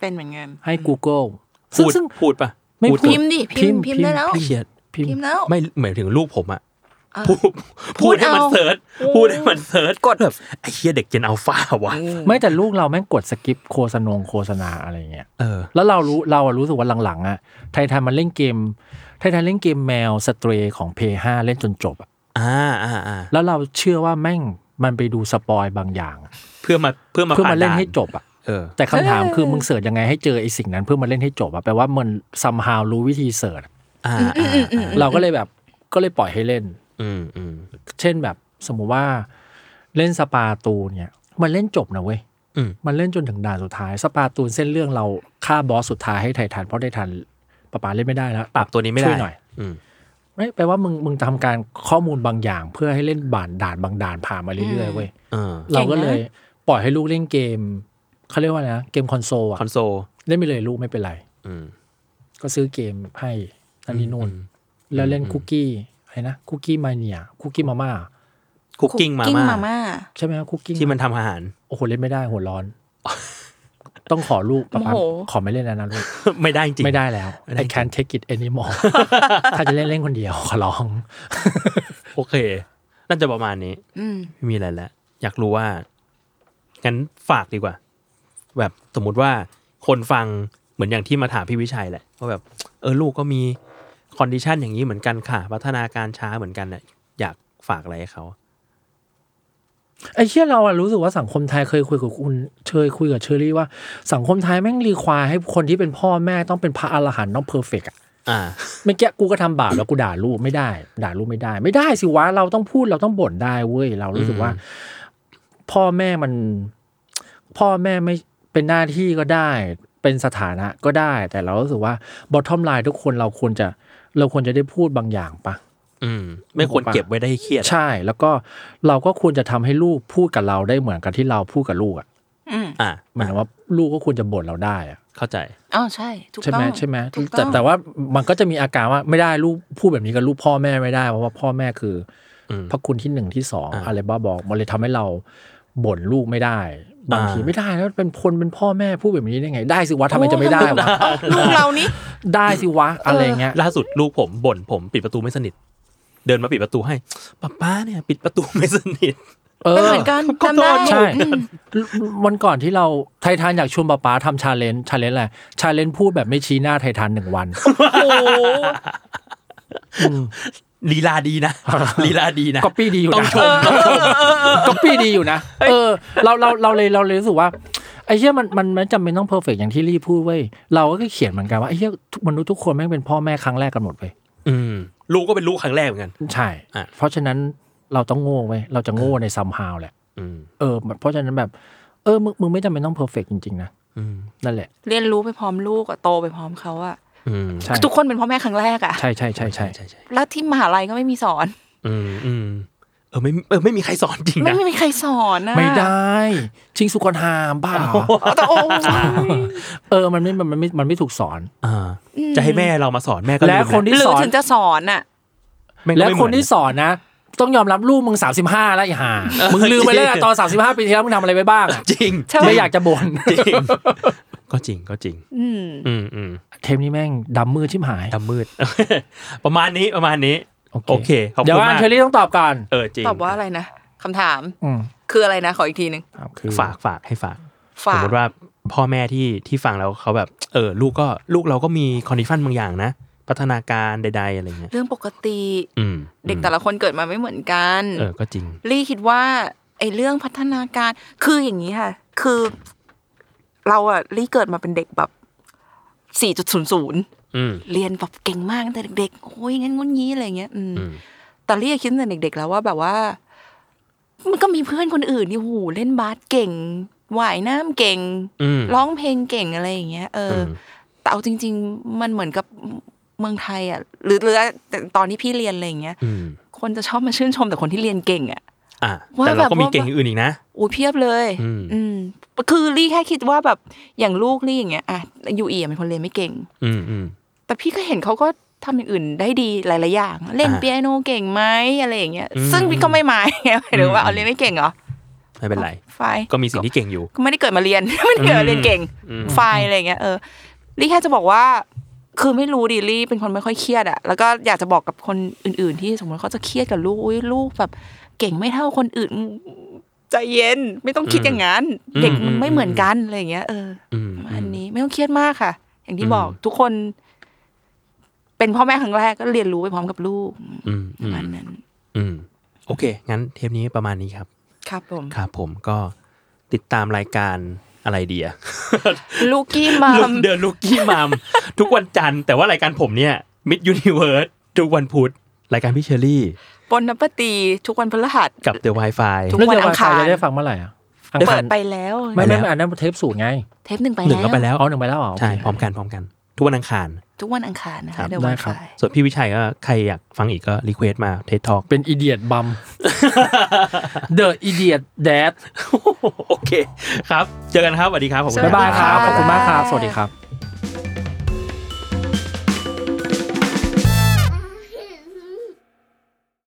[SPEAKER 4] เป็นเหมือนเงิน
[SPEAKER 3] ให้ Google
[SPEAKER 2] พู
[SPEAKER 3] ซึ่ง
[SPEAKER 2] ด
[SPEAKER 3] ซึ่ง
[SPEAKER 2] พูดปะ
[SPEAKER 3] ไม่
[SPEAKER 2] พูด
[SPEAKER 3] พูด
[SPEAKER 4] พิมพ์ดิ พิมพ์พิมพ์ได้แล้ว
[SPEAKER 2] เขียด
[SPEAKER 3] พิม
[SPEAKER 4] พิม
[SPEAKER 3] พ์
[SPEAKER 4] พ์แล้ว
[SPEAKER 2] ไม่เหมือนถึงลูกผมอะ
[SPEAKER 4] อ่ะ
[SPEAKER 2] พูดพูดให้มัน
[SPEAKER 4] เอา
[SPEAKER 2] เสิร์ช
[SPEAKER 4] อืม
[SPEAKER 2] พูดให้มันเสิร์ชกดแบบไอ้เฮียเด็กเจนอัลฟาวะ
[SPEAKER 3] ไม่แต่ลูกเราแม่งกดสกิปโฆษณงโฆษณาอะไรอย่างเงี้ย
[SPEAKER 2] เออ
[SPEAKER 3] แล้วเรารู้เราอะรู้สึกว่าหลังๆอ่ะไททันมันเล่นเกม ไททันเล่นเกมแมวสเตรย์ของเพย์ห้าเล่นจนจบอะ
[SPEAKER 2] อ่าอ่าอ่า
[SPEAKER 3] แล้วเราเชื่อว่าแม่งมันไปดูสปอยบางอย่างอะ
[SPEAKER 2] เพื่อมาเพื่อมา
[SPEAKER 3] เพื่อมาเล่น
[SPEAKER 2] ผ่ด่
[SPEAKER 3] ให้จบอ่ะ
[SPEAKER 2] เออ
[SPEAKER 3] แต่คำถามคือมึงเสิร์ชยังไงให้เจอไอ้สิ่งนั้นเพื่อมาเล่นให้จบอ่ะแปลว่ามันซัมฮาวรู้วิธีเสิร์ช
[SPEAKER 2] อ่าอ่าอ่า
[SPEAKER 3] เราก็เลยแบบก็เลยปล่อยให้เล่น
[SPEAKER 2] อืมอืม
[SPEAKER 3] เช่นแบบสมมุติว่าเล่นสปาตูนเนี่ย มันเล่นจบนะเว้ย
[SPEAKER 2] อืม
[SPEAKER 3] มันเล่นจนถึงด่านสุดท้าย สปาตูนเส้นเรื่องเราฆ่าบอสสุดท้ายให้ไททันเพราะไททันปะปาเล่นไม่ได้แล้ว
[SPEAKER 2] ปรับตัวนี้ไม่ได้
[SPEAKER 3] ช่วยหน่อย
[SPEAKER 2] อืม
[SPEAKER 3] ไม่แปลว่ามึงมึงทำการข้อมูลบางอย่าง เพื่อให้เล่นบานด่านบางด่านผ่านมาเรื่อยๆเว้ย
[SPEAKER 2] เออ
[SPEAKER 3] เราก็เลยปล่อยให้ลูกเล่นเกมเขาเรียกว่าอะไรนะเกมคอนโซลอะ
[SPEAKER 2] คอนโซล
[SPEAKER 3] เล่นไปเลยลูกไม่เป็นไร
[SPEAKER 2] อืม
[SPEAKER 3] ก็ซื้อเกมให้นั่นนี่นู่นแล้วเล่นคุกกี้อะไรนะคุกกี้มาเนียคุกกี้มาม่า
[SPEAKER 2] คุกกิ้งมา
[SPEAKER 4] กิ้ง
[SPEAKER 2] ม่า
[SPEAKER 4] มาม่า
[SPEAKER 3] ใช่ไหมครับคุกกี้
[SPEAKER 2] ที่มันทำอาหาร *laughs*
[SPEAKER 3] โอ้โหเล่นไม่ได้หัวร้อน ต้องขอลูกปะป๊า
[SPEAKER 4] โมโห
[SPEAKER 3] ขอไม่เล่นแล้วนะลูก
[SPEAKER 2] ไม่ได้จริง
[SPEAKER 3] ไม่ได้แล้ว
[SPEAKER 2] ไม่ได้
[SPEAKER 3] I can't take it anymore *laughs* ถ้าจะเล่นเล่นคนเดียวขอร้อง
[SPEAKER 2] โอเค น่าจะประมาณนี้
[SPEAKER 4] อืม
[SPEAKER 2] ไม่มีอะไรแล้ว อยากรู้ว่า งั้นฝากดีกว่า แบบสมมุติว่าคนฟังเหมือนอย่างที่มาถามพี่วิชัยแหละว่าแบบ เออลูกก็มีคอนดิชันอย่างนี้เหมือนกันค่ะ พัฒนาการช้าเหมือนกันเนี่ยอยากฝากอะไรให้เขา
[SPEAKER 3] ไอ้เชี่ยเราอะรู้สึกว่าสังคมไทยเคยคุยกับคุณเคยคุยกับเชอรี่ว่าสังคมไทยแม่งรีควายให้คนที่เป็นพ่อแม่ต้องเป็นพระอรหันต์ต้องเพอร์เฟกอะ
[SPEAKER 2] อ่า
[SPEAKER 3] เมื่อกี้กูก็ทำบาปแล้วกูด่าลูกไม่ได้ ด่าลูกไม่ได้ ไม่ได้สิวะเราต้องพูดเราต้องบ่นได้เว้ยเรารู้สึกว่า พ่อแม่มัน พ่อแม่ไม่เป็นหน้าที่ก็ได้ เป็นสถานะก็ได้ แต่เรารู้สึกว่าบอททอมไลน์ทุกคนเราควรจะเราควรจะได้พูดบางอย่างปะ
[SPEAKER 2] อืม ไม่ควรเก็บไว้ได้เครียดอะ
[SPEAKER 3] ใช่ แล้วก็เราก็ควรจะทำให้ลูกพูดกับเราได้เหมือนกับที่เราพูดกับลูกอ่ะ
[SPEAKER 4] อืม
[SPEAKER 2] อ่า
[SPEAKER 3] หมายถึงว่าลูกก็ควรจะบ่นเราได้อะ
[SPEAKER 2] เข้าใจ
[SPEAKER 4] อ๋อใช่ถูก
[SPEAKER 3] ใช่
[SPEAKER 4] ต้
[SPEAKER 3] ไหม
[SPEAKER 4] อง
[SPEAKER 3] ใช่ไหม
[SPEAKER 4] ถูก
[SPEAKER 3] แต่
[SPEAKER 4] ต้อง
[SPEAKER 3] แต่ว่ามันก็จะมีอาการว่าไม่ได้ลูกพูดแบบนี้กับลูกพ่อแม่ไม่ได้ เพราะว่าพ่อแม่คืออ
[SPEAKER 2] ม
[SPEAKER 3] พระคุณที่หนึ่งที่สอง
[SPEAKER 2] อ่า
[SPEAKER 3] อะไรบ้าบอกมันเลยทำให้เราบ่นลูกไม่ได้ บางที
[SPEAKER 2] อ่า
[SPEAKER 3] ไม่ได้แล้วเป็นคนเป็นพ่อแม่พูดแบบนี้ได้ไง ได้สิวะทำไมจะไม่ได้วะ
[SPEAKER 4] ลูกเรานี่
[SPEAKER 3] ได้สิวะอะไรเงี้ย
[SPEAKER 2] ล่าสุดลูกผมบ่นผมปิดประตูไม่สนิท เดินมาปิดประตูให้ป้าป้าเนี่ย ปิดประตูไม่สนิท
[SPEAKER 3] เอ
[SPEAKER 4] เป็น
[SPEAKER 3] อ
[SPEAKER 4] เหมือนกัน
[SPEAKER 2] ขอ
[SPEAKER 4] จำได้
[SPEAKER 2] โทษ
[SPEAKER 3] ใช่
[SPEAKER 4] อืม
[SPEAKER 3] วันก่อนที่เราไททันอยากชวนป๊าป๊าทำชาเลนจ์ชาเลนจ์อะไรชาเลนจ์พูดแบบไม่ชี้หน้าไททันหนึ่งวัน
[SPEAKER 4] โอ้โห
[SPEAKER 2] ลีลาดีนะ ลีลาดีนะ
[SPEAKER 3] ก็ปี้ดีอยู่
[SPEAKER 2] ต้อง
[SPEAKER 3] นะ
[SPEAKER 2] ช
[SPEAKER 3] *laughs*
[SPEAKER 2] ม
[SPEAKER 3] ก็ปี้ดีอยู่นะเออ เราเราเราเลยเราเลยรู้สึกว่าไอ้เหี้ยมันมันมันจำเป็นต้องเพอร์เฟกอย่างที่ลี่พูดเว้ยเราก็เขียนเหมือนกันว่าไอ้เหี้ยทุกมนุษย์ทุกคนแม่งเป็นพ่อแม่ครั้งแรกกันหมดเว้ย
[SPEAKER 2] อืมลูกก็เป็นลูกครั้งแรกเหมือนกัน
[SPEAKER 3] ใช่
[SPEAKER 2] อ่ะ
[SPEAKER 3] เพราะฉะนั้นเราต้องโง่เว้ยเราจะโง่ในซัมฮาวแหละ
[SPEAKER 2] อืม
[SPEAKER 3] เออเพราะฉะนั้นแบบเออมึงมึงไม่จำเป็นต้องเพอร์เฟกจริงๆนะ
[SPEAKER 2] อืม
[SPEAKER 3] นั่นแหละ
[SPEAKER 4] เรียนรู้ไปพร้อมลูกอะโตไปพร้อมเขาอะ
[SPEAKER 2] อืม
[SPEAKER 3] ใช่
[SPEAKER 4] ทุกคนเป็นพ่อแม่ครั้งแรกอะ
[SPEAKER 3] ใช่ใช่ใช่ใช่
[SPEAKER 2] ใช่ใช่
[SPEAKER 4] แล้วที่มหาลัยก็ไม่มีสอน
[SPEAKER 2] อืมอืมเออไม่เออไม่มีใครสอนจริง
[SPEAKER 4] ไม่
[SPEAKER 2] นะ
[SPEAKER 4] ไม่มีใครสอนนะ
[SPEAKER 3] ไม่ได้ ชิงสุกรหามบ้าเหรอ
[SPEAKER 4] แต่โอ้
[SPEAKER 3] เออมันไม่มันไม่มันไม่ถูกสอน
[SPEAKER 2] อ่าจะให้แม่เรามาสอนแม่ก็
[SPEAKER 3] และคนที่
[SPEAKER 4] หรื
[SPEAKER 3] ส
[SPEAKER 4] อ
[SPEAKER 3] อน
[SPEAKER 4] ถึงจะสอนอะ
[SPEAKER 2] แม่งก็
[SPEAKER 3] และ
[SPEAKER 2] ไม่เห
[SPEAKER 3] ค
[SPEAKER 2] มือน
[SPEAKER 3] ที่สอนนะ ต้องยอมรับลูกมึง 35 แล้วไอ้ห่ามึงลืมไปแล้วนะตอน 35 ปีที่แล้วมึงทำอะไรไว้บ้างอะ
[SPEAKER 2] จริง
[SPEAKER 4] ใช่ไหม
[SPEAKER 3] ไม่อยากจะบ่น
[SPEAKER 2] จริง ก็จริงก็จริง
[SPEAKER 4] อืม
[SPEAKER 2] อืมอืม
[SPEAKER 3] เทมนี้แม่งดำมือชิมหาย
[SPEAKER 2] ดำมืด *laughs* ประมาณนี้ประมาณนี้ โอเคขอบ
[SPEAKER 3] เดี๋ย
[SPEAKER 2] คุ
[SPEAKER 3] ว
[SPEAKER 2] ณ
[SPEAKER 3] อั
[SPEAKER 2] มาน ก
[SPEAKER 3] เชอรี่ต้องตอบก่อน
[SPEAKER 2] เออจริง
[SPEAKER 4] ตอบว่าอะไรนะคำถาม
[SPEAKER 3] อืม
[SPEAKER 4] คืออะไรนะ ขออีกทีหนึ่ง
[SPEAKER 3] ครับคือ
[SPEAKER 2] ฝากฝากให้ฝาก ส
[SPEAKER 4] ฝาม ก
[SPEAKER 2] มติว่าพ่อแม่ที่ที่ฟังแล้วเขาแบบ เออ ลูกก็ลูกเราก็มีคอนดิชันบางอย่างนะ พัฒนาการใด ๆ อะไรเงี้ย
[SPEAKER 4] เรื่องปกติ
[SPEAKER 2] อืม
[SPEAKER 4] เด็กแต่ละคนเกิดมาไม่เหมือนกัน
[SPEAKER 2] เออก็จริง
[SPEAKER 4] ลี่คิดว่าไอ้เรื่องพัฒนาการคืออย่างนี้ค่ะ คือ เราอะลี่เกิดมาเป็นเด็กแบบ 4.00
[SPEAKER 2] อืม
[SPEAKER 4] เรียนแบบเก่งมากตั้งแต่เด็กๆโอ้ยงั้นงุ้นงี้อะไรเงี้ยอืม
[SPEAKER 2] อืม
[SPEAKER 4] แต่ลี่อะคิดตั้งแต่เด็ก ๆ แล้วว่าแบบว่า มันก็มีเพื่อนคนอื่นที่โหเล่นบาสเก่งว่ายน้ำเก่ง
[SPEAKER 2] อืม
[SPEAKER 4] ร้องเพลงเก่งอะไรอย่างเงี้ยเอออ
[SPEAKER 2] ม
[SPEAKER 4] แต่เอาจริง ๆ มันเหมือนกับเมืองไทยอ่ะหรือหรือตอนที่พี่เรียนอะไรอย่างเงี้ย
[SPEAKER 2] อืม
[SPEAKER 4] คนจะชอบมาชื่นชมแต่คนที่เรียนเก่งอ่ะ
[SPEAKER 2] อ่ะ
[SPEAKER 4] ว่า
[SPEAKER 2] แต่เราก็
[SPEAKER 4] แบบว่ามี
[SPEAKER 2] มีเก่งอย่างอื่นอีกนะ
[SPEAKER 4] อุ้ยเพียบเลย
[SPEAKER 2] อืม
[SPEAKER 4] อืมคือลี่แค่คิดว่าแบบอย่างลูกลี่อย่างเงี้ยอ่ะยูเอียเป็นคนเรียนไม่เก่ง
[SPEAKER 2] อืมอืม
[SPEAKER 4] แต่พี่ก็เห็นเขาก็ทำอย่างอื่นได้ดีหลาย ๆ อย่าง เล่น
[SPEAKER 2] อ่า
[SPEAKER 4] เปียโนเก่งไหมอะไรอย่างเงี้ย
[SPEAKER 2] อืม
[SPEAKER 4] ซึ่งพี่ก็ไม่มาไง *laughs* หมายถึงว่า
[SPEAKER 2] อืม
[SPEAKER 4] เอาเรียนไม่เก่งเหรอ
[SPEAKER 2] ไม่เป็นไร
[SPEAKER 4] ไฟล์
[SPEAKER 2] ก็มีสิ่งที่เก่งอยู่
[SPEAKER 4] ก็ไม่ได้เกิดมาเรียน *laughs* ไม่ได้เกิดมาเรียนเก่ง
[SPEAKER 2] อืม
[SPEAKER 4] ไฟล์อะไรอย่างเงี้ยเออลี่แค่จะบอกว่า คือไม่รู้ดิลี่เป็นคนไม่ค่อยเครียดอะแล้วก็อยากจะบอกกับคนอื่น ๆ ที่สมมติเขาจะเครียดกับลูกอุ้ยลูกแบบ เก่งไม่เท่าคนอื่นใจเย็นไม่ต้องคิดอย่างนั้น เด็กมันไม่เหมือนกันอะไรอย่างเงี้ยเออ
[SPEAKER 2] อืม
[SPEAKER 4] ประมา
[SPEAKER 2] อื
[SPEAKER 4] ณ
[SPEAKER 2] ม
[SPEAKER 4] นี้ไม่ต้องเครียดมากค่ะ อย่างที่
[SPEAKER 2] อืม
[SPEAKER 4] บอกทุกคน เป็นพ่อแม่ครั้งแรกก็เรียนรู้ไปพร้อมกับลูก
[SPEAKER 2] อืม
[SPEAKER 4] ป
[SPEAKER 2] อื
[SPEAKER 4] ระ
[SPEAKER 2] ม
[SPEAKER 4] มาณนั้น
[SPEAKER 2] อืมโอเค งั้นเทปนี้ประมาณนี้ครับ
[SPEAKER 4] ครับผม
[SPEAKER 2] ครับผมก็ติดตามรายการอะไรดีอะ
[SPEAKER 4] ลูกกี้มัม
[SPEAKER 2] เดอะลูกี้มัมทุกวันจันทร์แต่ว่ารายการผมเนี่ยมิดยูนิเวิร์สทุกวันพุธรายการพี่เชอรี่
[SPEAKER 4] ปนนับปตีทุกวันพฤหัส
[SPEAKER 2] กับเดอะ Wi-Fi
[SPEAKER 4] ทุก
[SPEAKER 3] เรื่องเดีย
[SPEAKER 4] วัน
[SPEAKER 3] ว
[SPEAKER 4] อังคาร
[SPEAKER 3] จะได้ฟังเมื่อไหร่อ่ะอังคา
[SPEAKER 4] เปิ
[SPEAKER 3] ร
[SPEAKER 4] ดไปแล้ว
[SPEAKER 3] ไม่ไม่ไม่อันนั้นเทปสูตรไง
[SPEAKER 4] เทปหนึ่งไป
[SPEAKER 2] หนึ่ง
[SPEAKER 4] แล้
[SPEAKER 2] ก็
[SPEAKER 4] ว
[SPEAKER 2] ไปแล้ว
[SPEAKER 3] เอาหนึ่งไปแล้วเหรอ
[SPEAKER 2] ใช่
[SPEAKER 3] โอเค
[SPEAKER 2] พร้อมกันพร้อมกัน ทุกวันอังคาร
[SPEAKER 4] ทุกวันอังคารนะ
[SPEAKER 2] ครั
[SPEAKER 4] คะ
[SPEAKER 2] บ
[SPEAKER 4] เดอะ
[SPEAKER 3] ได้
[SPEAKER 4] ไว
[SPEAKER 3] ครับ
[SPEAKER 4] ไฟ
[SPEAKER 2] ส่วนพี่วิชัยก็ใครอยากฟังอีกก็รีเควสต์มาเทสทอก
[SPEAKER 3] เป็นอีเดียต *laughs* บัมเดอะอีเดียตแดด
[SPEAKER 2] โอเค ครับ เจอกันครับสวัสดีครับขอบคุณ
[SPEAKER 3] บ๊ายบายครับขอบคุณมากครับสวัสดีครับ